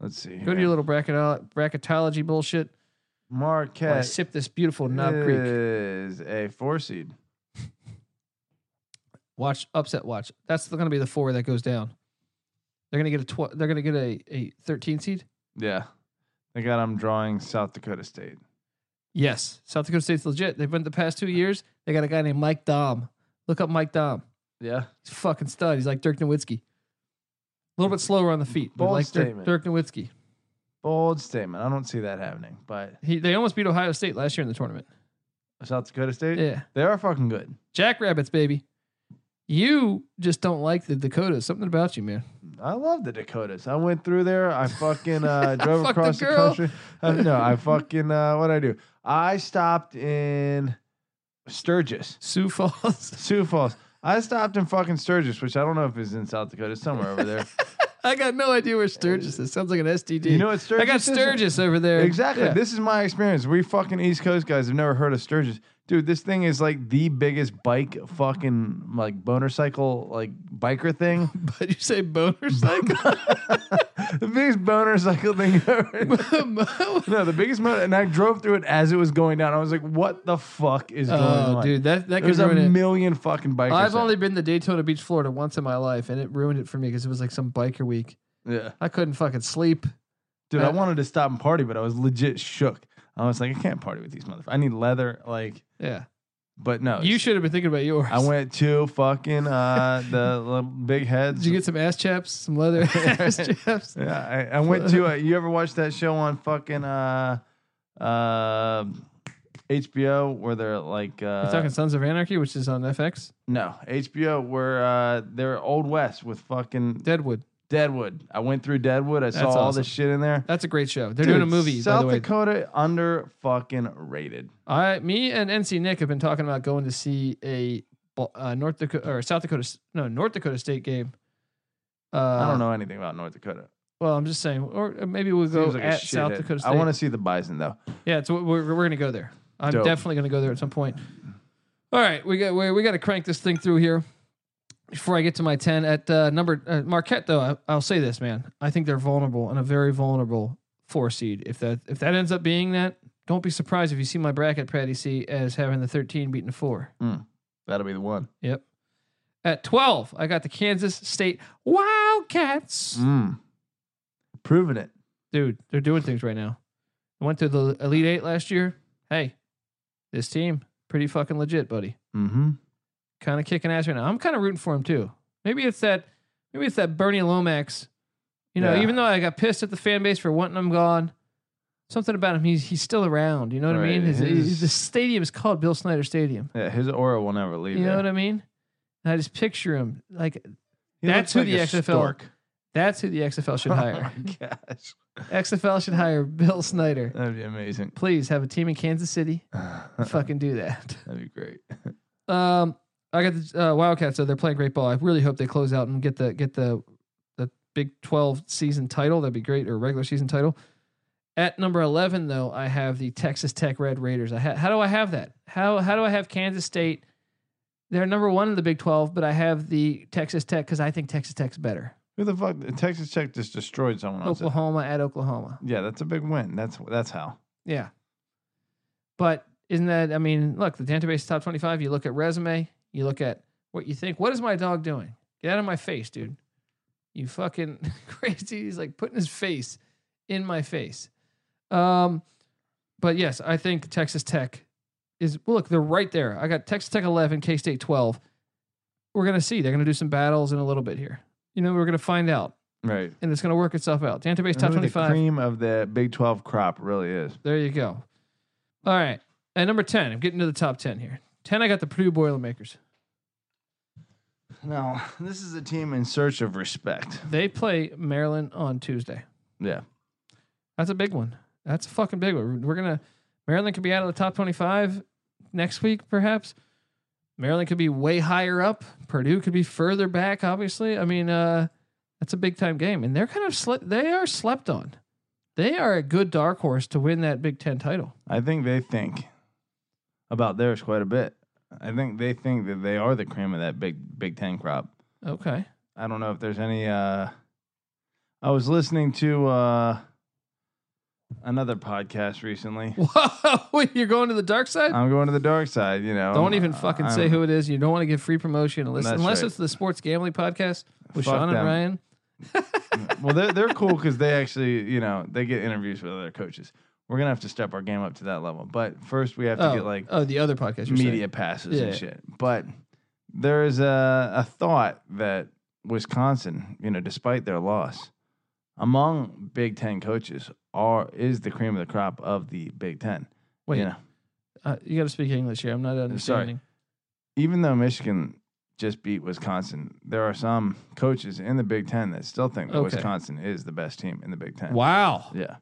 B: Let's
A: Go
B: see.
A: to
B: here.
A: your little bracket bracketology bullshit. while I
B: Marquette
A: sip this beautiful Knob Creek.
B: is a four seed.
A: Watch upset. Watch. That's going to be the four that goes down. They're going to get a tw- They're going to get a a 13 seed.
B: Yeah. They got I'm drawing South Dakota State.
A: Yes, South Dakota State's legit. They've been the past two years. They got a guy named Mike Dom. Look up Mike Dom.
B: Yeah.
A: He's a fucking stud. He's like Dirk Nowitzki. A little bit slower on the feet, but
B: Bold
A: like Dirk,
B: statement.
A: Dirk Nowitzki.
B: Bold statement. I don't see that happening, but
A: He, they almost beat Ohio State last year in the tournament.
B: South Dakota State,
A: Yeah.
B: they are fucking good.
A: Jackrabbits, baby. You just don't like the Dakotas. Something about you, man.
B: I love the Dakotas. I went through there. I
A: *laughs*
B: fucking uh, drove
A: Fuck the
B: across the,
A: girl.
B: country. Uh, no, I fucking uh, what I do? I stopped in Sturgis,
A: Sioux Falls. *laughs*
B: Sioux Falls. I stopped in fucking Sturgis, which I don't know if it's in South Dakota, it's somewhere
A: *laughs*
B: over there.
A: I got no idea where Sturgis is. Sounds like an STD.
B: you know what Sturgis?
A: I got
B: is?
A: Sturgis over there.
B: Exactly.
A: Yeah. *laughs*
B: This is my experience. We fucking East Coast guys have never heard of Sturgis. Dude, this thing is like the biggest bike fucking like motorcycle like biker thing.
A: But you say boner
B: *laughs*
A: cycle?
B: the biggest motorcycle thing
A: *laughs*
B: ever.
A: Oh,
B: No, the biggest motor, and I drove through it as it was going down. I was like, "What the fuck is going
A: oh,
B: on,
A: dude, that that could
B: There's a
A: ruin it.
B: million fucking bikers.
A: I've
B: there.
A: only been to Daytona Beach, Florida once in my life, and it ruined it for me because it was like some biker week.
B: yeah,
A: I couldn't fucking sleep.
B: dude. I wanted to stop and party, but I was legit shook. I was like, I can't party with these motherfuckers. I need leather, like.
A: Yeah.
B: But no,
A: You
B: it's-
A: should have been thinking about yours.
B: Oh, I went to fucking
A: *laughs*
B: uh, the little big heads.
A: Did you get some ass chaps, some
B: *laughs*
A: leather ass chaps?
B: yeah, I, I went
A: *laughs*
B: to. Uh, you ever watch that show on fucking uh, uh, HBO where they're like uh,
A: You're talking Sons of Anarchy, which is on FX.
B: no HBO where uh, they're Old West with fucking
A: Deadwood.
B: Deadwood. I went through Deadwood. I saw
A: That's
B: all
A: awesome.
B: this shit in there.
A: That's a great show. They're doing a
B: Dude,
A: movie,
B: South
A: by the way.
B: Dakota under fucking rated.
A: I, me and NC Nick have been talking about going to see a Bo- uh, North Dakota or South Dakota, no North Dakota State game. Uh,
B: I don't know anything about North Dakota.
A: Well, I'm just saying, or uh, maybe we'll go
B: Seems like a
A: at South
B: shithead.
A: Dakota State.
B: I want to see the Bison though.
A: Yeah, it's, we're we're gonna go there. I'm
B: Dope.
A: definitely gonna go there at some point. All right, we got we, we got to crank this thing through here before I get to my ten at uh, number uh, Marquette. Though I, I'll say this, man, I think they're vulnerable and a very vulnerable four seed. If that if that ends up being that, don't be surprised if you see my bracket, Patty C, as having the thirteen beaten the four.
B: That'll be the one.
A: Yep. At twelve, I got the Kansas State Wildcats.
B: Mm. Proving it.
A: dude, they're doing things right now. I went to the Elite Eight last year. Hey, this team pretty fucking legit, buddy.
B: Mm-hmm.
A: Kind of kicking ass right now. I'm kind of rooting for him too. Maybe it's that. Maybe it's that Bernie Lomax. You know,
B: Yeah.
A: even though I got pissed at the fan base for wanting him gone, something about him. He's he's still around. You know what I mean?
B: Right,
A: His, his,
B: his-
A: the stadium is called Bill Snyder Stadium.
B: Yeah, his aura will never leave.
A: You know
B: there.
A: what I mean? And I just picture him like
B: He
A: That's
B: looks
A: who
B: like
A: the
B: a
A: XFL
B: stork.
A: that's who the XFL should
B: *laughs*
A: hire.
B: Oh my gosh,
A: XFL should hire Bill Snyder.
B: that'd be amazing. *sighs*
A: Please have a team in Kansas City.
B: that'd
A: Fucking do that. *laughs*
B: be great.
A: Um, I got the uh, Wildcats, so they're playing great ball. I really hope they close out and get the get the the Big Twelve season title. That'd be great, or regular season title. At number eleven, though, I have the Texas Tech Red Raiders. I ha- how do I have that? How how do I have Kansas State? They're number one in the Big Twelve, but I have the Texas Tech because I think Texas Tech's better.
B: Who the fuck? Texas Tech just destroyed someone else.
A: Oklahoma at Oklahoma,
B: Yeah, that's a big win. That's that's how.
A: yeah. But isn't that? I mean, look, the database is top twenty-five. You look at resume. You look at what you think. What is my dog doing? Get out of my face, dude. You fucking *laughs* crazy. He's like putting his face in my face. Um, but yes, I think Texas Tech is well, look, they're right there. I got Texas Tech 11, K State 12. We're going to see. They're going to do some battles in a little bit here. You know, we're going to find out,
B: Right.
A: and it's going to work itself out. Database top
B: Really
A: 25.
B: The cream of the Big Twelve crop really is.
A: There you go. All right. At number 10, I'm getting to the top 10 here. 10, I got the Purdue Boilermakers.
B: No, *laughs* this is a team in search of respect.
A: They play Maryland on Tuesday.
B: Yeah.
A: That's a big one. That's a fucking big one. We're gonna Maryland could be out of the top twenty-five next week, perhaps. Maryland could be way higher up. Purdue could be further back. Obviously, I mean, uh, that's a big time game, and they're kind of sle- they are slept on. They are a good dark horse to win that Big Ten title.
B: I think they think about theirs quite a bit. I think they think that they are the cream of that big Big Ten crop.
A: Okay. *laughs*
B: I don't know if there's any. Uh, I was listening to uh, another podcast recently.
A: Whoa, you're going to the dark side?
B: I'm going to the dark side. You know,
A: don't
B: I'm-
A: even fucking
B: Um, I'm-
A: say who it is. You don't want to give free promotion unless,
B: That's
A: unless
B: right.
A: it's the sports gambling podcast with
B: Fuck
A: Sean and
B: them.
A: Ryan.
B: well, they're they're cool because they actually, you know, they get interviews with other coaches. We're gonna have to step our game up to that level, but first we have to
A: Oh,
B: get like
A: oh, the other podcast. You're
B: media
A: saying.
B: passes
A: Yeah.
B: and shit. But there is a a thought that Wisconsin, you know, despite their loss, among Big Ten coaches, are is the cream of the crop of the Big Ten.
A: Wait,
B: you know,
A: uh, you got to speak English here. I'm not understanding.
B: even though Michigan just beat Wisconsin, there are some coaches in the Big Ten that still think that
A: Okay.
B: Wisconsin is the best team in the Big Ten.
A: Wow.
B: Yeah.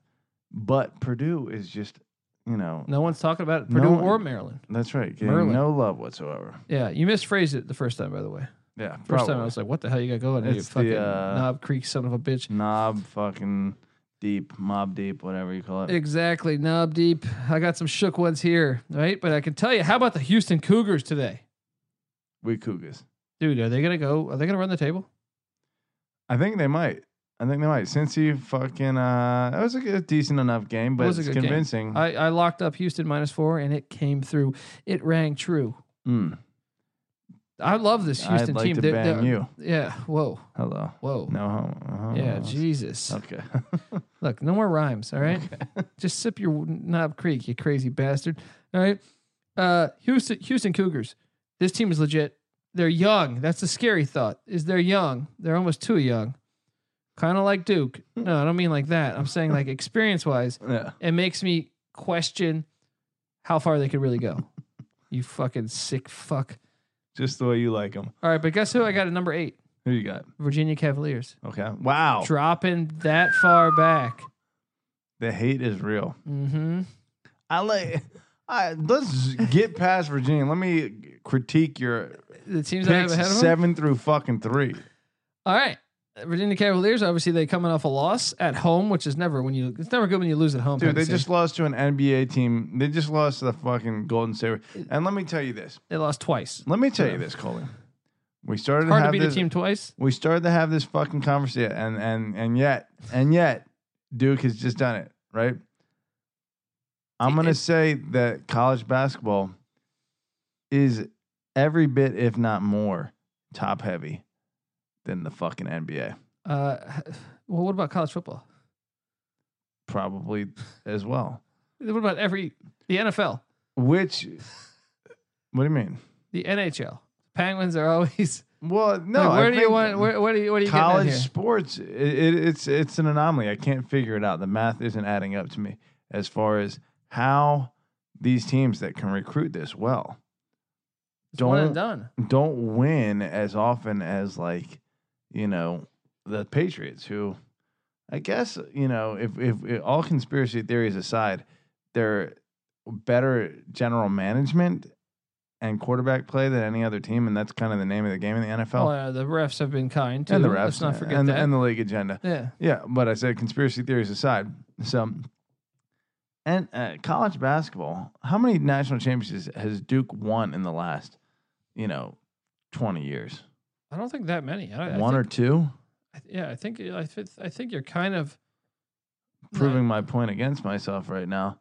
B: But Purdue is just, you know,
A: No one's talking about it.
B: No
A: Purdue
B: one-
A: or Maryland.
B: that's right. Getting
A: Merlin.
B: no love whatsoever.
A: Yeah, you misphrased it the first time, by the way.
B: Yeah.
A: First
B: probably.
A: time I was like, "What the hell you got going?" You
B: It's the,
A: fucking
B: uh,
A: knob creek son of a bitch.
B: Knob fucking deep, mob deep, whatever you call it.
A: Exactly, knob deep. I got some shook ones here, right? But I can tell you, how about the Houston Cougars today,
B: we Cougars.
A: dude? Are they gonna go? Are they gonna run the table?
B: I think they might. I think they might. Since you fucking uh that was a good, decent enough game, but
A: was
B: it's
A: a good game.
B: convincing.
A: I, I locked up Houston minus four, and it came through. It rang true.
B: Mm.
A: I love this
B: I'd
A: Houston
B: like
A: team.
B: to
A: They're-
B: bang
A: they're-
B: you.
A: Yeah. Whoa.
B: Hello.
A: Whoa.
B: No homo. no homo.
A: Yeah. Jesus.
B: Okay. *laughs*
A: Look, no more rhymes. All right. Just sip your knob creek, you crazy bastard. All right. Uh, Houston, Houston Cougars. This team is legit. They're young. That's the scary thought. Is they're young. They're almost too young. Kind of like
B: *laughs*
A: Duke. No, I don't mean like that. I'm saying like experience wise,
B: yeah.
A: it makes me question how far they could really
B: *laughs*
A: go. You fucking sick fuck.
B: Just the way you like them.
A: All right, but guess who I got at number eight?
B: Who you got?
A: Virginia Cavaliers.
B: Okay. Wow.
A: Dropping that far back.
B: The hate is real.
A: Mm-hmm.
B: I like. *laughs* I, let's get past Virginia. Let me critique your
A: The teams I have
B: picks
A: ahead of them.
B: seven through fucking three.
A: All right. Virginia Cavaliers, obviously they coming off a loss at home, which is never when you it's never good when you lose at home.
B: Dude, they
A: Tennessee.
B: just lost to an NBA team. They just lost to the fucking Golden State. And let me tell you this.
A: they lost twice.
B: Let me tell you this, Colin. We started to
A: Hard to
B: have
A: beat
B: this.
A: a team twice.
B: We started to have this fucking conversation, and and and yet and yet, Duke has just done it right. I'm gonna
A: It-
B: say that college basketball is every bit, if not more, top heavy than the fucking NBA.
A: Uh well, what about college football?
B: probably as well.
A: What about every the NFL?
B: Which, what do you mean?
A: The NHL. Penguins are always
B: Well, no.
A: Like,
B: I
A: where do you
B: think
A: want where what do you what do you
B: college
A: getting at here?
B: sports? It, it, it's it's an anomaly. I can't figure it out. The math isn't adding up to me as far as how these teams that can recruit this well
A: It's one and
B: don't-
A: done.
B: don't win as often as like you know the Patriots, who I guess you know if if, if all conspiracy theories aside, they're better general management and quarterback play than any other team, and that's kind of the name of the game in the NFL
A: Well, uh, the refs have been kind too.
B: and the refs
A: Let's not forget
B: and,
A: that.
B: and the league agenda.
A: yeah.
B: Yeah, but I said conspiracy theories aside. So, and uh, college basketball, how many national championships has Duke won in the last, you know, twenty years?
A: I don't think that many. I, I
B: One or
A: think,
B: two?
A: yeah, I think I, th- I think you're kind of
B: Proving my point against myself right now.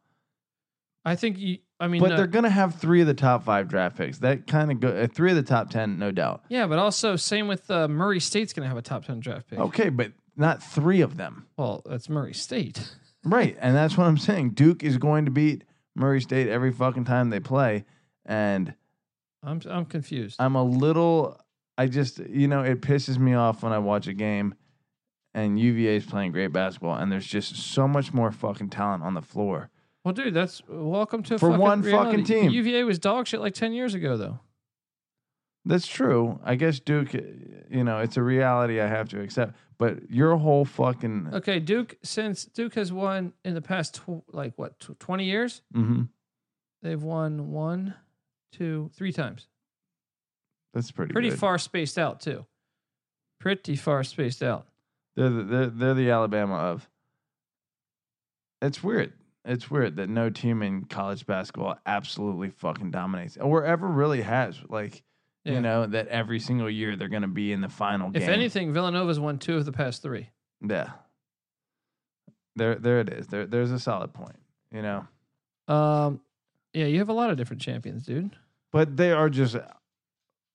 A: I think you. I mean,
B: But
A: no,
B: they're gonna have three of the top five draft picks. That kind of go uh, three of the top ten, no doubt.
A: Yeah, but also same with uh, Murray State's going to have a top ten draft pick.
B: Okay, but not three of them,
A: Well, that's Murray State.
B: right? And that's what I'm saying. Duke is going to beat Murray State every fucking time they play, and
A: I'm I'm confused.
B: I'm a little. I just you know it pisses me off when I watch a game, and UVA is playing great basketball, and there's just so much more fucking talent on the floor.
A: well, dude, that's welcome to
B: For
A: fucking
B: one
A: reality.
B: fucking team.
A: UVA was dog shit like ten years ago, though.
B: That's true. I guess Duke, you know, it's a reality I have to accept. But your whole fucking
A: Okay, Duke. Since Duke has won in the past tw- like what tw- twenty years,
B: Mhm.
A: they've won one, two, three times.
B: that's pretty
A: Pretty
B: good.
A: far spaced out too. Pretty far spaced out.
B: They're the, they're, they're the Alabama of It's weird. It's weird that no team in college basketball absolutely fucking dominates or ever really has. Like,
A: Yeah.
B: you know, that every single year they're going to be in the final game.
A: If anything, Villanova's won two of the past three.
B: yeah. There, there it is. There, there's a solid point. You know,
A: Um, yeah, you have a lot of different champions, dude.
B: but they are just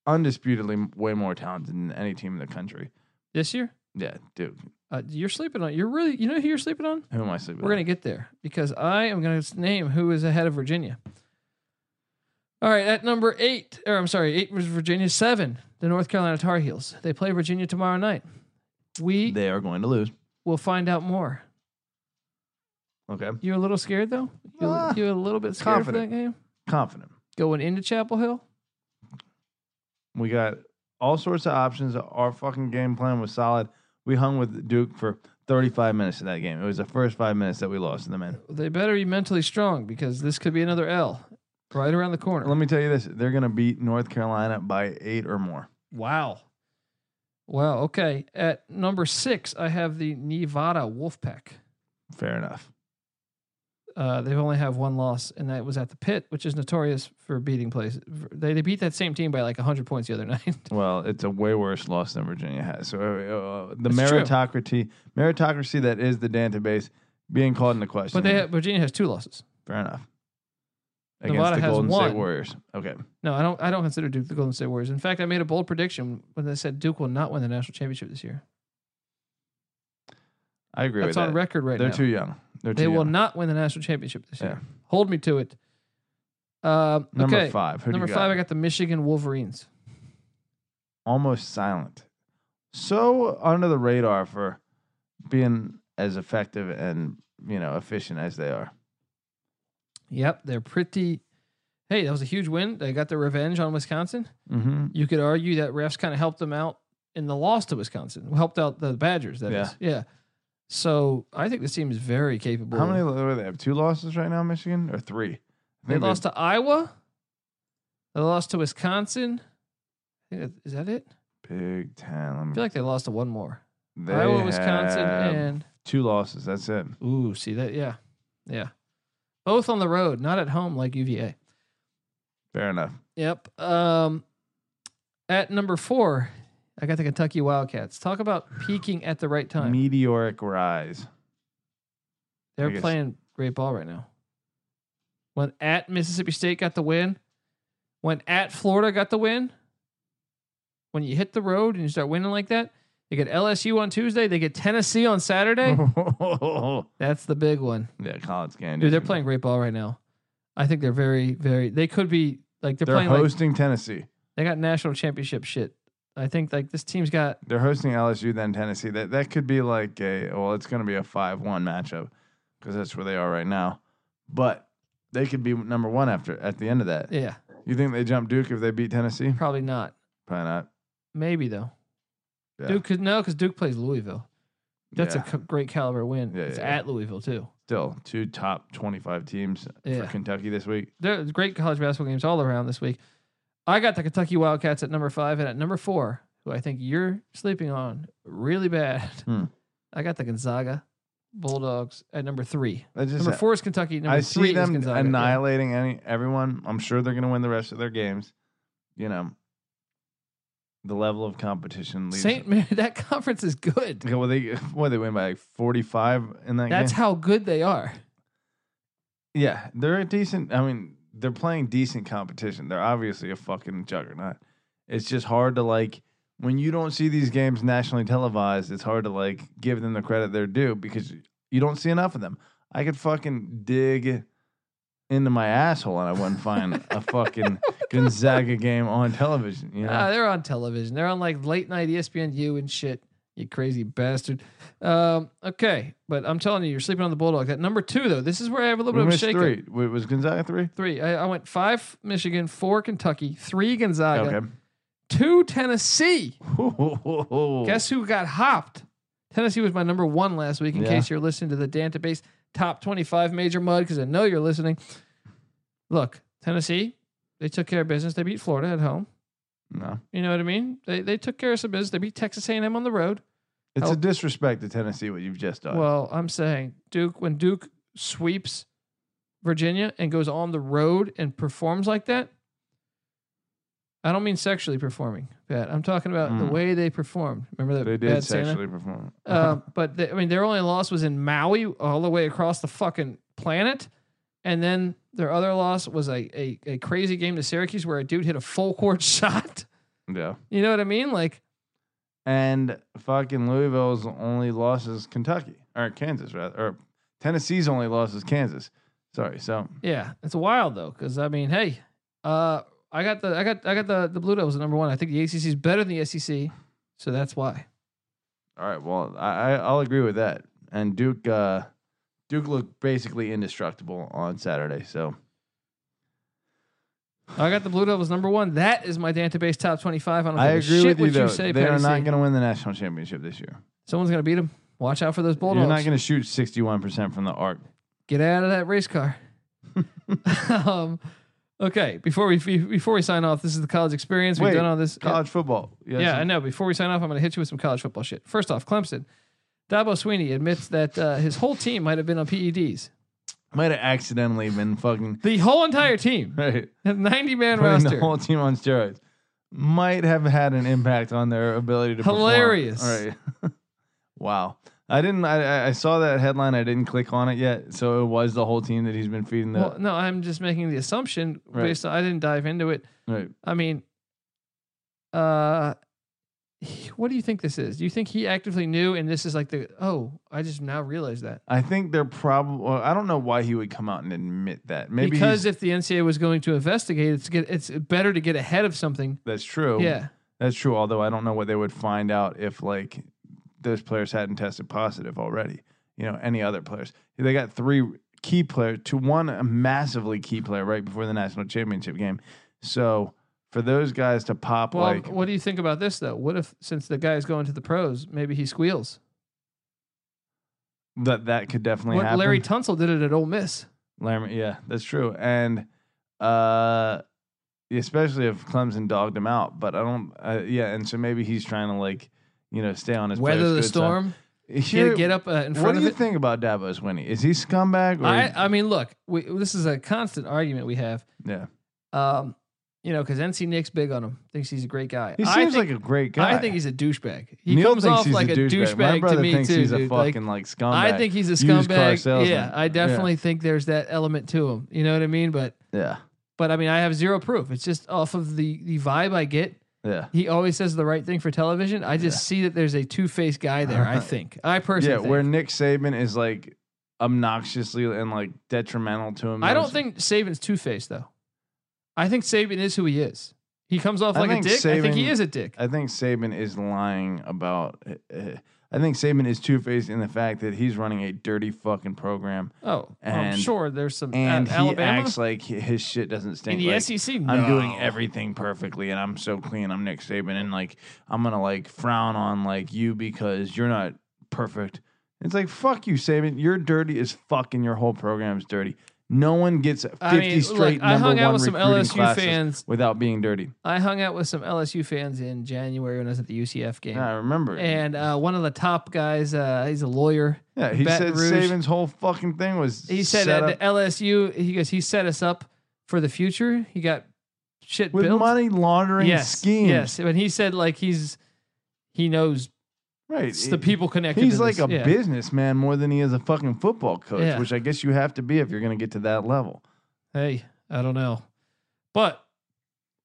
B: undisputedly way more talented than any team in the country.
A: This year,
B: Yeah, dude.
A: uh, you're sleeping on. You're really, you know, who you're sleeping on.
B: Who am I sleeping?
A: We're
B: with?
A: gonna get there because I am gonna name who is ahead of Virginia. All right, at number eight, or I'm sorry, eight was Virginia. Seven, the North Carolina Tar Heels. They play Virginia tomorrow night. We
B: They are going to lose.
A: will find out more.
B: Okay,
A: You're a little scared though. You
B: Ah,
A: you a little bit scared
B: confident.
A: for that game
B: confident.
A: going into Chapel Hill.
B: We got all sorts of options. Our fucking game plan was solid. We hung with Duke for 35 minutes in that game. It was the first five minutes that we lost in the men.
A: They better be mentally strong because this could be another L right around the corner.
B: Let me tell you this: they're going to beat North Carolina by eight or more.
A: Wow. Wow. Okay. At number six, I have the Nevada Wolfpack.
B: Fair enough.
A: Uh, they only have one loss, and that was at the Pit, which is notorious for beating places. They, they beat that same team by like 100 points the other *laughs* night.
B: Well, it's a way worse loss than Virginia has. So uh, uh, the
A: That's true.
B: meritocracy, meritocracy that is the database, being called into question.
A: but they have, Virginia has two losses.
B: fair enough. Against
A: Nevada
B: the
A: has
B: Golden
A: one.
B: State Warriors. Okay.
A: No, I don't. I don't consider Duke the Golden State Warriors. In fact, I made a bold prediction when I said Duke will not win the national championship this year.
B: I agree
A: That's
B: with
A: on
B: that.
A: record right
B: They're
A: now.
B: too young. They're too
A: they will
B: young.
A: not win the national championship this year.
B: Yeah.
A: Hold me to it. Um,
B: Number
A: okay.
B: five. Who do
A: Number
B: you
A: five,
B: got?
A: I got the Michigan Wolverines.
B: almost silent. So under the radar for being as effective and you know efficient as they are.
A: Yep, they're pretty. Hey, that was a huge win. They got their revenge on Wisconsin.
B: Mm-hmm.
A: You could argue that refs kind of helped them out in the loss to Wisconsin, helped out the Badgers. That is,
B: Yeah.
A: yeah. So I think this team is very capable.
B: How many do they have? Two losses right now, Michigan, or three? I
A: They
B: think
A: lost to Iowa. They lost to Wisconsin. I think that- Is that it?
B: Big Ten. Let
A: I
B: me-
A: feel like they lost to one more.
B: they
A: Iowa, Wisconsin,
B: have
A: and
B: two losses. That's it.
A: ooh, see that? Yeah, yeah. Both on the road, not at home like UVA.
B: Fair enough.
A: Yep. Um, at number four, I got the Kentucky Wildcats. Talk about peaking at the right time.
B: Meteoric rise. I
A: They're
B: guess.
A: playing great ball right now. When at Mississippi State got the win, when at Florida got the win, when you hit the road and you start winning like that, they get LSU on Tuesday, they get Tennessee on *laughs*
B: *laughs*
A: Saturday. That's the big one.
B: yeah, college game.
A: Dude, they're playing great ball right now. I think they're very, very. They could be like they're,
B: They're
A: playing like
B: hosting Tennessee.
A: they got national championship shit. I think like this team's got
B: They're hosting LSU then Tennessee. That that could be like a well, it's going to be a five-one matchup because that's where they are right now. But they could be number one after at the end of that. *laughs*
A: yeah,
B: You think they jump Duke if they beat Tennessee?
A: probably not.
B: Probably not.
A: Maybe though.
B: Yeah.
A: Duke could no, because Duke plays Louisville. That's
B: Yeah.
A: a c- great caliber win.
B: Yeah,
A: it's
B: yeah, yeah.
A: at Louisville too.
B: still two top twenty-five teams
A: Yeah.
B: for Kentucky this week.
A: There's great college basketball games all around this week. I got the Kentucky Wildcats at number five, and at number four, who I think you're sleeping on really bad.
B: Hmm.
A: *laughs* I got the Gonzaga Bulldogs at number three.
B: That just
A: Number four is Kentucky. Number
B: I
A: three
B: see
A: is
B: them
A: Gonzaga. yeah.
B: annihilating any everyone. I'm sure they're going to win the rest of their games. You know, the level of competition leaves.
A: Saint *laughs* Mary. That conference is good.
B: Okay, well, they what they win by like 45 in that game.
A: That's how good they are.
B: Yeah, they're a decent. I mean, they're playing decent competition. They're obviously a fucking juggernaut. It's just hard to like when you don't see these games nationally televised. It's hard to like give them the credit they're due because you don't see enough of them. I could fucking dig into my asshole and I wouldn't find a fucking
A: *laughs*
B: Gonzaga game on television. You know,
A: Ah, they're on television. They're on like late night E ESPN U and shit. You crazy bastard. Um, okay, but I'm telling you, you're sleeping on the Bulldogs. At number two, though, this is where I have a little
B: we
A: bit of a
B: missed
A: shake.
B: three. Wait, was Gonzaga three?
A: Three. I, I went five Michigan, four Kentucky, three Gonzaga,
B: Okay.
A: two Tennessee.
B: *laughs*
A: Guess who got hopped? Tennessee was my number one last week. In
B: Yeah.
A: case you're listening to the database top 25 major mud, because I know you're listening. Look, Tennessee, they took care of business. They beat Florida at home.
B: No,
A: You know what I mean? They they took care of some business. They beat Texas A&M on the road.
B: it's
A: Oh.
B: a disrespect to Tennessee what you've just done.
A: Well, I'm saying Duke when Duke sweeps Virginia and goes on the road and performs like that, I don't mean sexually performing, Pat. I'm talking about the
B: Mm.
A: way they performed. Remember that
B: They
A: uh, bad
B: did
A: Santa?
B: sexually perform.
A: Uh, but they, I mean, their only loss was in Maui, all the way across the fucking planet. And then their other loss was a, a, a crazy game to Syracuse where a dude hit a full court *laughs* shot.
B: yeah.
A: You know what I mean? Like,
B: And fucking Louisville's only loss is Kentucky or Kansas, rather, or Tennessee's only loss is Kansas. Sorry. So
A: yeah, it's wild though, because I mean, hey, uh, I got the I got I got the the Blue Devils at number one. I think the ACC is better than the SEC, so that's why.
B: all right. Well, I I- I'll agree with that. And Duke, uh, Duke looked basically indestructible on Saturday. So
A: I got the Blue Devils number one. That is my database top twenty five. I don't give
B: I
A: a
B: agree
A: shit
B: with
A: what
B: you though.
A: say.
B: they are
A: Patty C.
B: not going to win the national championship this year.
A: Someone's gonna beat them. Watch out for those Bulldogs.
B: You're not going to shoot 61 percent from the arc.
A: get out of that race
B: *laughs*
A: car. um, okay, before we before we sign off, this is the college experience. We've
B: Wait,
A: done all this.
B: College football.
A: yeah, I know. Before we sign off, I'm going to hit you with some college football shit. First off, Clemson. Dabo Sweeney admits that uh, his whole team might have been on PEDs.
B: might have accidentally been fucking *laughs*
A: The whole entire team, *laughs*
B: right.
A: 90 man
B: putting the
A: roster.
B: whole team on steroids might have had an impact on their ability to
A: Hilarious.
B: Perform. All right. *laughs* wow. I didn't. I, I- I saw that headline. I didn't click on it yet. So it was the whole team that he's been feeding. The
A: well, no, I'm just making the assumption
B: Right.
A: based on I didn't dive into it.
B: right.
A: I mean, uh, what do you think this is? Do you think he actively knew and this is like the, oh, I just now realized that?
B: I think they're probably. I don't know why he would come out and admit that. Maybe
A: because
B: he's-
A: if the NCAA was going to investigate, it's get it's better to get ahead of something.
B: that's true.
A: Yeah,
B: that's true. Although I don't know what they would find out if like those players hadn't tested positive already. You know, any other players. They got three key players to one a massively key player right before the national championship game. So for those guys to pop
A: Well,
B: like
A: what do you think about this though? What if since the guy's going to the pros, maybe he squeals?
B: that, that could definitely
A: What
B: happen.
A: Larry Tunsil did it at Ole Miss.
B: Laramie, yeah, that's true. And uh especially if Clemson dogged him out, but I don't uh, yeah, and so maybe he's trying to like, you know, stay on his
A: Weather
B: players'
A: the
B: good side.
A: storm. He had
B: Here-
A: to get up uh, in
B: what
A: front
B: do
A: of
B: you
A: it.
B: think about Davos Winnie? Is he scumbag or
A: I I mean, look, we, this is a constant argument we have.
B: yeah?
A: Um, you know, because NC Nick's big on him, thinks he's a great guy.
B: He
A: I
B: seems
A: think,
B: like a great guy.
A: I think he's a douchebag. He
B: Neil
A: comes
B: thinks
A: off
B: he's
A: like a
B: My
A: douchebag
B: brother
A: to me
B: thinks
A: too,
B: he's a
A: dude. Like,
B: fucking like, scumbag.
A: I think he's a
B: Used car
A: scumbag.
B: salesman.
A: Yeah, I definitely think there's that element to him. You know what I mean? But
B: yeah,
A: but I mean, I have zero proof. It's just off of the the vibe I get.
B: yeah,
A: He always says the right thing for television. I just see that there's a two faced guy there.
B: *laughs*
A: I think I
B: yeah.
A: personally.
B: Where
A: think.
B: Nick Saban is like obnoxiously and like detrimental to him.
A: I don't think Saban's two faced though. I think Saban is who he is. He comes off
B: I
A: like a
B: think
A: dick. I think he
B: Saban-
A: is a dick.
B: I think Saban is lying about. Uh, I think Saban is two faced in the fact that he's running a dirty fucking program,
A: Oh, I'm
B: and-
A: sure there's some
B: and
A: uh,
B: he
A: Alabama
B: acts like hi- his shit doesn't
A: in
B: stink.
A: the
B: like,
A: SEC.
B: I'm doing
A: No.
B: everything perfectly and I'm so clean. I'm Nick Saban and like I'm gonna like frown on like you because you're not perfect. It's like fuck you, Saban. You're dirty as fuck and your whole program's dirty. No one gets fifty
A: I mean,
B: straight
A: look,
B: number
A: I hung
B: one
A: out with some
B: recruiting
A: LSU
B: classes
A: fans.
B: without being dirty.
A: I hung out with some LSU fans in January when I was at the UCF game.
B: Yeah, I remember. it.
A: and uh, one of the top guys, uh, he's a lawyer.
B: yeah, he
A: Baton
B: said
A: Rouge.
B: Saban's whole fucking thing was
A: He said
B: set
A: at
B: up
A: the LSU, he goes, he set us up for the future. He got shit
B: with
A: built.
B: money laundering
A: yes,
B: schemes.
A: yes. When he said like he's, he knows
B: right.
A: it's the people connected.
B: He's
A: to
B: like
A: this.
B: a
A: Yeah.
B: businessman more than he is a fucking football coach,
A: Yeah.
B: which I guess you have to be if you're going to get to that level.
A: Hey, I don't know, but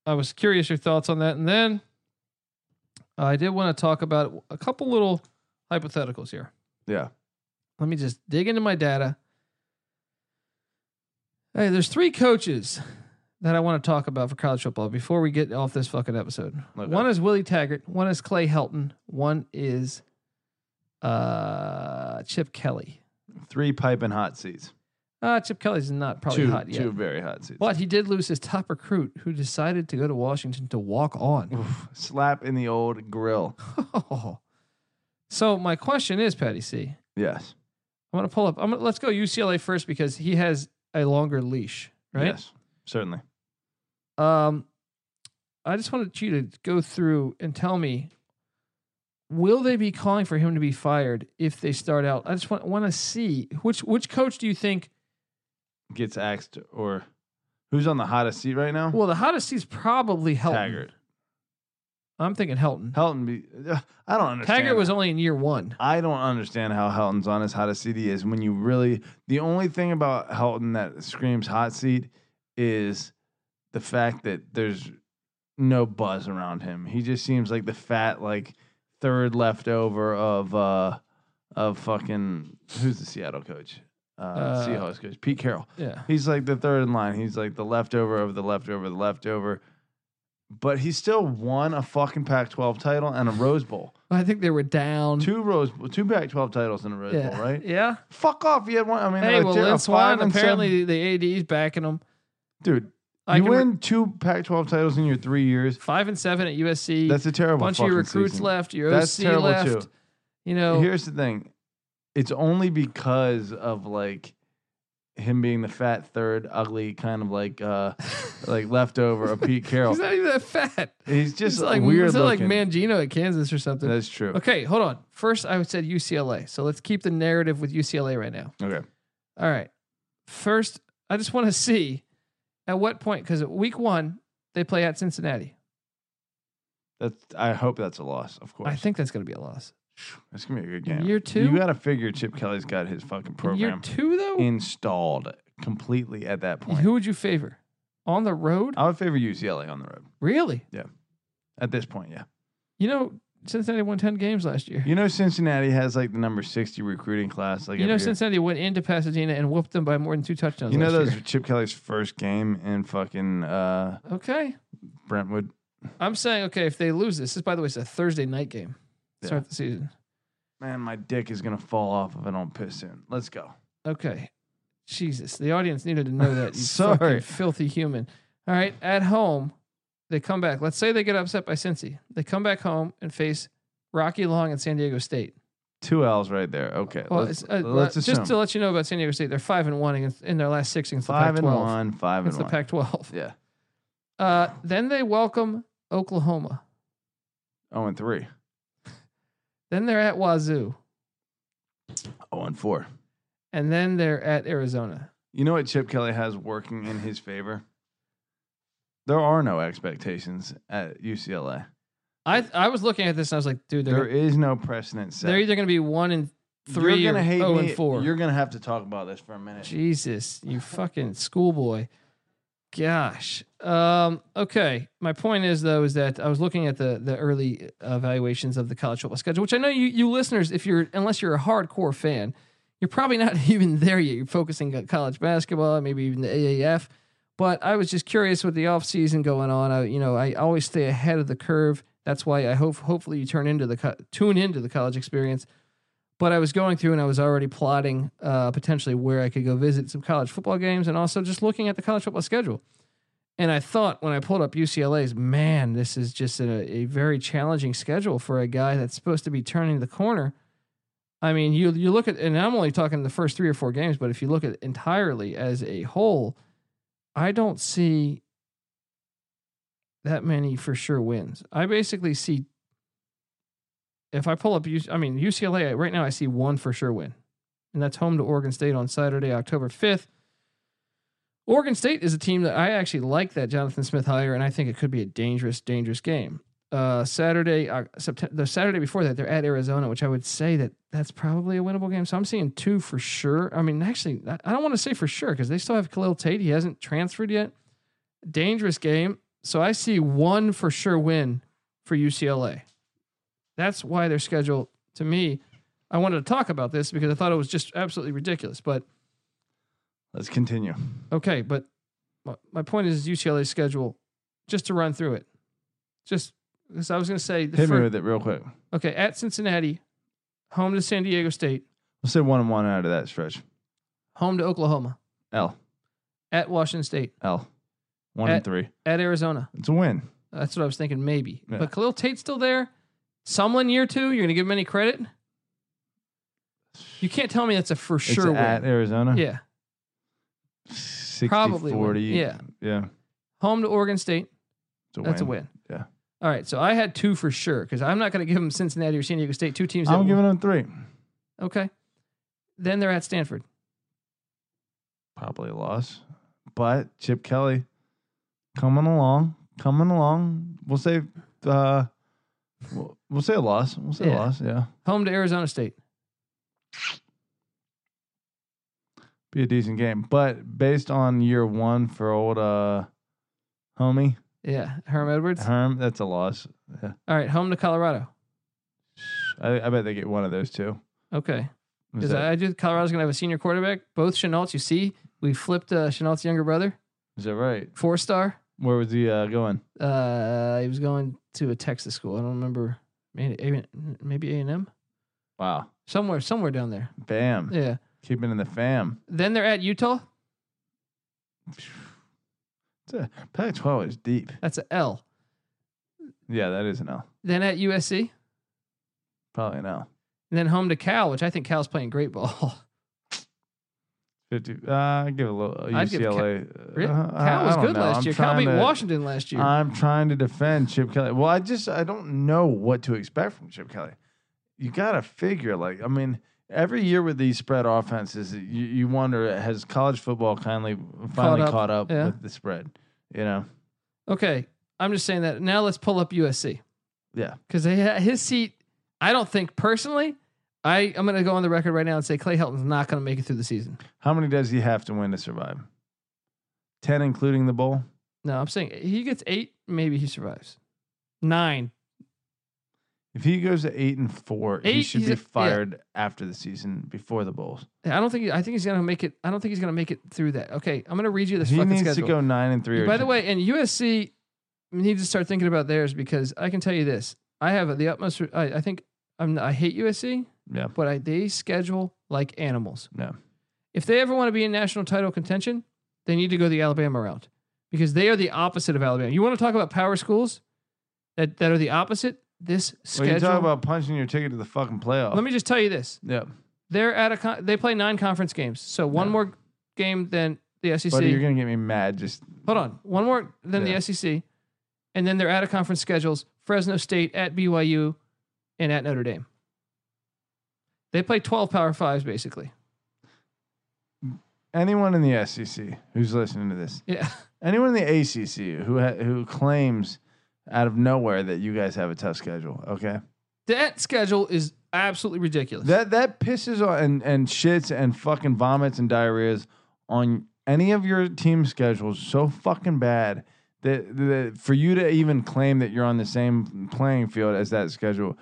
A: I was curious your thoughts on that, and then I did want to talk about a couple little hypotheticals here.
B: Yeah.
A: let me just dig into my data. Hey, there's three coaches that I want to talk about for college football before we get off this fucking episode.
B: Okay.
A: One is Willie Taggart, one is Clay Helton, one is uh Chip Kelly.
B: Three piping hot seats.
A: Uh Chip Kelly's not probably
B: two,
A: hot yet.
B: two very hot seats.
A: But he did lose his top recruit who decided to go to Washington to walk on. *laughs*
B: Oof, slap in the old grill.
A: so my question is, Patty C,
B: Yes.
A: I'm gonna pull up I'm gonna let's go UCLA first because he has a longer leash, right?
B: Yes. Certainly.
A: Um, I just wanted you to go through and tell me will they be calling for him to be fired if they start out? I just want want to see which which coach do you think?
B: Gets axed or who's on the hottest seat right now?
A: Well, the hottest seat's probably Helton.
B: Taggart.
A: I'm thinking Helton.
B: Helton. Be, ugh, I don't understand.
A: Taggart was only in year one.
B: I don't understand how Helton's on his hottest seat he is when you really the only thing about Helton that screams hot seat is the fact that there's no buzz around him. He just seems like the fat like third leftover of uh of fucking who's the Seattle coach? Uh,
A: Uh,
B: Seahawks coach Pete Carroll.
A: Yeah.
B: He's like the third in line. He's like the leftover of the leftover, the leftover. But he still won a fucking Pac-12 title and a Rose Bowl.
A: I think they were down.
B: Two Rose, two Pac-12 titles in a Rose
A: yeah.
B: Bowl, right?
A: Yeah.
B: Fuck off! You had one. I mean,
A: Hey,
B: a
A: well,
B: di- a
A: Lynn
B: five
A: Swan,
B: and
A: apparently the AD's backing him.
B: seven- dude,
A: I
B: you
A: can re-
B: win two Pac-12 titles in your three years.
A: five and seven at USC.
B: That's a terrible.
A: bunch of your
B: fucking
A: recruits
B: season.
A: left. Your
B: That's
A: OC
B: terrible
A: left.
B: too.
A: You know,
B: Here's the thing: it's only because of like him being the fat third, ugly kind of like uh
A: *laughs*
B: like leftover of Pete Carroll.
A: he's not even that fat.
B: He's just
A: he's like
B: weird
A: he's not like
B: looking.
A: Mangino at Kansas or something.
B: That's true.
A: Okay, hold on. First, I said UCLA. So let's keep the narrative with UCLA right now.
B: Okay.
A: All right. First, I just want to see at what point, because week one, they play at Cincinnati.
B: That's. I hope that's a loss. Of course,
A: I think that's going to be a loss.
B: it's gonna be a good
A: In
B: game.
A: year two?
B: you got to figure Chip Kelly's got his fucking
A: In year
B: program
A: two, though,
B: installed completely at that point. Uh,
A: who would you favor? On the road?
B: I would favor UCLA on the road
A: Really?
B: at this point. Yeah,
A: You know, Cincinnati won 10 games last year.
B: you know Cincinnati has like the number sixty recruiting class. Like
A: You know,
B: every year.
A: Cincinnati went into Pasadena and whooped them by more than two touchdowns.
B: You know
A: last
B: that was
A: year.
B: Chip Kelly's first game in fucking uh,
A: Okay.
B: Brentwood.
A: I'm saying, okay, if they lose this, this, by the way, is a Thursday night game. to
B: Yeah.
A: Start the season.
B: Man, my dick is gonna fall off if I don't piss soon. Let's go.
A: Okay. Jesus. The audience needed to know
B: *laughs*
A: that. You
B: Sorry.
A: fucking filthy human. All right. At home, they come back. Let's say they get upset by Cincy. They come back home and face Rocky Long and San Diego State.
B: Two L's right there. Okay,
A: Well,
B: let's,
A: it's, uh,
B: let's
A: uh,
B: assume
A: just to let you know about San Diego State, they're five and one against, in their last six against
B: five
A: the
B: and
A: Pac-12.
B: one, five and
A: against the
B: one.
A: Pac-12.
B: yeah,
A: Uh, then they welcome Oklahoma.
B: zero oh and three,
A: Then they're at Wazoo,
B: zero Oh and four.
A: and then they're at Arizona.
B: You know what Chip Kelly has working in his favor? There are no expectations at UCLA.
A: I I was looking at this and I was like, dude,
B: There
A: they're
B: is no precedent set.
A: they're either going to be one and three
B: You're gonna
A: or
B: hate
A: oh
B: me.
A: and four.
B: You're gonna have to talk about this for a minute.
A: Jesus, you fucking schoolboy. Gosh. Um, okay. My point is though is that I was looking at the the early uh, evaluations of the college football schedule, which I know you you listeners, if you're unless you're a hardcore fan, you're probably not *laughs* even there yet. You're focusing on college basketball, maybe even the AAF. But I was just curious with the offseason going on. I you know I always stay ahead of the curve. That's why I hope hopefully you turn into the co- tune into the college experience but I was going through and I was already plotting uh, potentially where I could go visit some college football games and also just looking at the college football schedule. And I thought when I pulled up UCLA's, man, this is just a, a very challenging schedule for a guy that's supposed to be turning the corner. I mean, you you look at, and I'm only talking the first three or four games, but if you look at it entirely as a whole, I don't see that many for sure wins. I basically see if I pull up, U- I mean UCLA right now, I see one for sure win, and that's home to Oregon State on Saturday, October fifth. Oregon State is a team that I actually like that Jonathan Smith hire, and I think it could be a dangerous, dangerous game. Uh, Saturday, uh, September, the Saturday before that, they're at Arizona, which I would say that that's probably a winnable game. So I'm seeing two for sure. I mean, actually, I I don't want to say for sure because they still have Khalil Tate. He hasn't transferred yet. Dangerous game. So I see one for sure win for UCLA. That's why their schedule, to me, I wanted to talk about this because I thought it was just absolutely ridiculous. But
B: Let's continue.
A: okay, but my, my point is UCLA's schedule, just to run through it. Just because I was going to say, the
B: Hit me
A: fir-
B: with it real quick.
A: okay, at Cincinnati, home to San Diego State,
B: We'll say one and one out of that stretch.
A: home to Oklahoma,
B: L
A: at Washington State,
B: L, one
A: At-
B: and three.
A: at Arizona.
B: It's a win.
A: That's what I was thinking, maybe.
B: Yeah.
A: But Khalil Tate's still there. Sumlin year two, you're going to give him any credit? You can't tell me that's a for
B: It's
A: sure
B: at
A: win.
B: Arizona.
A: Yeah.
B: 60,
A: Probably win.
B: 40.
A: Yeah.
B: yeah.
A: Home to Oregon State.
B: It's a
A: That's a win.
B: Yeah.
A: All right, so I had two for sure because I'm not going to give them Cincinnati or San Diego State. Two teams. That
B: I'm giving them three.
A: okay. Then they're at Stanford.
B: Probably a loss, but Chip Kelly coming along, coming along. We'll say, uh, we'll, we'll say a loss. We'll say
A: Yeah.
B: a loss. Yeah,
A: Home to Arizona State.
B: be a decent game, but based on year one for old uh, homie
A: Yeah, Herm Edwards.
B: Herm, that's a loss.
A: All right, home to Colorado.
B: I, I bet they get one of those two.
A: Okay,
B: Is
A: because
B: that,
A: I do. Colorado's going to have a senior quarterback. Both Chenaults. You see, we flipped uh, Chenault's younger brother,
B: is that right?
A: four star.
B: Where was he uh, going?
A: Uh, he was going to a Texas school. I don't remember. Maybe maybe A and M.
B: Wow,
A: Somewhere somewhere down there.
B: bam,
A: Yeah.
B: keeping in the fam.
A: Then they're at Utah.
B: Pac-12 is deep.
A: That's a L.
B: Yeah, that is an L.
A: Then at USC, and
B: Probably an L.
A: then home to Cal, which I think Cal's playing great ball. *laughs*
B: Fifty. Uh, I give a little uh,
A: I'd give Cal-
B: UCLA.
A: Really?
B: uh, I-
A: Cal
B: I
A: was
B: don't
A: good
B: know.
A: last
B: I'm
A: year. Cal
B: trying
A: beat
B: to-
A: Washington last year.
B: I'm trying to defend Chip Kelly. Well, I just I don't know what to expect from Chip Kelly. You gotta figure like I mean every year with these spread offenses, you, you wonder has college football kindly finally
A: up,
B: caught up,
A: yeah.
B: with the spread. You know,
A: okay, I'm just saying that. Now let's pull up USC
B: yeah.
A: because his seat. I don't think personally. I I'm going to go on the record right now and say Clay Helton's not going to make it through the season.
B: How many does he have to win to survive? Ten, including the bowl.
A: No, I'm saying he gets eight, maybe he survives. Nine.
B: If he goes to eight and four, he
A: Eight,
B: should
A: he's
B: be
A: a- yeah.
B: fired after the season, before the bowls.
A: I don't think. I think he's going to make it. I don't think he's going to make it through that. Okay, I'm going to read you this
B: he
A: fucking
B: needs
A: schedule.
B: to go nine and three. or
A: By the
B: 10.
A: way, and USC needs to start thinking about theirs because I can tell you this: I have the utmost. I, I think I'm. I hate USC,
B: yeah,
A: but I, they schedule like animals.
B: Yeah.
A: If they ever want to be in national title contention, they need to go the Alabama route because they are the opposite of Alabama. You want to talk about power schools that that are the opposite? This
B: when you
A: schedule.
B: talk about punching your ticket to the fucking playoff,
A: let me just tell you this:
B: yeah,
A: they're at a con- they play nine conference games, so one
B: Yeah.
A: more game than the E SEC.
B: but you're gonna get me mad. Just
A: Hold on. One more than
B: Yeah.
A: the SEC, and then they're out of conference schedules. Fresno State at BYU and at Notre Dame. They play 12 power fives basically.
B: anyone in the SEC who's listening to this,
A: Yeah. *laughs*
B: anyone in the ACC who ha- who claims out of nowhere that you guys have a tough schedule, okay?
A: That schedule is absolutely ridiculous.
B: That that pisses on and, and shits and fucking vomits and diarrheas on any of your team schedules so fucking bad that, that for you to even claim that you're on the same playing field as that schedule,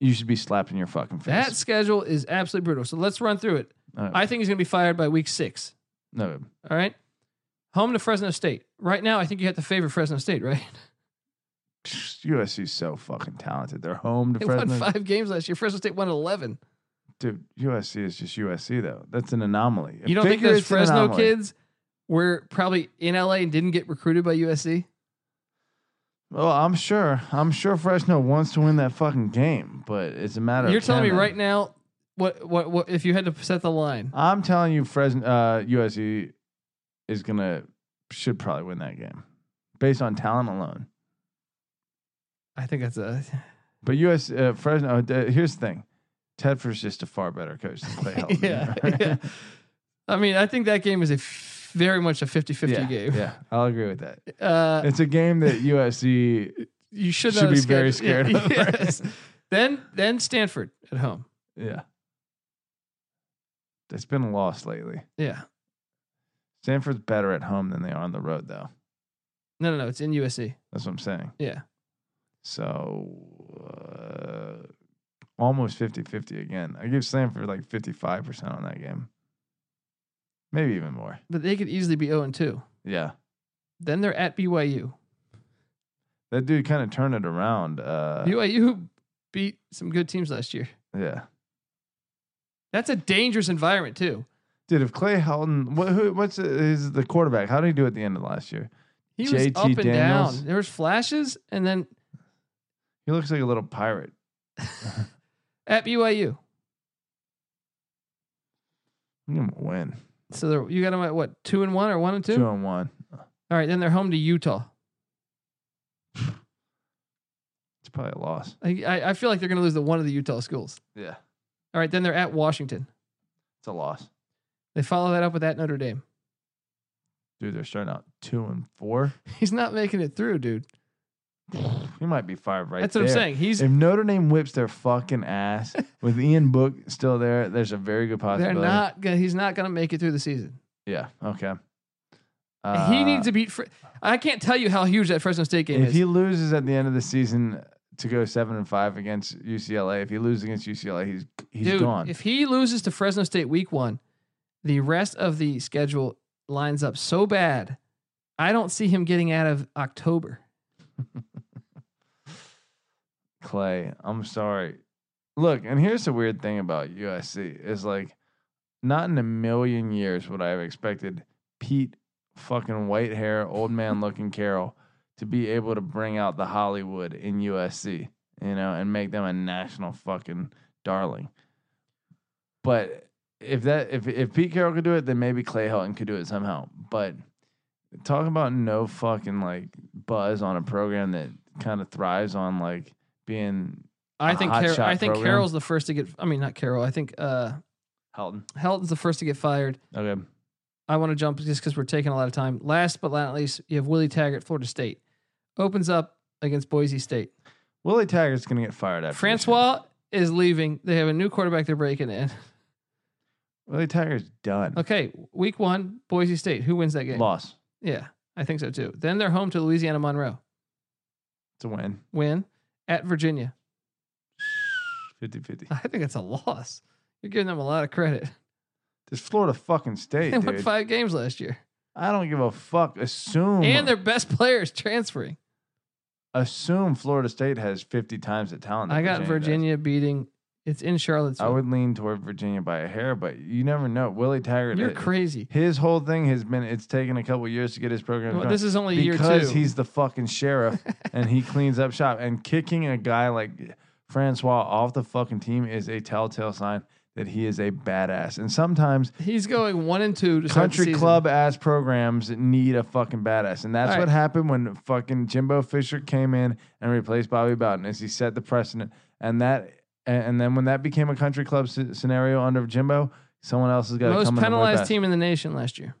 B: you should be slapped in your fucking face.
A: that schedule is absolutely brutal. So let's run through it.
B: All right.
A: I think he's going to be fired by week 6.
B: no.
A: All right? Home to Fresno State. Right now I think you have to favor Fresno State, right? *laughs*
B: USC is so fucking talented. They're home to
A: They
B: Fresno.
A: won 5 games last year. Fresno State won 11.
B: Dude, USC is just USC though. That's an anomaly.
A: You don't think
B: Figure
A: those
B: it's an
A: Fresno
B: anomaly.
A: kids were probably in LA and didn't get recruited by USC?
B: Well, I'm sure. I'm sure Fresno wants to win that fucking game, but it's a matter.
A: You're
B: of
A: telling me
B: can they.
A: right now what what what if you had to set the line?
B: I'm telling you, Fresno uh, USC is gonna should probably win that game based on talent alone.
A: I think that's a
B: But US uh, Fresno. Uh, here's the thing: Tedford's just a far better coach than
A: *laughs*
B: Clay Helton.
A: yeah, yeah. *laughs* I mean, I think that game is a f- very much a 50-50
B: yeah,
A: game.
B: yeah. I'll agree with that.
A: Uh,
B: It's a game
A: *laughs*
B: that USC
A: you should,
B: should
A: not have
B: be
A: *laughs*
B: very
A: scheduled-
B: scared
A: yeah,
B: of. *laughs*
A: yes. Then then Stanford at home.
B: Yeah. It's been a loss lately.
A: Yeah.
B: Stanford's better at home than they are on the road, though.
A: No, no, no. It's in USC.
B: That's what I'm saying.
A: Yeah.
B: So uh, almost 50 50 again. I give Stanford like 55% on that game. Maybe even more.
A: But they could easily be 0 and 2.
B: Yeah.
A: Then they're at BYU.
B: That dude kind of turned it around. Uh,
A: BYU beat some good teams last year.
B: yeah.
A: That's a dangerous environment too.
B: Dude, if Clay Helton, what, who, what's his, the quarterback? How did he do at the end of last year?
A: He was
B: JT
A: up and
B: Daniels.
A: down. There was flashes and then
B: He looks like a little pirate.
A: at BYU.
B: I'm going to win.
A: So they're, you got them at what two and one or one and two?
B: Two on one.
A: All right, then they're home to Utah.
B: It's probably a loss.
A: I, I- I feel like they're going to lose to one of the Utah schools.
B: Yeah,
A: All right, then they're at Washington.
B: it's a loss.
A: They follow that up with at Notre Dame. *laughs*
B: Dude, they're starting out two and four.
A: He's not making it through, dude.
B: He might be fired right
A: That's
B: there.
A: what I'm saying. He's
B: If Notre Dame whips their fucking ass with Ian Book still there, there's a very good
A: they're
B: possibility.
A: not. Gonna, he's not going to make it through the season.
B: Yeah. Okay.
A: he
B: Uh,
A: needs to beat. Fre- I can't tell you how huge that Fresno State game
B: If
A: is.
B: he loses at the end of the season to go seven and five against UCLA, if he loses against UCLA, he's he's
A: Dude,
B: gone.
A: if he loses to Fresno State week one, the rest of the schedule lines up so bad. I don't see him getting out of October.
B: Clay, I'm sorry. Look, and here's the weird thing about USC is like, not in a million years would I have expected Pete fucking white hair, old man looking Carroll to be able to bring out the Hollywood in USC, you know, and make them a national fucking darling. But if that if if Pete Carroll could do it, then maybe Clay Helton could do it somehow. But talk about no fucking like buzz on a program that kind of thrives on like being
A: I
B: A
A: think.
B: hot
A: Car-
B: shot
A: I think
B: program.
A: Carroll's the first to get. I mean, not Carroll. I think uh,
B: Helton.
A: Helton's the first to get fired.
B: Okay.
A: I want to jump just because we're taking a lot of time. Last but not least, you have Willie Taggart, Florida State, opens up against Boise State.
B: Willie Taggart's gonna get fired after this year.
A: Francois is leaving. They have a new quarterback. They're breaking in. *laughs*
B: Willie Taggart's done.
A: Okay, week one, Boise State. Who wins that game?
B: Loss.
A: Yeah, I think so too. Then they're home to Louisiana Monroe.
B: It's a win.
A: Win at Virginia. *laughs*
B: 50-50.
A: I think that's a loss. You're giving them a lot of credit. *laughs*
B: This Florida fucking state,
A: They won
B: dude.
A: five games last year,
B: I don't give a fuck. Assume
A: and their best player is transferring.
B: assume Florida State has fifty times the talent. that
A: I got
B: does.
A: Virginia beating. It's in Charlottesville.
B: I would lean toward Virginia by a hair, but you never know. Willie Taggart.
A: You're
B: it-
A: crazy.
B: His whole thing has been it's taken a couple years to get his program
A: Well,
B: going
A: This is only year two.
B: because he's the
A: *laughs*
B: fucking sheriff and he cleans up shop. And kicking a guy like Francois off the fucking team is a telltale sign that he is a badass. And sometimes
A: He's going one and two to start the
B: country
A: season.
B: club ass programs need a fucking badass, and that's
A: All right.
B: what happened when fucking Jimbo Fisher came in and replaced Bobby Bowden, as he set the precedent, and that, and, and then when that became a country club s- scenario under Jimbo, someone else has got to
A: Most
B: come in and whip
A: penalized
B: ass.
A: team in the nation last year.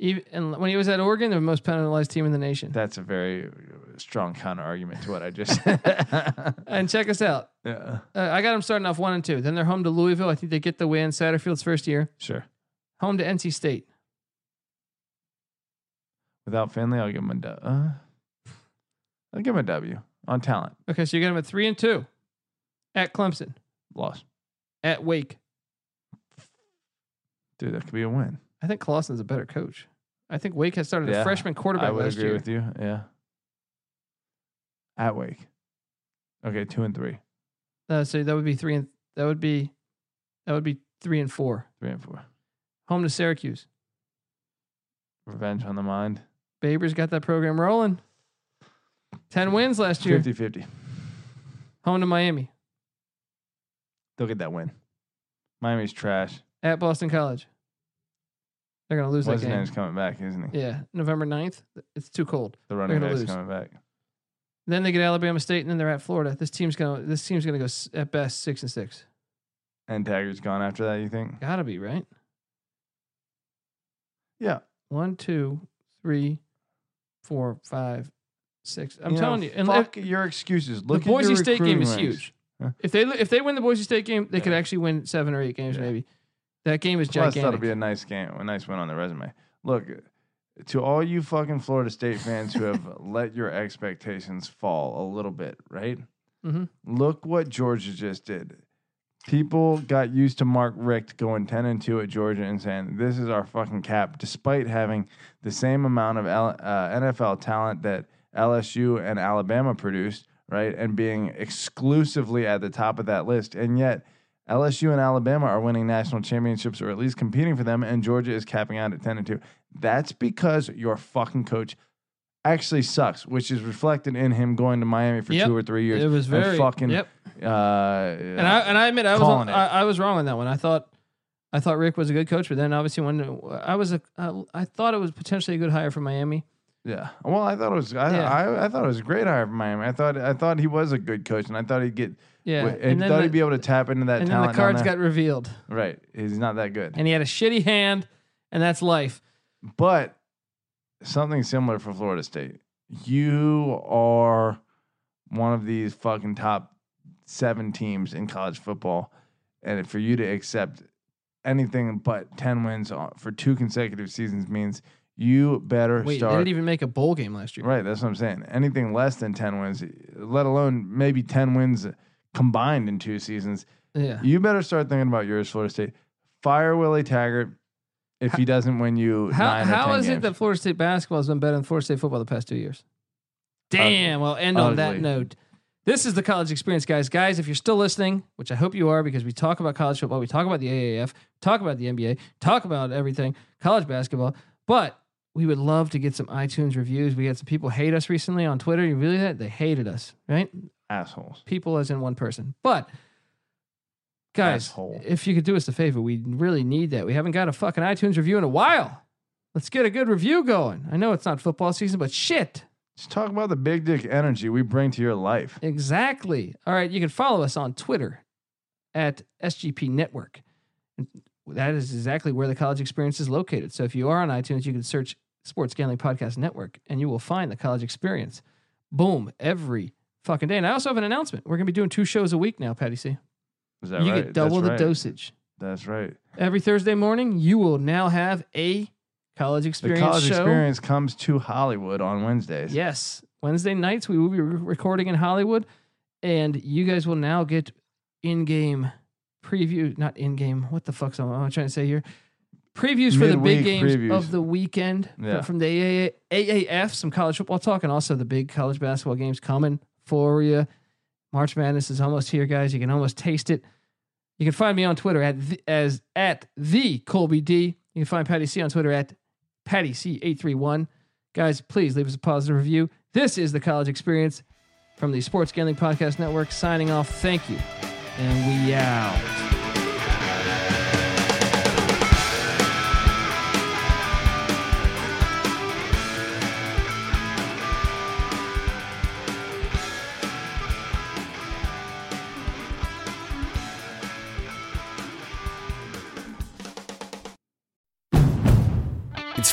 A: Even, and when he was at Oregon, the most penalized team in the nation.
B: That's a very strong counter argument to what
A: *laughs*
B: I just said. *laughs*
A: And check us out.
B: yeah,
A: Uh, I got them starting off one and two. Then they're home to Louisville. I think they get the win. Satterfield's first year.
B: sure.
A: Home to NC State.
B: Without Finley, I'll give him a du- uh, I'll give him a W on talent.
A: Okay, so you got them at three and two. At Clemson.
B: Loss,
A: At Wake.
B: dude. That could be a win.
A: I think Clausen's a better coach. I think Wake has started
B: Yeah,
A: a freshman
B: I
A: quarterback
B: would
A: last
B: agree
A: year.
B: with you. Yeah. At Wake. Okay, two and three,
A: Uh, so that would be three and that would be that would be three and four.
B: three and four.
A: Home to Syracuse.
B: Revenge on the mind.
A: Babers got that program rolling. 10 wins last year.
B: 50 50.
A: Home to Miami
B: They'll get that win. Miami's trash.
A: at Boston College. They're going to lose
B: What's
A: that
B: his
A: game.
B: name's coming back, isn't he?
A: Yeah, November 9th. It's too cold.
B: The running
A: gonna
B: back's
A: lose.
B: coming back.
A: Then they get Alabama State and then they're at Florida. This team's going to this team's going to go s- at best 6 and 6.
B: And Taggart's gone after that, you think?
A: Got to be, right?
B: Yeah.
A: One, two, three, four, five, six. I'm
B: know,
A: telling you. And if-
B: fuck your excuses.
A: the
B: Look at
A: Boise
B: your
A: State game
B: recruiting
A: is
B: ranks.
A: huge.
B: Huh?
A: If they if they win the Boise State game, they could
B: Yeah.
A: actually win 7 or 8 games
B: Yeah.
A: maybe. That game is
B: Plus,
A: gigantic.
B: that'll be a nice game, a nice win on the resume. Look, to all you fucking Florida State fans who have
A: *laughs*
B: let your expectations fall a little bit, right?
A: Mhm.
B: Look what Georgia just did. People got used to Mark Richt going 10 and 2 at Georgia and saying, this is our fucking cap, despite having the same amount of L- uh, NFL talent that LSU and Alabama produced, right? And being exclusively at the top of that list. And yet, LSU and Alabama are winning national championships or at least competing for them, and Georgia is capping out at 10 and 2. That's because your fucking coach actually sucks, which is reflected in him going to Miami for
A: Yep.
B: two or three years.
A: It was
B: and
A: very
B: fucking.
A: Yep.
B: Uh, and
A: And I and I admit I was on,
B: Calling it.
A: I, I was wrong on that one. I thought I thought Rick was a good coach, but then obviously when I was a I, I thought it was potentially a good hire for Miami.
B: Yeah. Well, I thought it was. I,
A: Yeah.
B: I, I thought it was a great hire for Miami. I thought I thought he was a good coach, and I thought he'd get.
A: Yeah,
B: I
A: and then
B: thought
A: the,
B: he'd be able to tap into that
A: and then
B: talent.
A: the
B: down
A: cards
B: there.
A: got revealed,
B: right. He's not that good.
A: and he had a shitty hand, and that's life.
B: But something similar for Florida State. You are one of these fucking top seven teams in college football, and for you to accept anything but ten wins on- for two consecutive seasons means you better
A: Wait,
B: start.
A: they didn't even make a bowl game last year.
B: Right, that's what I'm saying. Anything less than 10 wins, let alone maybe 10 wins combined in two seasons,
A: Yeah,
B: you better start thinking about yours, Florida State. Fire Willie Taggart if he doesn't win you
A: how
B: nine or
A: how
B: 10
A: is it
B: games.
A: that Florida State basketball has been better than Florida State football the past two years? Damn. well, end on that
B: ugly.
A: note. This is the college experience, guys. Guys, if you're still listening, which I hope you are, because we talk about college football, we talk about the AAF, talk about the NBA, talk about everything, college basketball. But we would love to get some iTunes reviews. We had some people hate us recently on Twitter. You really that they hated us, right?
B: Assholes.
A: people as in one person. But guys,
B: Asshole.
A: if you could do us a favor, we really need that. We haven't got a fucking iTunes review in a while. Let's get a good review going. I know it's not football season, but shit.
B: Just talk about the big dick energy we bring to your life.
A: Exactly. All right, you can follow us on Twitter at SGP Network. And that is exactly where the college experience is located. So if you are on iTunes, you can search Sports Gambling Podcast Network and you will find the college experience. Boom, every fucking day. And I also have an announcement. We're going to be doing two shows a week now, Patty C.
B: Is that
A: you
B: right?
A: get double
B: That's
A: the
B: right.
A: dosage
B: That's right.
A: every Thursday morning. You will now have a college
B: The
A: experience
B: college
A: show.
B: experience comes to Hollywood on Wednesdays.
A: Yes, Wednesday nights we will be re- recording in Hollywood, and you guys will now get in-game preview. Not in-game. What the fuck's am I trying to say here? Previews for the big
B: Midweek
A: games
B: previews.
A: of the weekend fr-
B: Yeah.
A: from the AA AAF, some college football talk, and also the big college basketball games coming for you. March Madness is almost here, guys. You can almost taste it. You can find me on Twitter at the, as at the Colby D. You can find Patty C on Twitter at Patty C eight three one. Guys, please leave us a positive review. This is the college experience from the Sports Gambling Podcast Network. Signing off. Thank you, and we out.
C: It's